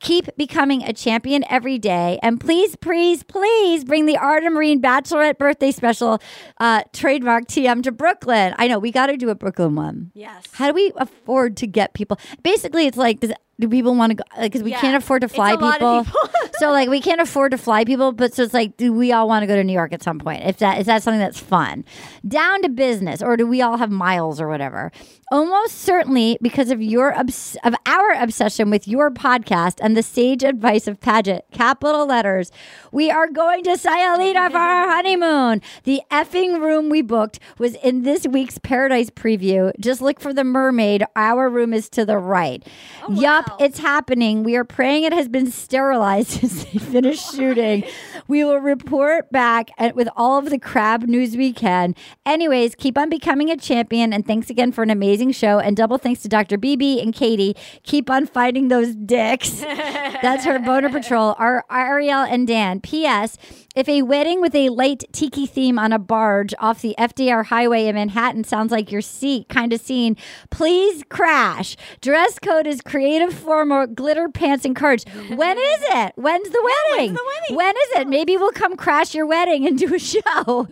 Speaker 2: Keep becoming a champion every day. And please, please, please bring the Art of Marine Bachelorette birthday special uh, trademark TM to Brooklyn. I know we got to do a Brooklyn one.
Speaker 6: Yes.
Speaker 2: How do we afford to get people? Basically, it's like, does, do people want to go? Because we
Speaker 6: Yeah.
Speaker 2: can't afford to
Speaker 6: It's
Speaker 2: fly
Speaker 6: a lot
Speaker 2: people.
Speaker 6: of <laughs>
Speaker 2: so, like, we can't afford to fly people. But so it's like, do we all want to go to New York at some point? If that is that something that's fun, down to business, or do we all have miles or whatever? Almost certainly because of your obs- of our obsession with your podcast and the sage advice of Paget, capital letters. We are going to Sayulita for our honeymoon. The effing room we booked was in this week's Paradise preview. Just look for the mermaid. Our room is to the right. yup, it's happening. We are praying it has been sterilized <laughs> since they finished shooting. We will report back at, with all of the crab news we can. Anyways, keep on becoming a champion. And thanks again for an amazing show. And double thanks to Dr. BB and Katie. Keep on fighting those dicks. That's her boner patrol. Our Ariel and Dan. P.S. If a wedding with a light tiki theme on a barge off the FDR highway in Manhattan sounds like your seat kind of scene, please crash. Dress code is creative formal glitter pants and cards. When is it? When's the wedding? When is it? Maybe we'll come crash your wedding and do a <laughs> show.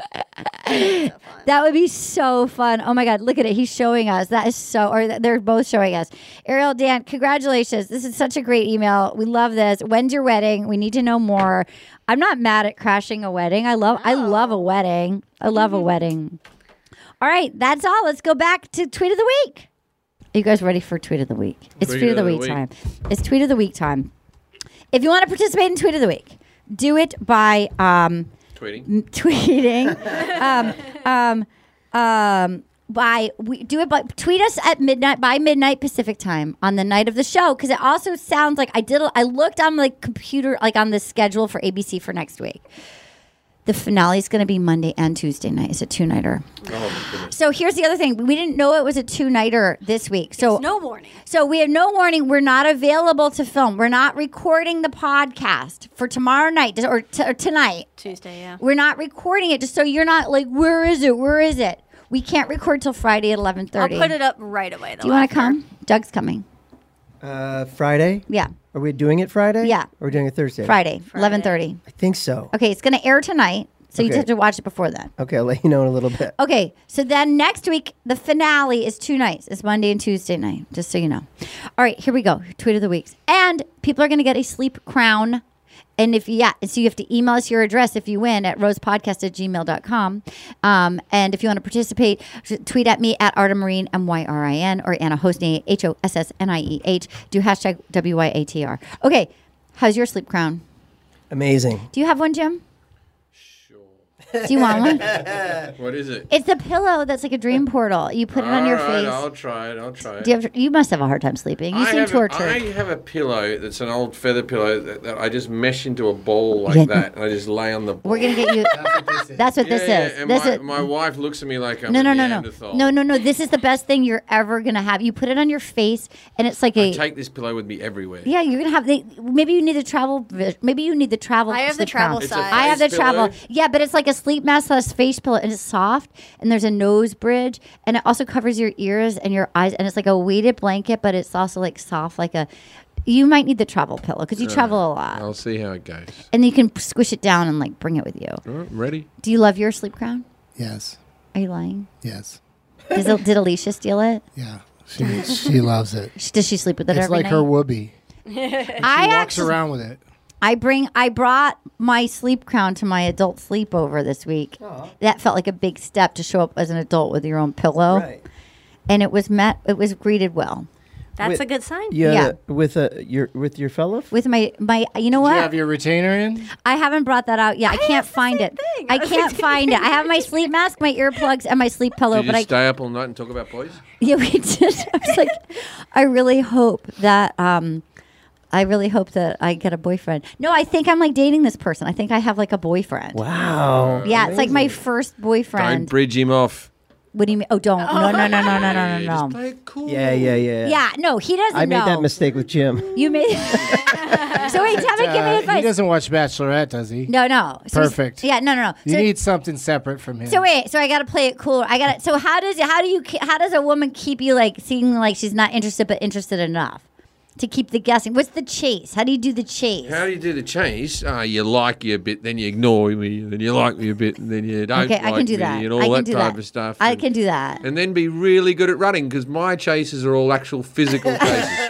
Speaker 2: that would be so fun. Oh my God, look at it. He's showing us. That is so, or th- they're both showing us. Ariel, Dan, congratulations. This is such a great email. We love this. When's your wedding? We need to know more. I'm not mad at crashing a wedding. I love, I love a wedding. I love a wedding. All right, that's all. Let's go back to tweet of the week. Are you guys ready for tweet of the week? It's tweet, of the, week, time. It's tweet of the week time. If you want to participate in tweet of the week, do it by um,
Speaker 5: Tweeting.
Speaker 2: m- <laughs> tweeting. um, um, um, by we do it by tweet us at midnight by midnight Pacific time on the night of the show because it also sounds like I did I looked on like computer like on the schedule for ABC for next week. The finale is going to be Monday and Tuesday night. It's a two nighter. So here's the other thing: we didn't know it was a two nighter this week. So
Speaker 6: no warning.
Speaker 2: So we have no warning. We're not available to film. We're not recording the podcast for tomorrow night just- or, t- or tonight.
Speaker 6: Tuesday, yeah.
Speaker 2: We're not recording it just so you're not like, where is it? Where is it? We can't record till Friday at eleven
Speaker 6: I'll
Speaker 2: thirty.
Speaker 6: put it up right away. Though.
Speaker 2: Do you want to come? Doug's coming.
Speaker 3: Uh, Friday?
Speaker 2: Yeah.
Speaker 3: Are we doing it Friday?
Speaker 2: Yeah.
Speaker 3: Or are we doing it Thursday?
Speaker 2: Friday, eleven thirty.
Speaker 3: I think so.
Speaker 2: Okay, it's going to air tonight, so you
Speaker 3: Okay.
Speaker 2: have to watch it before then.
Speaker 3: Okay, I'll let you know in a little bit.
Speaker 2: Okay, so then next week the finale is two nights. It's Monday and Tuesday night, just so you know. All right, here we go. Tweet of the weeks, and people are going to get a sleep crown. And if yeah, so you have to email us your address if you win at rosepodcast at gmail.com. Um, and if you want to participate, sh- tweet at me at Artemarine, M Y R I N, or Anna Hosnier, H O S S N I E H. Do hashtag W Y A T R. Okay, how's your sleep crown?
Speaker 3: Amazing.
Speaker 2: Do you have one, Jim? Sure. Do you want one?
Speaker 5: <laughs> What is it?
Speaker 2: It's a pillow that's like a dream portal. You put it on your
Speaker 5: All right,
Speaker 2: face.
Speaker 5: I'll try it. I'll try it.
Speaker 2: Do you, have, you must have a hard time sleeping. You
Speaker 5: I
Speaker 2: seem
Speaker 5: have
Speaker 2: tortured.
Speaker 5: A, I have a pillow that's an old feather pillow that, that I just mesh into a ball like
Speaker 2: Yeah.
Speaker 5: that, and I just lay on the.
Speaker 2: We're gonna get you. that's what
Speaker 5: Yeah,
Speaker 2: this
Speaker 5: yeah,
Speaker 2: is.
Speaker 5: And
Speaker 2: This
Speaker 5: my,
Speaker 2: is.
Speaker 5: my wife looks at me like I'm
Speaker 2: no,
Speaker 5: a
Speaker 2: no, no, no,
Speaker 5: Neanderthal.
Speaker 2: no, no, no. This is the best thing you're ever gonna have. You put it on your face, and it's like
Speaker 5: I
Speaker 2: a.
Speaker 5: take this pillow with me everywhere.
Speaker 2: yeah, you're gonna have. They, maybe you need the travel. vi- Maybe you need the travel.
Speaker 6: I have the
Speaker 2: sleep crown.
Speaker 6: travel It's a size.
Speaker 2: I have the
Speaker 6: face pillow.
Speaker 2: travel. Yeah, but it's like a sleep mask slash face pillow, and it's soft, and there's a nose bridge, and it also covers your ears and your eyes, and it's like a weighted blanket, but it's also like soft, like a. You might need the travel pillow because you
Speaker 5: All
Speaker 2: travel a
Speaker 5: right.
Speaker 2: lot.
Speaker 5: Uh, I'll see how it goes.
Speaker 2: And you can squish it down and like bring it with you.
Speaker 5: All right, I'm ready.
Speaker 2: Do you love your sleep crown?
Speaker 4: Yes.
Speaker 2: Are you lying?
Speaker 4: Yes.
Speaker 2: Does, El- did Alicia steal it?
Speaker 4: Yeah. She she loves it.
Speaker 2: Sh- <laughs> Does she sleep with it
Speaker 4: It's
Speaker 2: every
Speaker 4: like
Speaker 2: night?
Speaker 4: her whoopee.
Speaker 2: I
Speaker 4: walks
Speaker 2: actually,
Speaker 4: around with it.
Speaker 2: I bring, I brought my sleep crown to my adult sleepover this week. That felt like a big step to show up as an adult with your own pillow,
Speaker 3: Right.
Speaker 2: and it was met, it was greeted well
Speaker 6: That's
Speaker 3: Wait,
Speaker 6: a good sign.
Speaker 3: Yeah.
Speaker 2: Yeah.
Speaker 3: With a your with your fellow.
Speaker 2: with my my. You know
Speaker 4: Do
Speaker 2: what?
Speaker 4: you have your retainer in?
Speaker 2: I haven't brought that out yet. I, can't find it. I can't find it. I have my sleep mask, my earplugs, and my sleep
Speaker 5: Did
Speaker 2: pillow,
Speaker 5: you
Speaker 2: but I
Speaker 5: stay up all night and talk about boys?
Speaker 2: Yeah, we did. <laughs> I was like, I really hope that um, I really hope that I get a boyfriend. No, I think I'm like dating this person. I think I have like a boyfriend.
Speaker 3: Wow.
Speaker 2: Yeah, it's like my first boyfriend.
Speaker 5: Don't Uh, bridge him off.
Speaker 2: what do you mean? Oh, don't. No, no, no, no, no, no,
Speaker 5: Yeah,
Speaker 2: no,
Speaker 5: just
Speaker 2: no.
Speaker 5: play it cool.
Speaker 3: Yeah, yeah, yeah.
Speaker 2: Yeah, no, he doesn't
Speaker 3: I made
Speaker 2: know.
Speaker 3: that mistake
Speaker 2: <laughs>
Speaker 3: with Jim.
Speaker 2: You made. <laughs> so wait, tell me, give me
Speaker 4: Uh, he
Speaker 2: advice.
Speaker 4: doesn't watch Bachelorette, does he?
Speaker 2: no, no. So he's-
Speaker 4: Perfect.
Speaker 2: Yeah, no, no, no.
Speaker 4: You
Speaker 2: So,
Speaker 4: need something separate from him.
Speaker 2: so wait, so I got to play it cool. I got to. So how does how do you ke- how does a woman keep you like seeming like she's not interested but interested enough to keep the guessing? What's the chase? How do you do the chase?
Speaker 5: How do you do the chase? Uh, you like me a bit, then you ignore me, then you like me a bit, and then you don't
Speaker 2: Okay,
Speaker 5: like
Speaker 2: I can do
Speaker 5: me,
Speaker 2: that.
Speaker 5: and all
Speaker 2: I can
Speaker 5: that
Speaker 2: do
Speaker 5: type
Speaker 2: that.
Speaker 5: of stuff.
Speaker 2: I
Speaker 5: and-
Speaker 2: can do that.
Speaker 5: and then be really good at running because my chases are all
Speaker 2: <laughs>
Speaker 5: actual physical chases.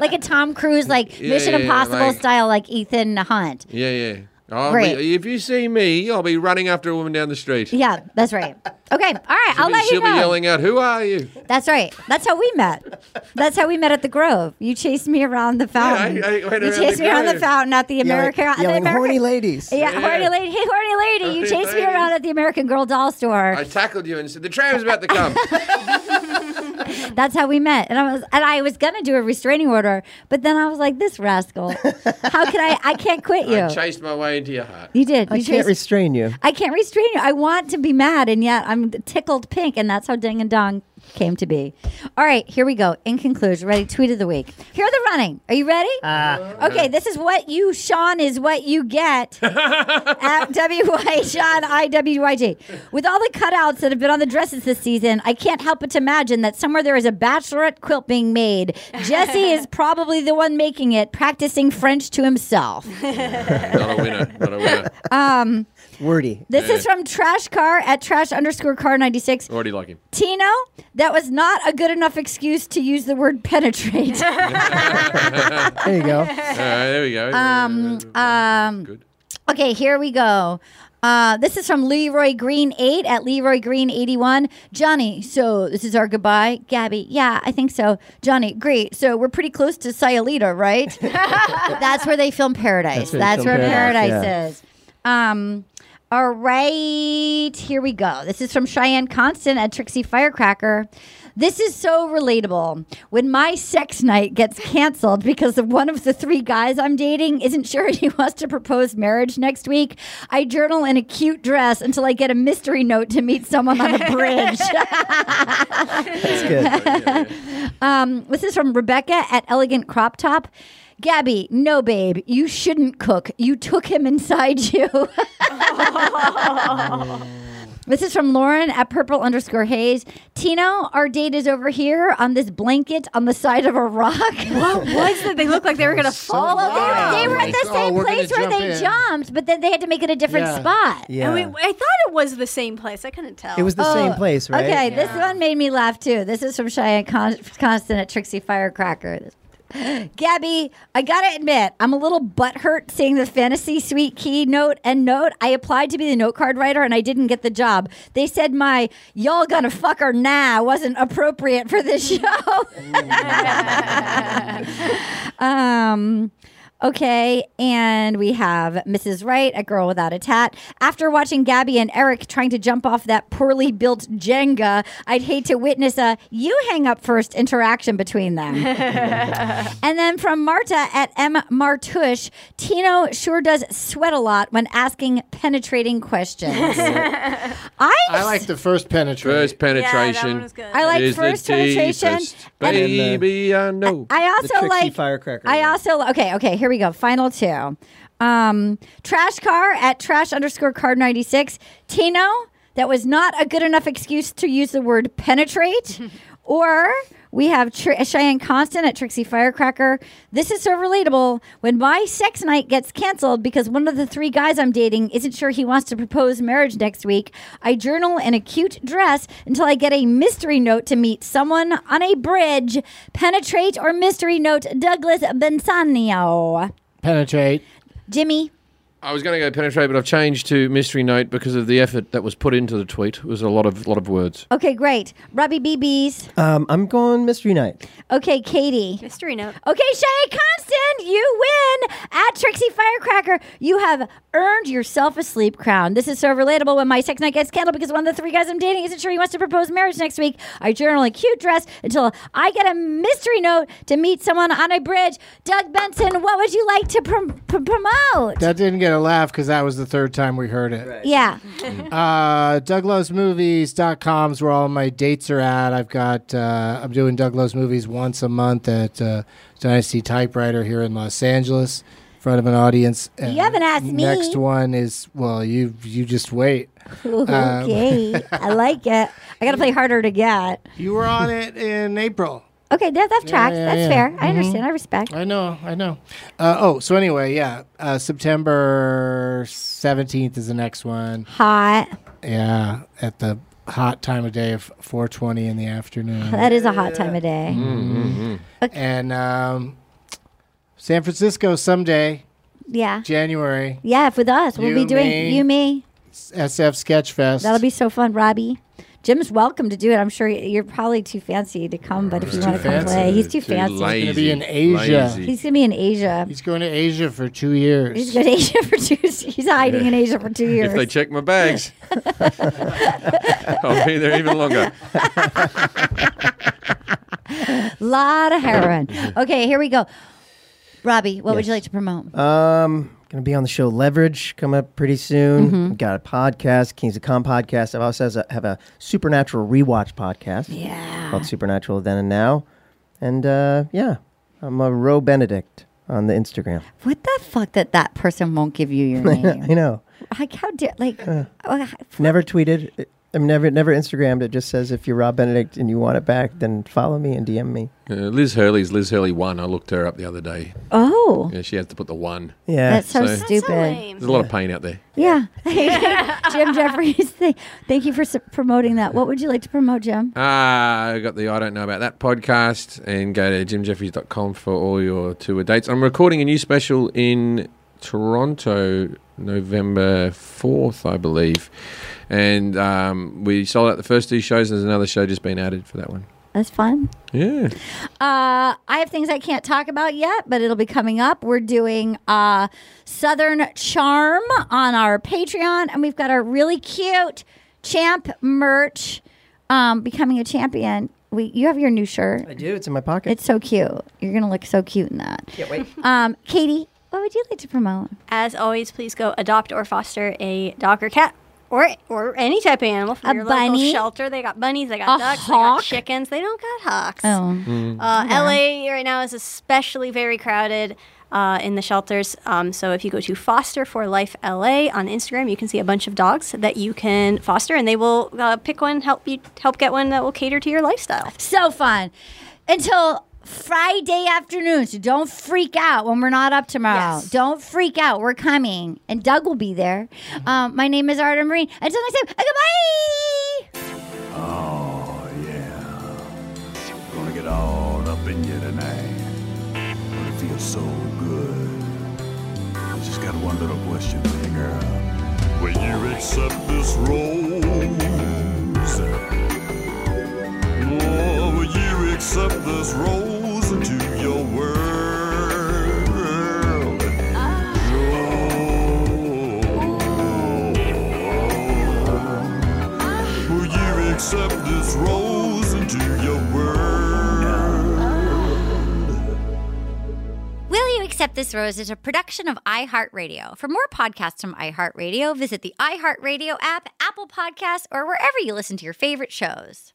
Speaker 2: Like a Tom Cruise, like
Speaker 5: <laughs> Yeah,
Speaker 2: Mission
Speaker 5: yeah,
Speaker 2: Impossible
Speaker 5: like-
Speaker 2: style, like Ethan Hunt.
Speaker 5: yeah, yeah. I'll
Speaker 2: Great.
Speaker 5: Be, if you see me, I'll be running after a woman down the street.
Speaker 2: Yeah, that's right. Okay, all right, I'll
Speaker 5: She'll be-
Speaker 2: let you
Speaker 5: she'll
Speaker 2: know.
Speaker 5: be yelling out, "Who are you?"
Speaker 2: That's right. That's how we met. That's how we met at the Grove. You chased me around the fountain.
Speaker 5: I- I went around
Speaker 2: you chased
Speaker 5: the
Speaker 2: me around the
Speaker 5: Grove.
Speaker 2: fountain at the American. at the
Speaker 3: yelling,
Speaker 2: American-
Speaker 3: horny ladies.
Speaker 2: Yeah,
Speaker 5: Yeah.
Speaker 2: horny lady. <laughs> Hey, horny lady. You
Speaker 5: Horny
Speaker 2: chased me
Speaker 5: lady.
Speaker 2: around at the American Girl doll store.
Speaker 5: I tackled you and said, "The tram's about
Speaker 2: <laughs>
Speaker 5: to come."
Speaker 2: That's how we met. And I was and I was gonna do a restraining order, but then I was like, this rascal. How can I? I can't quit you.
Speaker 5: <laughs> I chased my way into your heart.
Speaker 2: you did.
Speaker 3: I
Speaker 2: you
Speaker 3: can't
Speaker 2: chased-
Speaker 3: restrain you.
Speaker 2: I can't restrain you. I want to be mad, and yet I'm tickled pink, and that's how Ding and Dong came to be. All right, here we go. In conclusion, ready? Tweet of the week. Here are the running. Are you ready? okay, this is what you, Sean, is what you get at <laughs> WY Sean IWYG. With all the cutouts that have been on the dresses this season, I can't help but to imagine that somewhere there is a bachelorette quilt being made. Jesse is probably the one making it, practicing French to himself.
Speaker 5: <laughs> Not a winner. Not a winner.
Speaker 2: Um,
Speaker 3: Wordy.
Speaker 2: this is
Speaker 5: Yeah.
Speaker 2: from Trash Car at Trash underscore Car ninety six.
Speaker 5: Already
Speaker 2: <laughs>
Speaker 5: like him.
Speaker 2: Tino, that was not a good enough excuse to use the word penetrate.
Speaker 3: There you go.
Speaker 5: All right, there we go.
Speaker 2: um, um, Okay, here we go. Uh, this is from Leroy Green 8 at Leroy Green 81. Johnny, so this is our goodbye. Gabby, yeah, I think so. Johnny, great. So we're pretty close to Sayulita, right?
Speaker 10: <laughs>
Speaker 2: That's where they film Paradise.
Speaker 10: That's where they film
Speaker 2: That's where Paradise,
Speaker 10: Paradise,
Speaker 2: is. Um, all right, here we go. This is from Cheyenne Constant at Trixie Firecracker. This is so relatable. When my sex night gets canceled because of one of the three guys I'm dating isn't sure <laughs> he wants to propose marriage next week, I journal in a cute dress until I get a mystery note to meet someone on a bridge. <laughs> Um, this is from Rebecca at Elegant Crop Top. Gabby, no, babe, you shouldn't cook. You took him inside you. <laughs> this is from Lauren at Purple underscore Haze. Tino, our date is over here on this blanket on the side of a rock.
Speaker 6: <laughs> What was it? They looked like they were gonna fall.
Speaker 2: Well, they were- they were, at the
Speaker 6: Oh,
Speaker 2: same
Speaker 6: we're gonna
Speaker 2: place where
Speaker 6: jump
Speaker 2: they
Speaker 6: in.
Speaker 2: jumped, but then they had to make it a different
Speaker 6: Yeah.
Speaker 2: spot.
Speaker 6: And we, I thought it was the same place. I couldn't tell.
Speaker 2: It was the Oh, same
Speaker 3: place, right?
Speaker 2: Okay, this
Speaker 6: Yeah.
Speaker 2: one made me laugh too. This is from Cheyenne Con- Constant at Trixie Firecracker. <gasps> Gabby, I gotta admit, I'm a little butthurt seeing the fantasy suite key note and note. I applied to be the note card writer and I didn't get the job. They said my y'all gonna fuck or nah wasn't appropriate for this <laughs> show. Um, okay, and we have Mrs. Wright, a girl without a tat. After watching Gabby and Eric trying to jump off that poorly built Jenga, I'd hate to witness a you hang up first interaction between them.
Speaker 3: <laughs>
Speaker 2: and then from Marta at M. Martush, Tino sure does sweat a lot when asking penetrating questions. I,
Speaker 4: I like the first penetration.
Speaker 5: First penetration.
Speaker 2: I like
Speaker 5: is the
Speaker 2: first penetration
Speaker 5: deepest.
Speaker 2: and- And
Speaker 5: Baby, I know.
Speaker 2: I also like I also okay. Okay, here we go. Final two. Um, trash car at trash underscore card ninety six. Tino, that was not a good enough excuse to use the word penetrate. or we have Tri- Cheyenne Constant at Trixie Firecracker. This is so relatable. When my sex night gets canceled because one of the three guys I'm dating isn't sure he wants to propose marriage next week, I journal in a cute dress until I get a mystery note to meet someone on a bridge. Penetrate or mystery note Douglas Bensanio.
Speaker 4: <laughs> Penetrate.
Speaker 2: Jimmy.
Speaker 5: I was going to go penetrate, but I've changed to mystery note because of the effort that was put into the tweet. It was a lot of lot of words.
Speaker 2: Okay, great. Robbie BB's.
Speaker 3: Um, I'm going mystery night.
Speaker 2: Okay, Katie.
Speaker 6: Mystery note.
Speaker 2: Okay, Shay Constant, you win at Trixie Firecracker. You have earned yourself a sleep crown. This is so relatable when my sex night gets candled because one of the three guys I'm dating isn't sure he wants to propose marriage next week. I journal a cute dress until I get a mystery note to meet someone on a bridge. Doug Benson, what would you like to prom- pr- promote?
Speaker 4: That didn't get a laugh because that was the third time we heard it.
Speaker 2: Yeah.
Speaker 4: Uh, DouglasMovies.com's where all my dates are at. I've got, uh, I'm doing Douglas Movies once a month at uh, Dynasty Typewriter here in Los Angeles in front of an audience. And
Speaker 2: You haven't asked me.
Speaker 4: Next one is, well, you you just wait. Um,
Speaker 2: okay. I like it. I got to play harder to get.
Speaker 4: You were on it in April.
Speaker 2: Okay, that, that
Speaker 4: Yeah,
Speaker 2: tracks.
Speaker 4: yeah,
Speaker 2: That's
Speaker 4: yeah.
Speaker 2: fair. I
Speaker 4: Mhm.
Speaker 2: understand. I respect.
Speaker 4: I know, I know. Uh, oh, so anyway, yeah, uh, September 17th is the next one.
Speaker 2: Hot.
Speaker 4: Yeah, at the hot time of day of 4:20 in the afternoon.
Speaker 2: That is a hot time of day.
Speaker 4: Mm, And um, San Francisco someday,
Speaker 2: Yeah.
Speaker 4: January,
Speaker 2: Yeah, with us. We'll
Speaker 4: You,
Speaker 2: be doing
Speaker 4: me.
Speaker 2: you, me.
Speaker 4: SF Sketchfest.
Speaker 2: That'll be so fun, Robbie. Jim's welcome to do it. I'm sure you're probably too fancy to come, but if you
Speaker 4: too
Speaker 2: want to come
Speaker 4: fancy.
Speaker 2: play, he's too,
Speaker 4: Too
Speaker 2: fancy.
Speaker 4: He's gonna be in Asia. lazy.
Speaker 2: He's gonna be in Asia.
Speaker 4: He's going to Asia for two years.
Speaker 2: He's going to Asia for two. <laughs> He's hiding in Asia for two years.
Speaker 5: If they check my
Speaker 2: <laughs>
Speaker 5: bags, I'll be there even longer.
Speaker 2: Lot of heroin. Okay, here we go. Robbie, what would you like to promote?
Speaker 3: Um, Going to be on the show Leverage, come up pretty soon.
Speaker 2: Mhm.
Speaker 3: We've got a podcast, Kings of Com podcast. I also has a, have a Supernatural rewatch podcast. Yeah. Called Supernatural Then and Now. And uh, yeah, I'm a Roe Benedict on the Instagram.
Speaker 2: What the fuck that that person won't give you your name?
Speaker 3: <laughs> I know. Uh.
Speaker 2: Like how dare like oh,
Speaker 3: Never tweeted. it- I'm never never Instagrammed. It just says if you're Rob Benedict and you want it back, then follow me and DM me.
Speaker 5: Uh, Liz Hurley's Liz Hurley one. I looked her up the other day.
Speaker 2: Oh.
Speaker 5: yeah, she had to put the one.
Speaker 2: Yeah. That's so stupid.
Speaker 5: There's a lot of pain out there.
Speaker 3: <laughs>
Speaker 2: yeah. <laughs> Jim Jeffries, th- thank you for s- promoting that. What would you like to promote, Jim?
Speaker 5: Ah, I got the I Don't Know About That podcast and go to jimjeffries.com for all your tour dates. I'm recording a new special in Toronto November 4th, I believe. And um, we sold out the first two shows, and there's another show just been added for that one.
Speaker 2: That's fun.
Speaker 5: Yeah.
Speaker 2: Uh, I have things I can't talk about yet, but it'll be coming up. We're doing uh, Southern Charm on our Patreon, and we've got our really cute champ merch. Um, becoming a champion. We you have your new shirt. I
Speaker 3: do. It's in my pocket.
Speaker 2: It's so cute. You're gonna look so cute in that. Can't wait. Um, Katie, what would you like to promote?
Speaker 6: As always, please go adopt or foster a dog or cat or or any type of animal from
Speaker 2: A
Speaker 6: your
Speaker 2: bunny?
Speaker 6: local shelter. They got bunnies, they got
Speaker 2: A
Speaker 6: ducks, they got chickens. They don't got hawks.
Speaker 2: Oh.
Speaker 6: Uh,
Speaker 2: Yeah.
Speaker 6: LA right now is especially very crowded uh, in the shelters. Um, so if you go to Foster for Life LA on Instagram, you can see a bunch of dogs that you can foster, and they will uh, pick one, help you help get one that will cater to your lifestyle.
Speaker 2: So fun. Until Friday afternoon. So don't freak out when we're not up tomorrow. Don't freak out. We're coming. And Doug will be there.
Speaker 6: Mm-hmm.
Speaker 2: Um, my name is Arda Marine. Until next time, goodbye.
Speaker 10: Oh, yeah. Gonna get all up in you tonight. Gonna feel so good. I just got one little question for you, girl. Will you accept this rose? Oh, will you accept this rose into your world? Will you accept this rose into your world?
Speaker 11: Will You Accept This Rose is a production of iHeartRadio. For more podcasts from iHeartRadio, visit the iHeartRadio app, Apple Podcasts, or wherever you listen to your favorite shows.